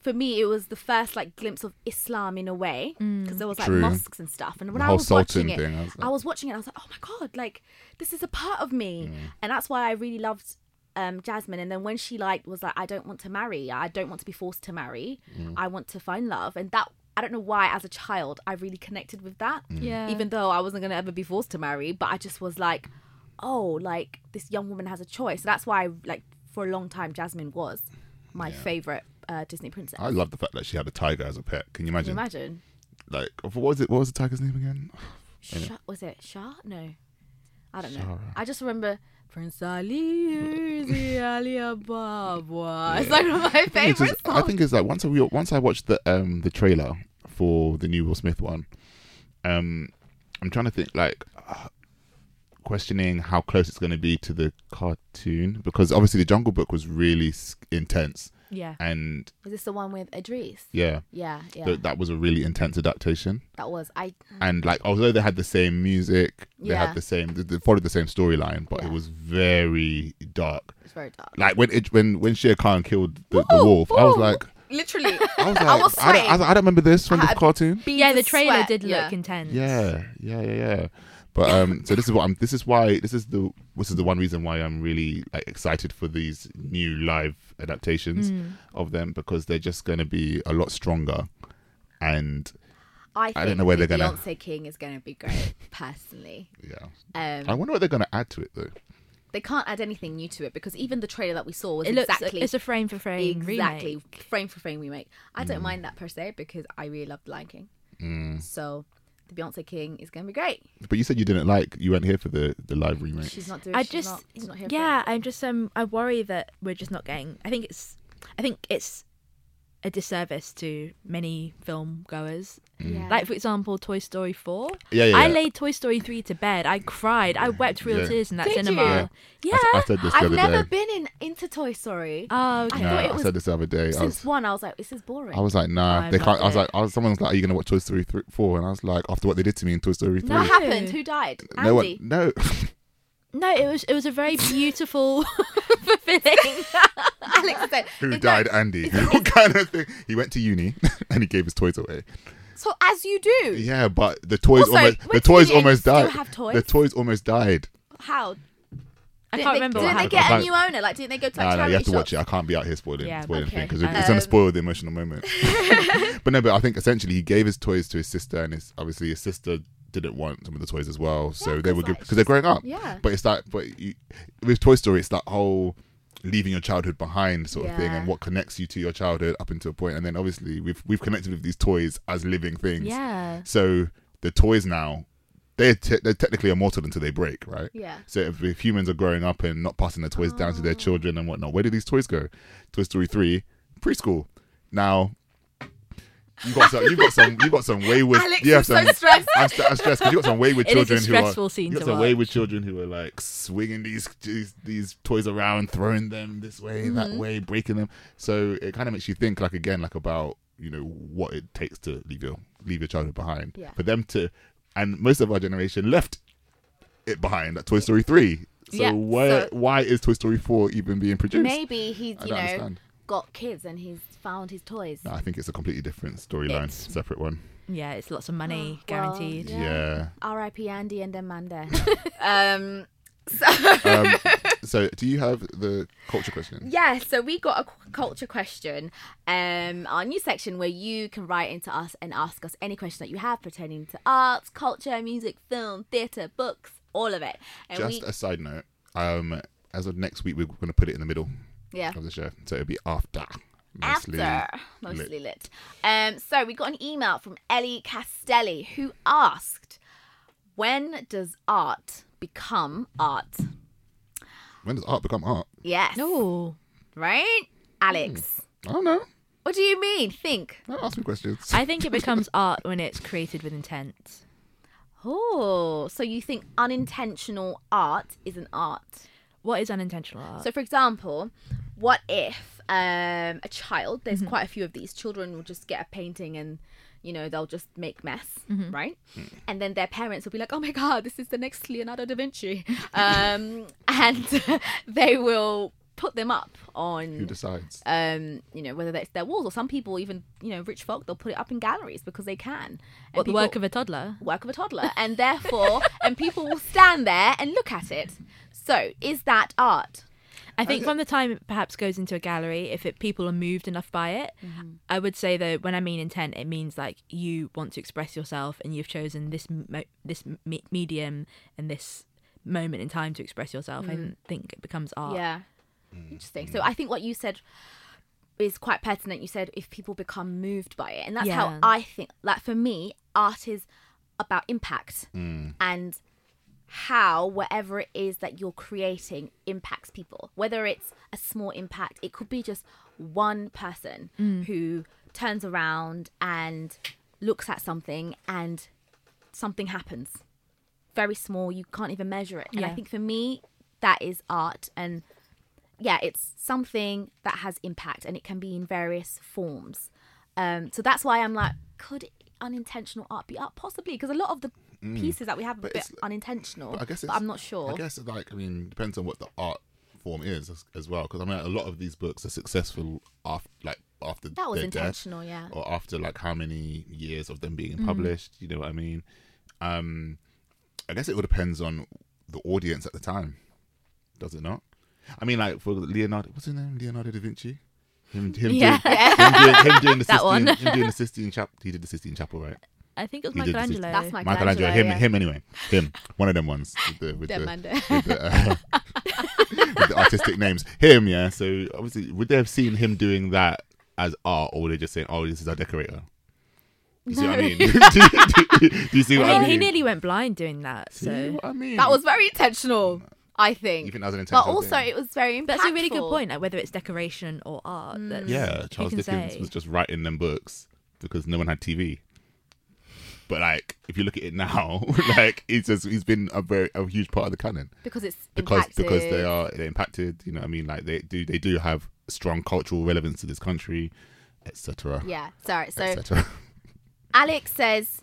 Speaker 2: for me it was the first like glimpse of islam in a way because there was like
Speaker 3: True.
Speaker 2: mosques and stuff and when
Speaker 3: The
Speaker 2: i
Speaker 3: whole
Speaker 2: was watching
Speaker 3: Sultan
Speaker 2: it
Speaker 3: thing, I was like-
Speaker 2: i was watching it i was like oh my god like this is a part of me and that's why i really loved um, jasmine and then when she like was like i don't want to marry i don't want to be forced to marry
Speaker 3: Mm.
Speaker 2: i want to find love and that i don't know why as a child i really connected with that
Speaker 14: Mm. Yeah.
Speaker 2: even though i wasn't going to ever be forced to marry but i just was like oh like this young woman has a choice so that's why like for a long time jasmine was my favorite uh, disney princess
Speaker 3: I love the fact that she had a tiger as a pet. Can you
Speaker 2: Can
Speaker 3: imagine?
Speaker 2: you imagine
Speaker 3: Like, what was it? What was the tiger's name again? Anyway.
Speaker 2: Sha- was it Shah? No, I don't know.
Speaker 3: Shara.
Speaker 2: I just remember Prince Ali is the Ali Ababa. It's like one of my
Speaker 3: I think it's
Speaker 2: favorite
Speaker 3: just-
Speaker 2: songs.
Speaker 3: I think it's like once I re- once I watched the um the trailer for the new Will Smith one, um, I'm trying to think like uh, questioning how close it's going to be to the cartoon because obviously the Jungle Book was really s- intense.
Speaker 2: Yeah.
Speaker 3: And
Speaker 2: was this the one with Idris?
Speaker 3: yeah. Mm.
Speaker 2: Yeah, yeah.
Speaker 3: Th- that was a really intense adaptation.
Speaker 2: That was I.
Speaker 3: And like although they had the same music, they
Speaker 2: Yeah.
Speaker 3: had the same they- they followed the same storyline, but it was very dark.
Speaker 2: It's very dark.
Speaker 3: Like when it, when when Shere Khan killed the, the wolf, I was like I
Speaker 2: Literally,
Speaker 3: was like, I, don't, I, don't- I don't remember this from
Speaker 5: I
Speaker 3: the
Speaker 5: had
Speaker 3: cartoon.
Speaker 5: yeah, the trailer
Speaker 2: sweat,
Speaker 5: did
Speaker 2: yeah.
Speaker 5: look intense.
Speaker 3: Yeah, yeah, yeah, yeah. But um, so this is what I'm. This is why. This is the. This is the one reason why I'm really like excited for these new live adaptations
Speaker 2: Mm.
Speaker 3: of them because they're just going to be a lot stronger, and
Speaker 2: I, think
Speaker 3: don't know where
Speaker 2: the
Speaker 3: they're going to.
Speaker 2: Beyonce King is going to be great, personally.
Speaker 3: Yeah.
Speaker 2: Um,
Speaker 3: I wonder what they're going to add to it though.
Speaker 2: they can't add anything new to it because even the trailer that we saw was
Speaker 5: It looks-
Speaker 2: exactly
Speaker 5: it's a frame for frame
Speaker 2: exactly
Speaker 5: remake.
Speaker 2: frame for frame remake. I don't
Speaker 5: Mm.
Speaker 2: mind that per se because I really loved Lion King,
Speaker 3: Mm.
Speaker 2: so the Beyonce King is gonna be great.
Speaker 3: But you said you didn't like. You weren't here for the the live remake.
Speaker 2: She's not doing.
Speaker 5: I
Speaker 2: she's
Speaker 5: just,
Speaker 2: not- she's not here for
Speaker 5: yeah, I'm just, um, I worry that we're just not getting. I think it's, I think it's a disservice to many film goers.
Speaker 3: Mm. Yeah.
Speaker 5: Like for example, Toy Story Four.
Speaker 3: Yeah, yeah,
Speaker 5: I
Speaker 3: yeah.
Speaker 5: laid Toy Story Three to bed. I cried. I wept real
Speaker 3: Yeah.
Speaker 5: tears in that
Speaker 3: Did you?
Speaker 5: cinema.
Speaker 3: Yeah.
Speaker 5: Yeah,
Speaker 3: I s- I said this the
Speaker 2: I've
Speaker 3: other
Speaker 2: never
Speaker 3: day.
Speaker 2: been in into Toy Story.
Speaker 5: Oh,
Speaker 2: I
Speaker 3: No,
Speaker 2: thought it
Speaker 3: I
Speaker 2: was
Speaker 3: said this the other day. I
Speaker 2: since
Speaker 3: was,
Speaker 2: one. I was like, this is boring.
Speaker 3: I was like, nah,
Speaker 2: I
Speaker 3: they can't.
Speaker 2: loved
Speaker 3: I was
Speaker 2: it.
Speaker 3: like, I was, someone was like, are you gonna watch Toy Story three, four? And I was like, after what they did to me in Toy Story three,
Speaker 2: what happened? Who died?
Speaker 3: no one,
Speaker 2: Andy.
Speaker 3: no.
Speaker 5: No, it was it was a very beautiful.
Speaker 2: Alex said,
Speaker 3: Who died, Andy? What kind of thing? He went to uni and he gave his toys away.
Speaker 2: so as you do.
Speaker 3: Yeah, but the toys
Speaker 2: Also,
Speaker 3: almost
Speaker 2: went
Speaker 3: the
Speaker 2: to
Speaker 3: toys
Speaker 2: uni and
Speaker 3: almost
Speaker 2: still
Speaker 3: died.
Speaker 2: have toys?
Speaker 3: The toys almost died.
Speaker 2: How?
Speaker 5: I
Speaker 2: Didn't
Speaker 5: can't
Speaker 2: they,
Speaker 5: remember
Speaker 2: Didn't
Speaker 5: what
Speaker 2: they get a
Speaker 3: happened.
Speaker 2: new owner? Like, didn't they go to like
Speaker 3: No, no,
Speaker 2: charity
Speaker 3: you have to
Speaker 2: shops?
Speaker 3: watch it. I can't be out here spoiling,
Speaker 2: Yeah,
Speaker 3: spoiling
Speaker 2: okay.
Speaker 3: because
Speaker 2: Um,
Speaker 3: it's going to spoil the emotional moment. but no, but I think essentially he gave his toys to his sister, and his obviously his sister didn't want some of the toys as well, so they were good because they're growing up.
Speaker 2: yeah.
Speaker 3: But it's that, but you, with Toy Story, it's that whole leaving your childhood behind sort of thing,
Speaker 2: Yeah.
Speaker 3: and what connects you to your childhood up until a point, and then obviously we've we've connected with these toys as living things.
Speaker 5: Uh-huh.
Speaker 2: Yeah.
Speaker 3: So the toys now. They're, te- they're technically immortal until they break, right?
Speaker 2: Yeah.
Speaker 3: So if, if humans are growing up and not passing their toys down to
Speaker 5: Oh.
Speaker 3: their children and whatnot, where do these toys go? Toy Story three, preschool. Now you got some, you got some, you got some wayward.
Speaker 5: Alex
Speaker 3: you have
Speaker 5: is so
Speaker 3: some,
Speaker 5: stressed.
Speaker 3: I'm, st- I'm stressed because you got some wayward
Speaker 5: It is a
Speaker 3: children who
Speaker 5: stressful
Speaker 3: are
Speaker 5: scene
Speaker 3: you got
Speaker 5: to
Speaker 3: some wayward children who are like swinging these these, these toys around, throwing them this way, that
Speaker 5: Mm-hmm.
Speaker 2: Mhm.
Speaker 3: way, breaking them. So it kind of makes you think like again, like about you know what it takes to leave your leave your childhood behind.
Speaker 2: Yeah.
Speaker 3: For them to, and most of our generation left it behind at Toy Story three. So
Speaker 2: Yeah,
Speaker 3: why
Speaker 2: so-
Speaker 3: why is Toy Story four even being produced?
Speaker 2: Maybe he's,
Speaker 3: I
Speaker 2: you know,
Speaker 3: don't understand.
Speaker 2: got kids and he's found his toys.
Speaker 3: No, I think it's a completely different storyline, separate one.
Speaker 5: yeah, it's lots of money
Speaker 2: Oh, Well,
Speaker 5: guaranteed.
Speaker 3: Yeah.
Speaker 2: R.I.P. Andy and Amanda. um, so,
Speaker 3: Um, so do you have the culture question?
Speaker 2: yeah, so we got a cu- culture question, um, our new section where you can write into us and ask us any question that you have pertaining to arts, culture, music, film, theatre, books, all of it. And
Speaker 3: Just a side note. Um, as of next week, we're going to put it in the middle.
Speaker 2: Yeah.
Speaker 3: Of the show, so it'll be after. Mostly
Speaker 2: after mostly
Speaker 3: lit.
Speaker 2: lit. Um, so we got an email from Ellie Castelli who asked, "When does art become art?"
Speaker 3: When does art become art?
Speaker 2: Yes.
Speaker 5: No.
Speaker 2: Right, Alex.
Speaker 3: I don't know.
Speaker 2: What do you mean? Think.
Speaker 3: Don't ask me questions.
Speaker 5: I think it becomes art when it's created with intent.
Speaker 2: Oh, so you think unintentional art is an art?
Speaker 5: What is unintentional art?
Speaker 2: So, for example, what if um, a child? There's
Speaker 5: Mm-hmm.
Speaker 2: quite a few of these children will just get a painting and you know they'll just make mess,
Speaker 5: Mhm.
Speaker 2: right? And then their parents will be like, "Oh my god, this is the next Leonardo da Vinci," um, and they will put them up on
Speaker 3: Who decides?
Speaker 2: um, you know, whether that's their walls or some people, even you know, rich folk, they'll put it up in galleries because they can. And
Speaker 5: What, the work of a toddler?
Speaker 2: Work of a toddler, and therefore, and people will stand there and look at it. So, is that art?
Speaker 5: I think from the time it perhaps goes into a gallery, if it, people are moved enough by it, I would say though, when I mean intent, it means like you want to express yourself and you've chosen this mo- this me- medium and this moment in time to express yourself.
Speaker 2: Mm.
Speaker 5: I think it becomes art.
Speaker 2: Yeah, Hmm. interesting. So, I think what you said is quite pertinent. You said if people become moved by it, and that's how
Speaker 5: Yeah.
Speaker 2: I think. Like for me, art is about impact
Speaker 3: Mm.
Speaker 2: and how whatever it is that you're creating impacts people. Whether it's a small impact, it could be just one person
Speaker 5: Mm.
Speaker 2: who turns around and looks at something and something happens. Very small, you can't even measure it. And I
Speaker 5: Yeah.
Speaker 2: think for me, that is art. And yeah, it's something that has impact and it can be in various forms. Um, so that's why I'm like, could unintentional art be art? Possibly, because a lot of the
Speaker 3: Mm.
Speaker 2: pieces that we have are a
Speaker 3: But
Speaker 2: bit
Speaker 3: it's-
Speaker 2: unintentional.
Speaker 3: But I guess it's,
Speaker 2: but I'm not sure.
Speaker 3: I guess like I mean, depends on what the art form is as, as well. Because I mean, a lot of these books are successful after like after
Speaker 2: That was
Speaker 3: their death
Speaker 2: intentional, yeah.
Speaker 3: or after like how many years of them being
Speaker 2: Mm.
Speaker 3: published. You know what I mean? Um, I guess it all depends on the audience at the time, does it not? I mean, like for Leonardo, what's his name? Leonardo da Vinci. Him, him,
Speaker 5: Yeah.
Speaker 3: doing, him doing, him doing the
Speaker 5: That
Speaker 3: Sistine,
Speaker 5: one.
Speaker 3: him doing the Sistine Chapel. He did the Sistine Chapel, right?
Speaker 5: I think it was
Speaker 3: He did the Sistine-
Speaker 5: Michelangelo. That's
Speaker 3: Michelangelo. Him, him anyway. Him, one of them ones with the with
Speaker 5: Them
Speaker 3: the,
Speaker 5: and them.
Speaker 3: with the, uh, with the artistic names. Him, yeah. So obviously, would they have seen him doing that as art, or would they just say, "Oh, this is our decorator"? You see what I
Speaker 5: No.
Speaker 3: mean? do, you- do you- do you see what I mean?
Speaker 5: He nearly went blind doing that. So
Speaker 2: That was very intentional, I think.
Speaker 3: Uh, Even as an
Speaker 2: But
Speaker 3: intentional
Speaker 2: also,
Speaker 3: thing.
Speaker 2: it was very impactful.
Speaker 5: That's a really good point. Like whether it's decoration or art.
Speaker 2: Mm.
Speaker 5: That's,
Speaker 3: Yeah,
Speaker 5: who
Speaker 3: Charles
Speaker 5: can
Speaker 3: Dickens
Speaker 5: say?
Speaker 3: was just writing them books because no one had TV. But like, if you look at it now, like it's just he's been a very a huge part of the canon
Speaker 2: Because it's
Speaker 3: because because they
Speaker 2: impacted.
Speaker 3: are they impacted. You know, what I mean, like they do they do have strong cultural relevance to this country, etc.
Speaker 2: Yeah, sorry. So,
Speaker 3: etc.
Speaker 2: Alex says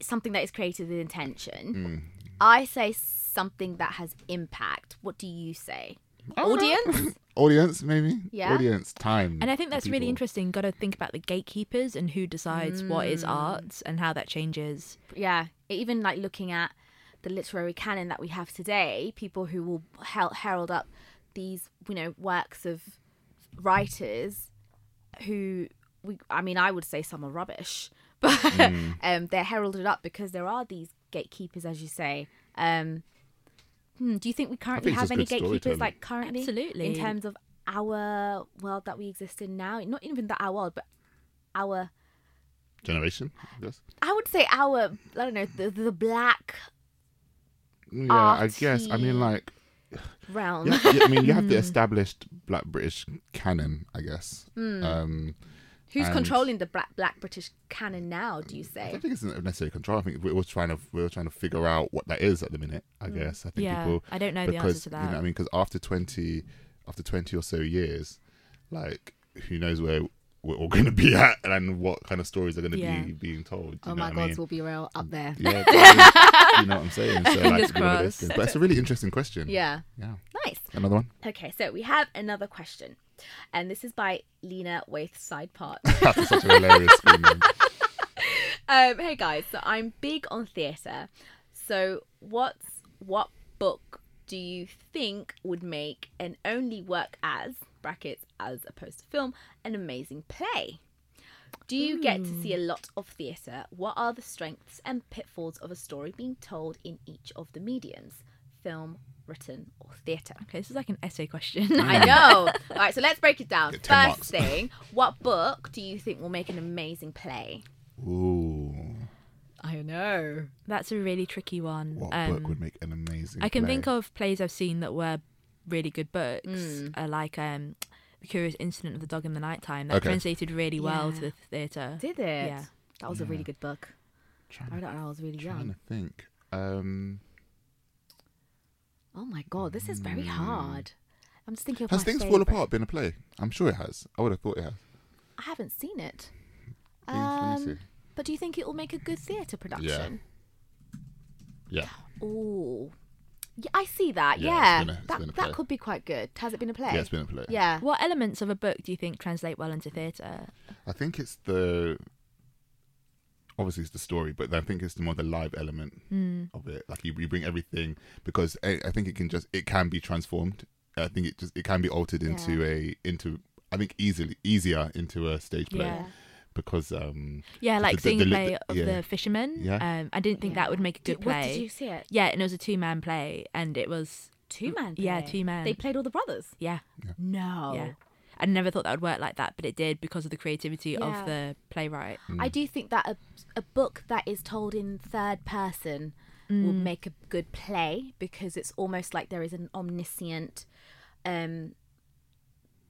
Speaker 2: something that is created with intention. I say something that has impact. What do you say? Audience?
Speaker 3: Audience, maybe.
Speaker 2: Yeah.
Speaker 3: Audience, time,
Speaker 5: And I think that's really
Speaker 3: people.
Speaker 5: interesting. Got to think about the gatekeepers and who decides what is
Speaker 2: Mm.
Speaker 5: art and how that changes.
Speaker 2: yeah. Even like looking at the literary canon that we have today, people who will hel- herald up these, you know, works of writers who we I mean I would say some are rubbish, but
Speaker 5: Mm.
Speaker 2: um, they're heralded up because there are these gatekeepers as you say. Um, hmm, do you think we currently
Speaker 5: it's
Speaker 2: have
Speaker 5: just
Speaker 2: any
Speaker 5: good
Speaker 2: gatekeepers
Speaker 5: storytelling.
Speaker 2: like currently in
Speaker 5: Absolutely.
Speaker 2: terms of our world that we exist in now? Not even that our world, but our
Speaker 3: generation. Yes.
Speaker 2: I would say our I don't know the, the black
Speaker 3: Yeah, I guess. I mean, like
Speaker 2: realm.
Speaker 3: Yeah, yeah, I mean, you have the established Black British canon, I guess.
Speaker 5: Hmm.
Speaker 2: Mm.
Speaker 3: Um,
Speaker 2: Who's
Speaker 3: and
Speaker 2: controlling the black black British canon now? Do you
Speaker 3: I
Speaker 2: say?
Speaker 3: don't think it's necessarily control. I think we were trying to we were trying to figure out what that is at the minute. I
Speaker 5: Mm.
Speaker 3: guess I think
Speaker 5: Yeah,
Speaker 3: people.
Speaker 5: I don't know the answer
Speaker 3: because,
Speaker 5: to
Speaker 3: You know
Speaker 5: that.
Speaker 3: what I mean, because after twenty, after twenty or so years, like who knows where we're all going to be at and what kind of stories are going to
Speaker 2: Yeah.
Speaker 3: be being told. do
Speaker 2: oh
Speaker 3: you know
Speaker 2: my
Speaker 3: what I
Speaker 2: gods,
Speaker 3: mean?
Speaker 2: we'll be real up there.
Speaker 3: Yeah, but you know what I'm saying. So, like,
Speaker 2: Fingers
Speaker 3: you know, this
Speaker 2: crossed.
Speaker 3: thing. But that's a really interesting question.
Speaker 2: Yeah.
Speaker 3: Yeah.
Speaker 2: Nice.
Speaker 3: Another one.
Speaker 2: Okay, so we have another question, and this is by Lena Waithside Part.
Speaker 3: That's such a hilarious screen name.
Speaker 2: um, hey guys, so I'm big on theatre. So what's what book do you think would make and only work as brackets as opposed to film an amazing play? Do you get to
Speaker 5: Hmm.
Speaker 2: see a lot of theatre? What are the strengths and pitfalls of a story being told in each of the mediums? Film, written, or theatre?
Speaker 5: Okay, this is like an essay question.
Speaker 2: I know. All right, so let's break it down.
Speaker 5: Get
Speaker 2: First
Speaker 5: 10 marks.
Speaker 2: thing, what book do you think will make an amazing play?
Speaker 3: Ooh.
Speaker 2: I know.
Speaker 5: That's a really tricky one.
Speaker 3: What
Speaker 5: Um,
Speaker 3: book would make an amazing?
Speaker 5: I can
Speaker 3: play?
Speaker 5: think of plays I've seen that were really good books,
Speaker 2: Mm.
Speaker 5: uh, like um, The Curious Incident of the Dog in the Nighttime. That
Speaker 3: Okay.
Speaker 5: translated really well to
Speaker 2: Yeah.
Speaker 5: the theatre.
Speaker 2: Did it?
Speaker 5: Yeah.
Speaker 2: That was a really
Speaker 3: Yeah.
Speaker 2: good book. I read it when I was really
Speaker 3: trying
Speaker 2: young.
Speaker 3: to think. Um,
Speaker 2: Oh my god, this is very hard. I'm just thinking of
Speaker 3: Mm. has
Speaker 2: my
Speaker 3: things fall
Speaker 2: favourite.
Speaker 3: apart been a play? I'm sure it has. I would have thought it has.
Speaker 2: I haven't seen it.
Speaker 3: Things- let me
Speaker 2: Um,
Speaker 3: see.
Speaker 2: but do you think it will make a good theatre production?
Speaker 3: Yeah.
Speaker 2: Oh, yeah, I see that.
Speaker 3: Yeah,
Speaker 2: Yeah,
Speaker 3: it's been a- it's
Speaker 2: that
Speaker 3: been a play.
Speaker 2: that could be quite good. Has it been a play?
Speaker 3: Yeah, it's been a play.
Speaker 2: Yeah.
Speaker 5: What elements of a book do you think translate well into theatre?
Speaker 3: I think it's the obviously it's the story, but I think it's the more the live element
Speaker 2: Hmm.
Speaker 5: Mm.
Speaker 3: of it. Like you, you bring everything because I, I think it can just it can be transformed. I think it just it can be altered into a into I think easily easier into a stage play
Speaker 5: Yeah.
Speaker 3: because um
Speaker 5: Yeah,
Speaker 3: the-
Speaker 5: like
Speaker 3: the-
Speaker 5: seeing the,
Speaker 3: the-
Speaker 5: play of
Speaker 3: yeah.
Speaker 5: the fisherman.
Speaker 3: Yeah.
Speaker 5: Um, I didn't think that would make a good
Speaker 2: Did- what-
Speaker 5: play.
Speaker 2: did you see it?
Speaker 5: Yeah, and it was a two-man play, and it was
Speaker 2: Two man.
Speaker 5: Yeah, two man.
Speaker 2: They played all the brothers.
Speaker 5: Yeah.
Speaker 2: No.
Speaker 5: Yeah. I never thought that would work like that, but it did because of the creativity
Speaker 2: Yeah.
Speaker 5: of the playwright.
Speaker 2: I do think that a, a book that is told in third person will
Speaker 5: Mm.
Speaker 2: make a good play because it's almost like there is an omniscient um,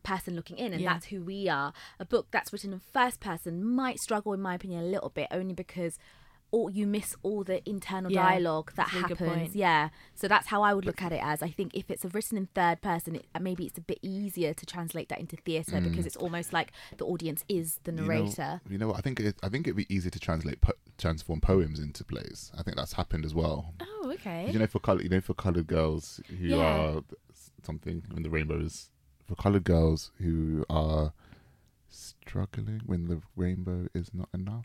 Speaker 2: person looking in, and
Speaker 5: Yeah.
Speaker 2: that's who we are. A book that's written in first person might struggle, in my opinion, a little bit only because. all you miss all the internal
Speaker 5: Yeah,
Speaker 2: dialogue that
Speaker 5: that's a really good
Speaker 2: happens.
Speaker 5: point.
Speaker 2: Yeah, so that's how I would look at it. As I think, if it's written in third person, it, uh, maybe it's a bit easier to translate that into theatre
Speaker 3: Mm.
Speaker 2: because it's almost like the audience is the
Speaker 3: You know-
Speaker 2: narrator.
Speaker 3: You know, what? I think it, I think it'd be easier to translate po- transform poems into plays. I think that's happened as well.
Speaker 5: Oh, okay.
Speaker 3: You know, for color, you know, for colored girls who
Speaker 5: Yeah.
Speaker 3: are something when the rainbows, for colored girls who are struggling when the rainbow is not enough.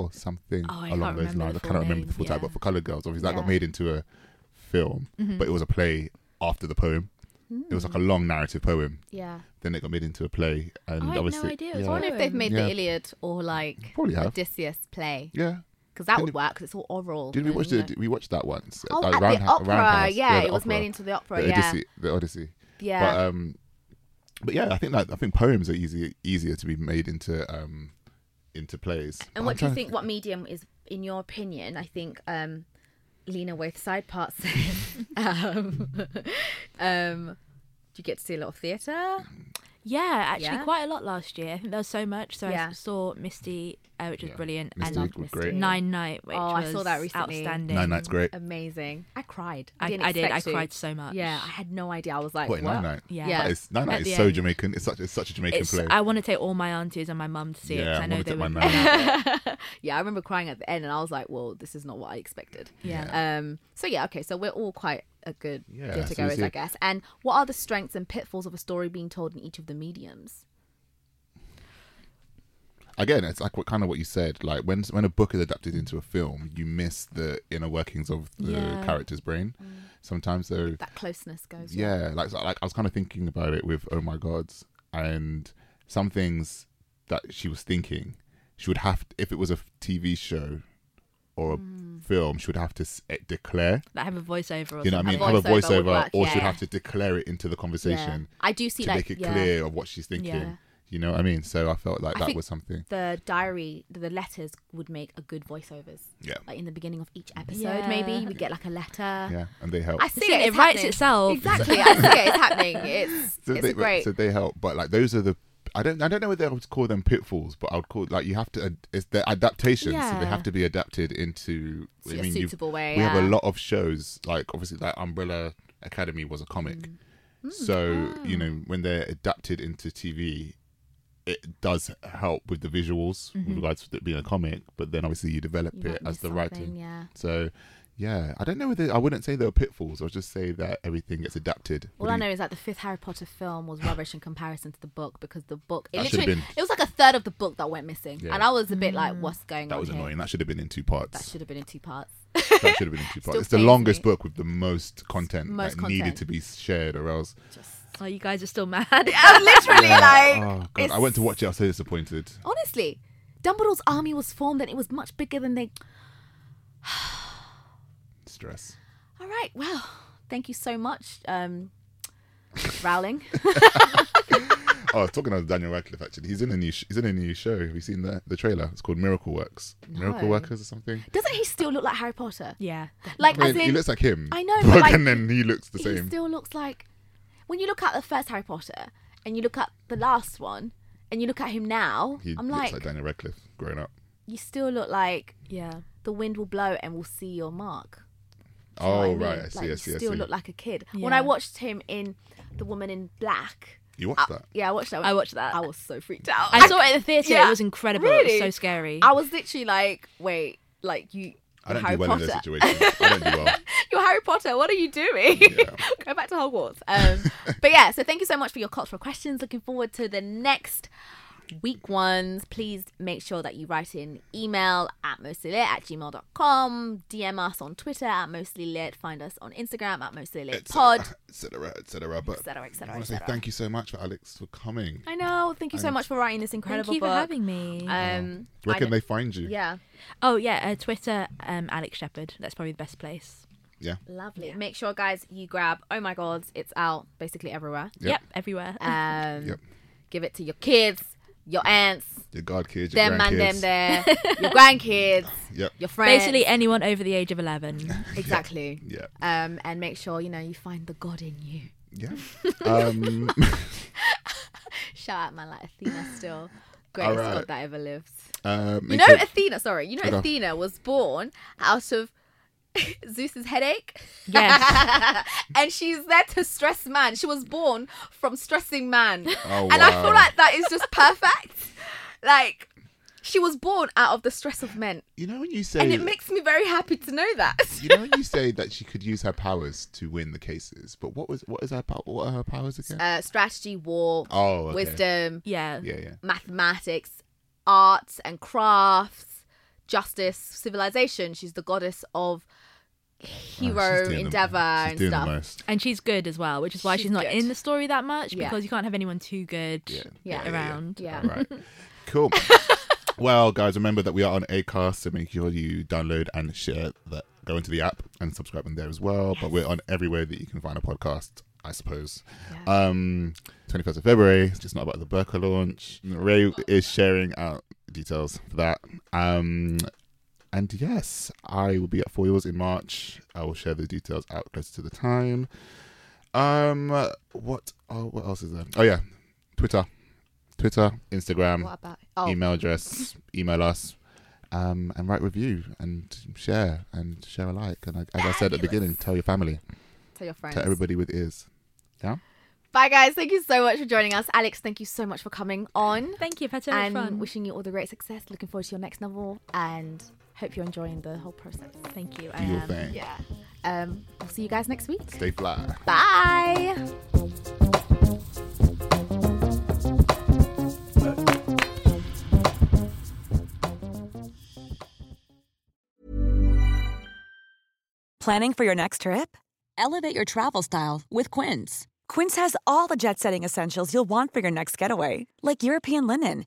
Speaker 3: or something
Speaker 5: Oh, I
Speaker 3: along
Speaker 5: can't
Speaker 3: those
Speaker 5: remember
Speaker 3: lines. I
Speaker 5: the full
Speaker 3: cannot remember the
Speaker 5: name,
Speaker 3: full title,
Speaker 5: yeah.
Speaker 3: but for Colored Girls, obviously that got
Speaker 5: Yeah.
Speaker 3: made into a film,
Speaker 5: Mhm.
Speaker 3: but it was a play after the poem. It was like
Speaker 5: Mm.
Speaker 3: a long narrative poem.
Speaker 2: Yeah.
Speaker 3: Then it got made into a play, and
Speaker 2: I
Speaker 5: Oh,
Speaker 2: had no
Speaker 3: obviously,
Speaker 2: idea. it was I wonder if they've made the Iliad or like
Speaker 3: Probably have.
Speaker 2: Odysseus play.
Speaker 3: Yeah.
Speaker 2: Because that
Speaker 3: Didn't
Speaker 2: would work. 'cause it's all oral.
Speaker 3: Did we watch
Speaker 2: and,
Speaker 3: the? We watched that once.
Speaker 2: Oh, at the
Speaker 3: Roundhou-
Speaker 2: opera,
Speaker 3: Roundhouse.
Speaker 2: yeah,
Speaker 3: the
Speaker 2: it was made
Speaker 3: opera.
Speaker 2: into the opera,
Speaker 3: The
Speaker 2: yeah.
Speaker 3: Odyssey. The Odyssey.
Speaker 2: Yeah.
Speaker 3: But um, but yeah, I think that I think poems are easy easier to be made into um into plays. But
Speaker 2: And
Speaker 3: I'm
Speaker 2: what do
Speaker 3: trying
Speaker 2: you
Speaker 3: to
Speaker 2: think? What medium is, in your opinion? I think um, Lena Waith side part says. um, um, do you get to see a lot of theatre?
Speaker 3: Mm.
Speaker 5: Yeah, actually,
Speaker 2: Yeah.
Speaker 5: quite a lot last year. I think there was so much. So
Speaker 2: Yeah.
Speaker 5: I saw Misty, uh, which was brilliant,
Speaker 3: Misty
Speaker 5: and
Speaker 3: was great.
Speaker 5: Nine Night, which
Speaker 2: oh,
Speaker 5: was
Speaker 2: I saw that recently.
Speaker 5: outstanding.
Speaker 3: Nine Night's great.
Speaker 2: Amazing. I cried.
Speaker 5: I-
Speaker 2: I, didn't
Speaker 5: I did. I
Speaker 2: expect to.
Speaker 5: cried so much.
Speaker 2: Yeah, I had no idea. I was like,
Speaker 3: Wait,
Speaker 2: what?
Speaker 3: Nine Night.
Speaker 2: Yeah.
Speaker 3: That is, Nine Night
Speaker 5: At
Speaker 3: is
Speaker 5: the
Speaker 3: so
Speaker 5: end.
Speaker 3: Jamaican. It's such it's such a Jamaican
Speaker 5: It's-
Speaker 3: play.
Speaker 5: I want to take all my aunties and my mum to see it.
Speaker 3: Yeah,
Speaker 5: 'cause
Speaker 3: I
Speaker 5: I know
Speaker 3: wanna
Speaker 5: they
Speaker 3: take
Speaker 5: would.
Speaker 3: my
Speaker 2: yeah, I remember crying at the end, and I was like, "Well, this is not what I expected."
Speaker 5: Yeah.
Speaker 2: Um. So yeah, okay. So we're all quite a good
Speaker 5: Yeah,
Speaker 2: theatre
Speaker 5: so you
Speaker 2: goers,
Speaker 5: see-
Speaker 2: I guess. And what are the strengths and pitfalls of a story being told in each of the mediums?
Speaker 3: Again, it's like what kind of what you said. Like when when a book is adapted into a film, you miss the inner workings of the
Speaker 2: Yeah. Mm.
Speaker 3: character's brain. Sometimes so
Speaker 2: That closeness goes. well.
Speaker 3: yeah like so, like i was kind of thinking about it with oh my gods and some things that she was thinking she would have if it was a tv show or a
Speaker 2: Mm.
Speaker 3: film she would have to s- eh, declare
Speaker 5: Like, have a voiceover or
Speaker 3: you know what i mean
Speaker 5: something.
Speaker 3: have a
Speaker 5: Voiceover would
Speaker 3: voiceover
Speaker 5: work,
Speaker 3: or
Speaker 5: yeah.
Speaker 3: she'd have to declare it into the conversation
Speaker 2: I do see,
Speaker 3: to
Speaker 2: like,
Speaker 3: make it
Speaker 2: yeah.
Speaker 3: clear of what she's thinking
Speaker 2: Yeah.
Speaker 3: you know what i mean so i felt like
Speaker 2: I
Speaker 3: that
Speaker 2: think
Speaker 3: was something
Speaker 2: The diary, the letters would make a good voiceovers.
Speaker 3: Yeah.
Speaker 2: Like in the beginning of each episode,
Speaker 5: Yeah.
Speaker 2: maybe we get like a letter.
Speaker 3: yeah and they help
Speaker 2: I see
Speaker 5: See,
Speaker 2: it.
Speaker 5: it
Speaker 2: it's
Speaker 5: writes
Speaker 2: happening.
Speaker 5: itself.
Speaker 2: Exactly. I see it. It's happening. It's,
Speaker 3: so
Speaker 2: it's
Speaker 3: they,
Speaker 2: a great.
Speaker 3: so they help but like those are the I don't. I don't know whether I would call them pitfalls, but I would call like you have to. ad- It's the adaptations, so they
Speaker 2: Yeah.
Speaker 3: have to be adapted into
Speaker 2: So a
Speaker 3: you've-
Speaker 2: suitable way,
Speaker 3: We have a
Speaker 2: yeah.
Speaker 3: lot of shows, like obviously, like Umbrella Academy was a comic,
Speaker 2: Mm. Hmm,
Speaker 3: so you know when they're adapted into TV, it does help with the visuals
Speaker 2: Mhm.
Speaker 3: with regards to it being a comic. But then obviously you develop
Speaker 2: You
Speaker 3: it
Speaker 2: might
Speaker 3: as
Speaker 2: miss
Speaker 3: the
Speaker 2: something,
Speaker 3: writing.
Speaker 2: yeah.
Speaker 3: So yeah, I don't know whether I wouldn't say there are pitfalls. I'll just say that everything gets adapted. What
Speaker 2: All
Speaker 3: do
Speaker 2: I
Speaker 3: you-
Speaker 2: know is that the fifth Harry Potter film was rubbish in comparison to the book because the book it
Speaker 3: That should've
Speaker 2: literally
Speaker 3: been-
Speaker 2: it was like a third of the book that went missing,
Speaker 3: Yeah.
Speaker 2: and I was a bit
Speaker 5: Mm.
Speaker 2: like, "What's going
Speaker 3: That
Speaker 2: on?"
Speaker 3: was
Speaker 2: here?
Speaker 3: annoying. That should have been in two parts.
Speaker 2: That should have been in two parts.
Speaker 3: that should have been in two
Speaker 2: Still
Speaker 3: parts. It's the
Speaker 2: pains
Speaker 3: longest
Speaker 2: me.
Speaker 3: book with the most content
Speaker 2: Most
Speaker 3: that needed
Speaker 2: content.
Speaker 3: to be shared, or else.
Speaker 5: Oh, you guys are still mad. I'm
Speaker 2: literally
Speaker 3: Yeah.
Speaker 2: like,
Speaker 3: oh, God.
Speaker 2: it's-
Speaker 3: I went to watch it. I was so disappointed.
Speaker 2: Honestly, Dumbledore's army was formed, and it was much bigger than they.
Speaker 3: Stress.
Speaker 2: All right, well, thank you so much, um, Rowling.
Speaker 3: oh, talking of Daniel Radcliffe, actually, he's in a new sh- he's in a new show. Have you seen the the trailer? It's called Miracle Works. Miracle
Speaker 2: No.
Speaker 3: Workers or something.
Speaker 2: Doesn't he still look like Harry Potter?
Speaker 5: Yeah,
Speaker 2: like
Speaker 3: I mean,
Speaker 2: as in,
Speaker 3: he looks like him.
Speaker 2: I know,
Speaker 3: but
Speaker 2: but like,
Speaker 3: and then he looks the
Speaker 2: He
Speaker 3: same.
Speaker 2: still looks like when you look at the first Harry Potter and you look at the last one and you look at him now.
Speaker 3: He
Speaker 2: I'm
Speaker 3: looks
Speaker 2: like,
Speaker 3: like Daniel Radcliffe growing up.
Speaker 2: you still look like
Speaker 5: yeah.
Speaker 2: The wind will blow and we'll see your mark. Do you know
Speaker 3: Oh
Speaker 2: what I mean?
Speaker 3: right, I see,
Speaker 2: Like,
Speaker 3: I
Speaker 2: you
Speaker 3: see, I
Speaker 2: Still
Speaker 3: see.
Speaker 2: look like a kid. When I watched him in The Woman in Black.
Speaker 3: You watched that?
Speaker 2: Yeah, I watched that.
Speaker 5: I watched that.
Speaker 2: I was so freaked out.
Speaker 5: I saw it at the theatre.
Speaker 2: Yeah.
Speaker 5: It was incredible. It was
Speaker 2: Really?
Speaker 5: so scary.
Speaker 2: I was literally like, wait, like you.
Speaker 3: I don't
Speaker 2: Harry
Speaker 3: do well
Speaker 2: Potter.
Speaker 3: in those situations. I don't do well.
Speaker 2: You're Harry Potter. What are you doing? Go back to Hogwarts. Um, but yeah, so thank you so much for your cultural questions. Looking forward to the next week ones. Please make sure that you write in email at mostlylit at gmail.com. DM us on Twitter at mostlylit. Find us on Instagram at mostlylit
Speaker 3: Etc. Etc. But
Speaker 2: Etc, etc,
Speaker 3: I want to say
Speaker 2: etc.
Speaker 3: uh, thank you so much for Alex for coming.
Speaker 2: I know. Thank you so
Speaker 3: And-
Speaker 2: much for writing this incredible
Speaker 5: you for
Speaker 2: book.
Speaker 5: having me.
Speaker 2: Um,
Speaker 3: Where
Speaker 2: I
Speaker 3: can
Speaker 2: don't-
Speaker 3: they find you?
Speaker 2: Yeah.
Speaker 5: Oh yeah, uh, Twitter, um, Alex Shepherd. That's probably the best place.
Speaker 3: Yeah.
Speaker 2: Lovely. Make sure, guys, you grab Oh My Gods. It's out basically everywhere.
Speaker 3: Yep. Yep,
Speaker 5: everywhere.
Speaker 2: Um,
Speaker 3: Yep.
Speaker 2: Give it to your kids, your aunts,
Speaker 3: Your god kids, your
Speaker 2: them man,
Speaker 3: grandkids.
Speaker 2: them there, your grandkids,
Speaker 3: Yep.
Speaker 2: your friends.
Speaker 5: Basically, anyone over the age of eleven.
Speaker 2: Exactly.
Speaker 3: Yeah.
Speaker 2: Um, and make sure, you know, you find the God in you.
Speaker 3: Yeah. Um,
Speaker 2: Shout out my like Athena still. Greatest
Speaker 3: Alright.
Speaker 2: God that ever lived.
Speaker 3: uh,
Speaker 2: You
Speaker 3: make
Speaker 2: know
Speaker 3: sure-
Speaker 2: Athena, sorry, you know
Speaker 3: Hold on.
Speaker 2: Athena was born out of Zeus's headache.
Speaker 5: Yes.
Speaker 2: and she's there to stress man. She was born from stressing man.
Speaker 3: Oh,
Speaker 2: and I
Speaker 3: wow.
Speaker 2: feel like that is just perfect. like she was born out of the stress of men.
Speaker 3: You know when you say
Speaker 2: And it makes me very happy to know that.
Speaker 3: you know when you say that she could use her powers to win the cases, but what was what is her pow- what are her powers again?
Speaker 2: uh, strategy, war,
Speaker 3: Oh, okay.
Speaker 2: wisdom,
Speaker 5: yeah,
Speaker 3: Yeah, yeah.
Speaker 2: mathematics, arts and crafts,
Speaker 11: justice, civilization. She's the goddess of hero
Speaker 5: doing the-
Speaker 11: endeavor
Speaker 5: she's
Speaker 11: and
Speaker 5: doing the
Speaker 11: stuff.
Speaker 3: most.
Speaker 5: And she's good as well, which is why she's,
Speaker 11: She's
Speaker 5: not
Speaker 11: good.
Speaker 5: in the story that much
Speaker 11: Yeah.
Speaker 5: because you can't have anyone too good
Speaker 11: Yeah. Yeah.
Speaker 5: around.
Speaker 11: Yeah.
Speaker 3: Right. Cool. well, guys, remember that we are on Acast, so make sure you download and share that. Go into the app and subscribe in there as well. But we're on everywhere that you can find a podcast, I suppose. Um, 21st of February, it's just not about the Burka launch. Ray is sharing out details for that. Um, and yes, I will be at Four Wheels in March. I will share the details out closer to the time. Um, what? Oh, what else is there? Oh yeah, Twitter, Twitter, Instagram,
Speaker 11: What about- oh.
Speaker 3: email address, email us, um, and write review and share and share alike. And like, as I said at the beginning, tell your family,
Speaker 11: Tell your friends.
Speaker 3: tell everybody with ears. Yeah.
Speaker 11: Bye, guys. Thank you so much for joining us. Alex, thank you so much for coming on.
Speaker 5: Thank you. I've had so much
Speaker 11: and
Speaker 5: fun.
Speaker 11: wishing you all the great success. Looking forward to your next novel and hope you're enjoying the whole process.
Speaker 5: Thank you.
Speaker 3: I Do your am. thing.
Speaker 11: Yeah. Um, I'll see you guys next week.
Speaker 3: Stay fly.
Speaker 11: Bye.
Speaker 4: Planning for your next trip?
Speaker 16: Elevate your travel style with Quince.
Speaker 4: Quince has all the jet setting essentials you'll want for your next getaway, like European linen,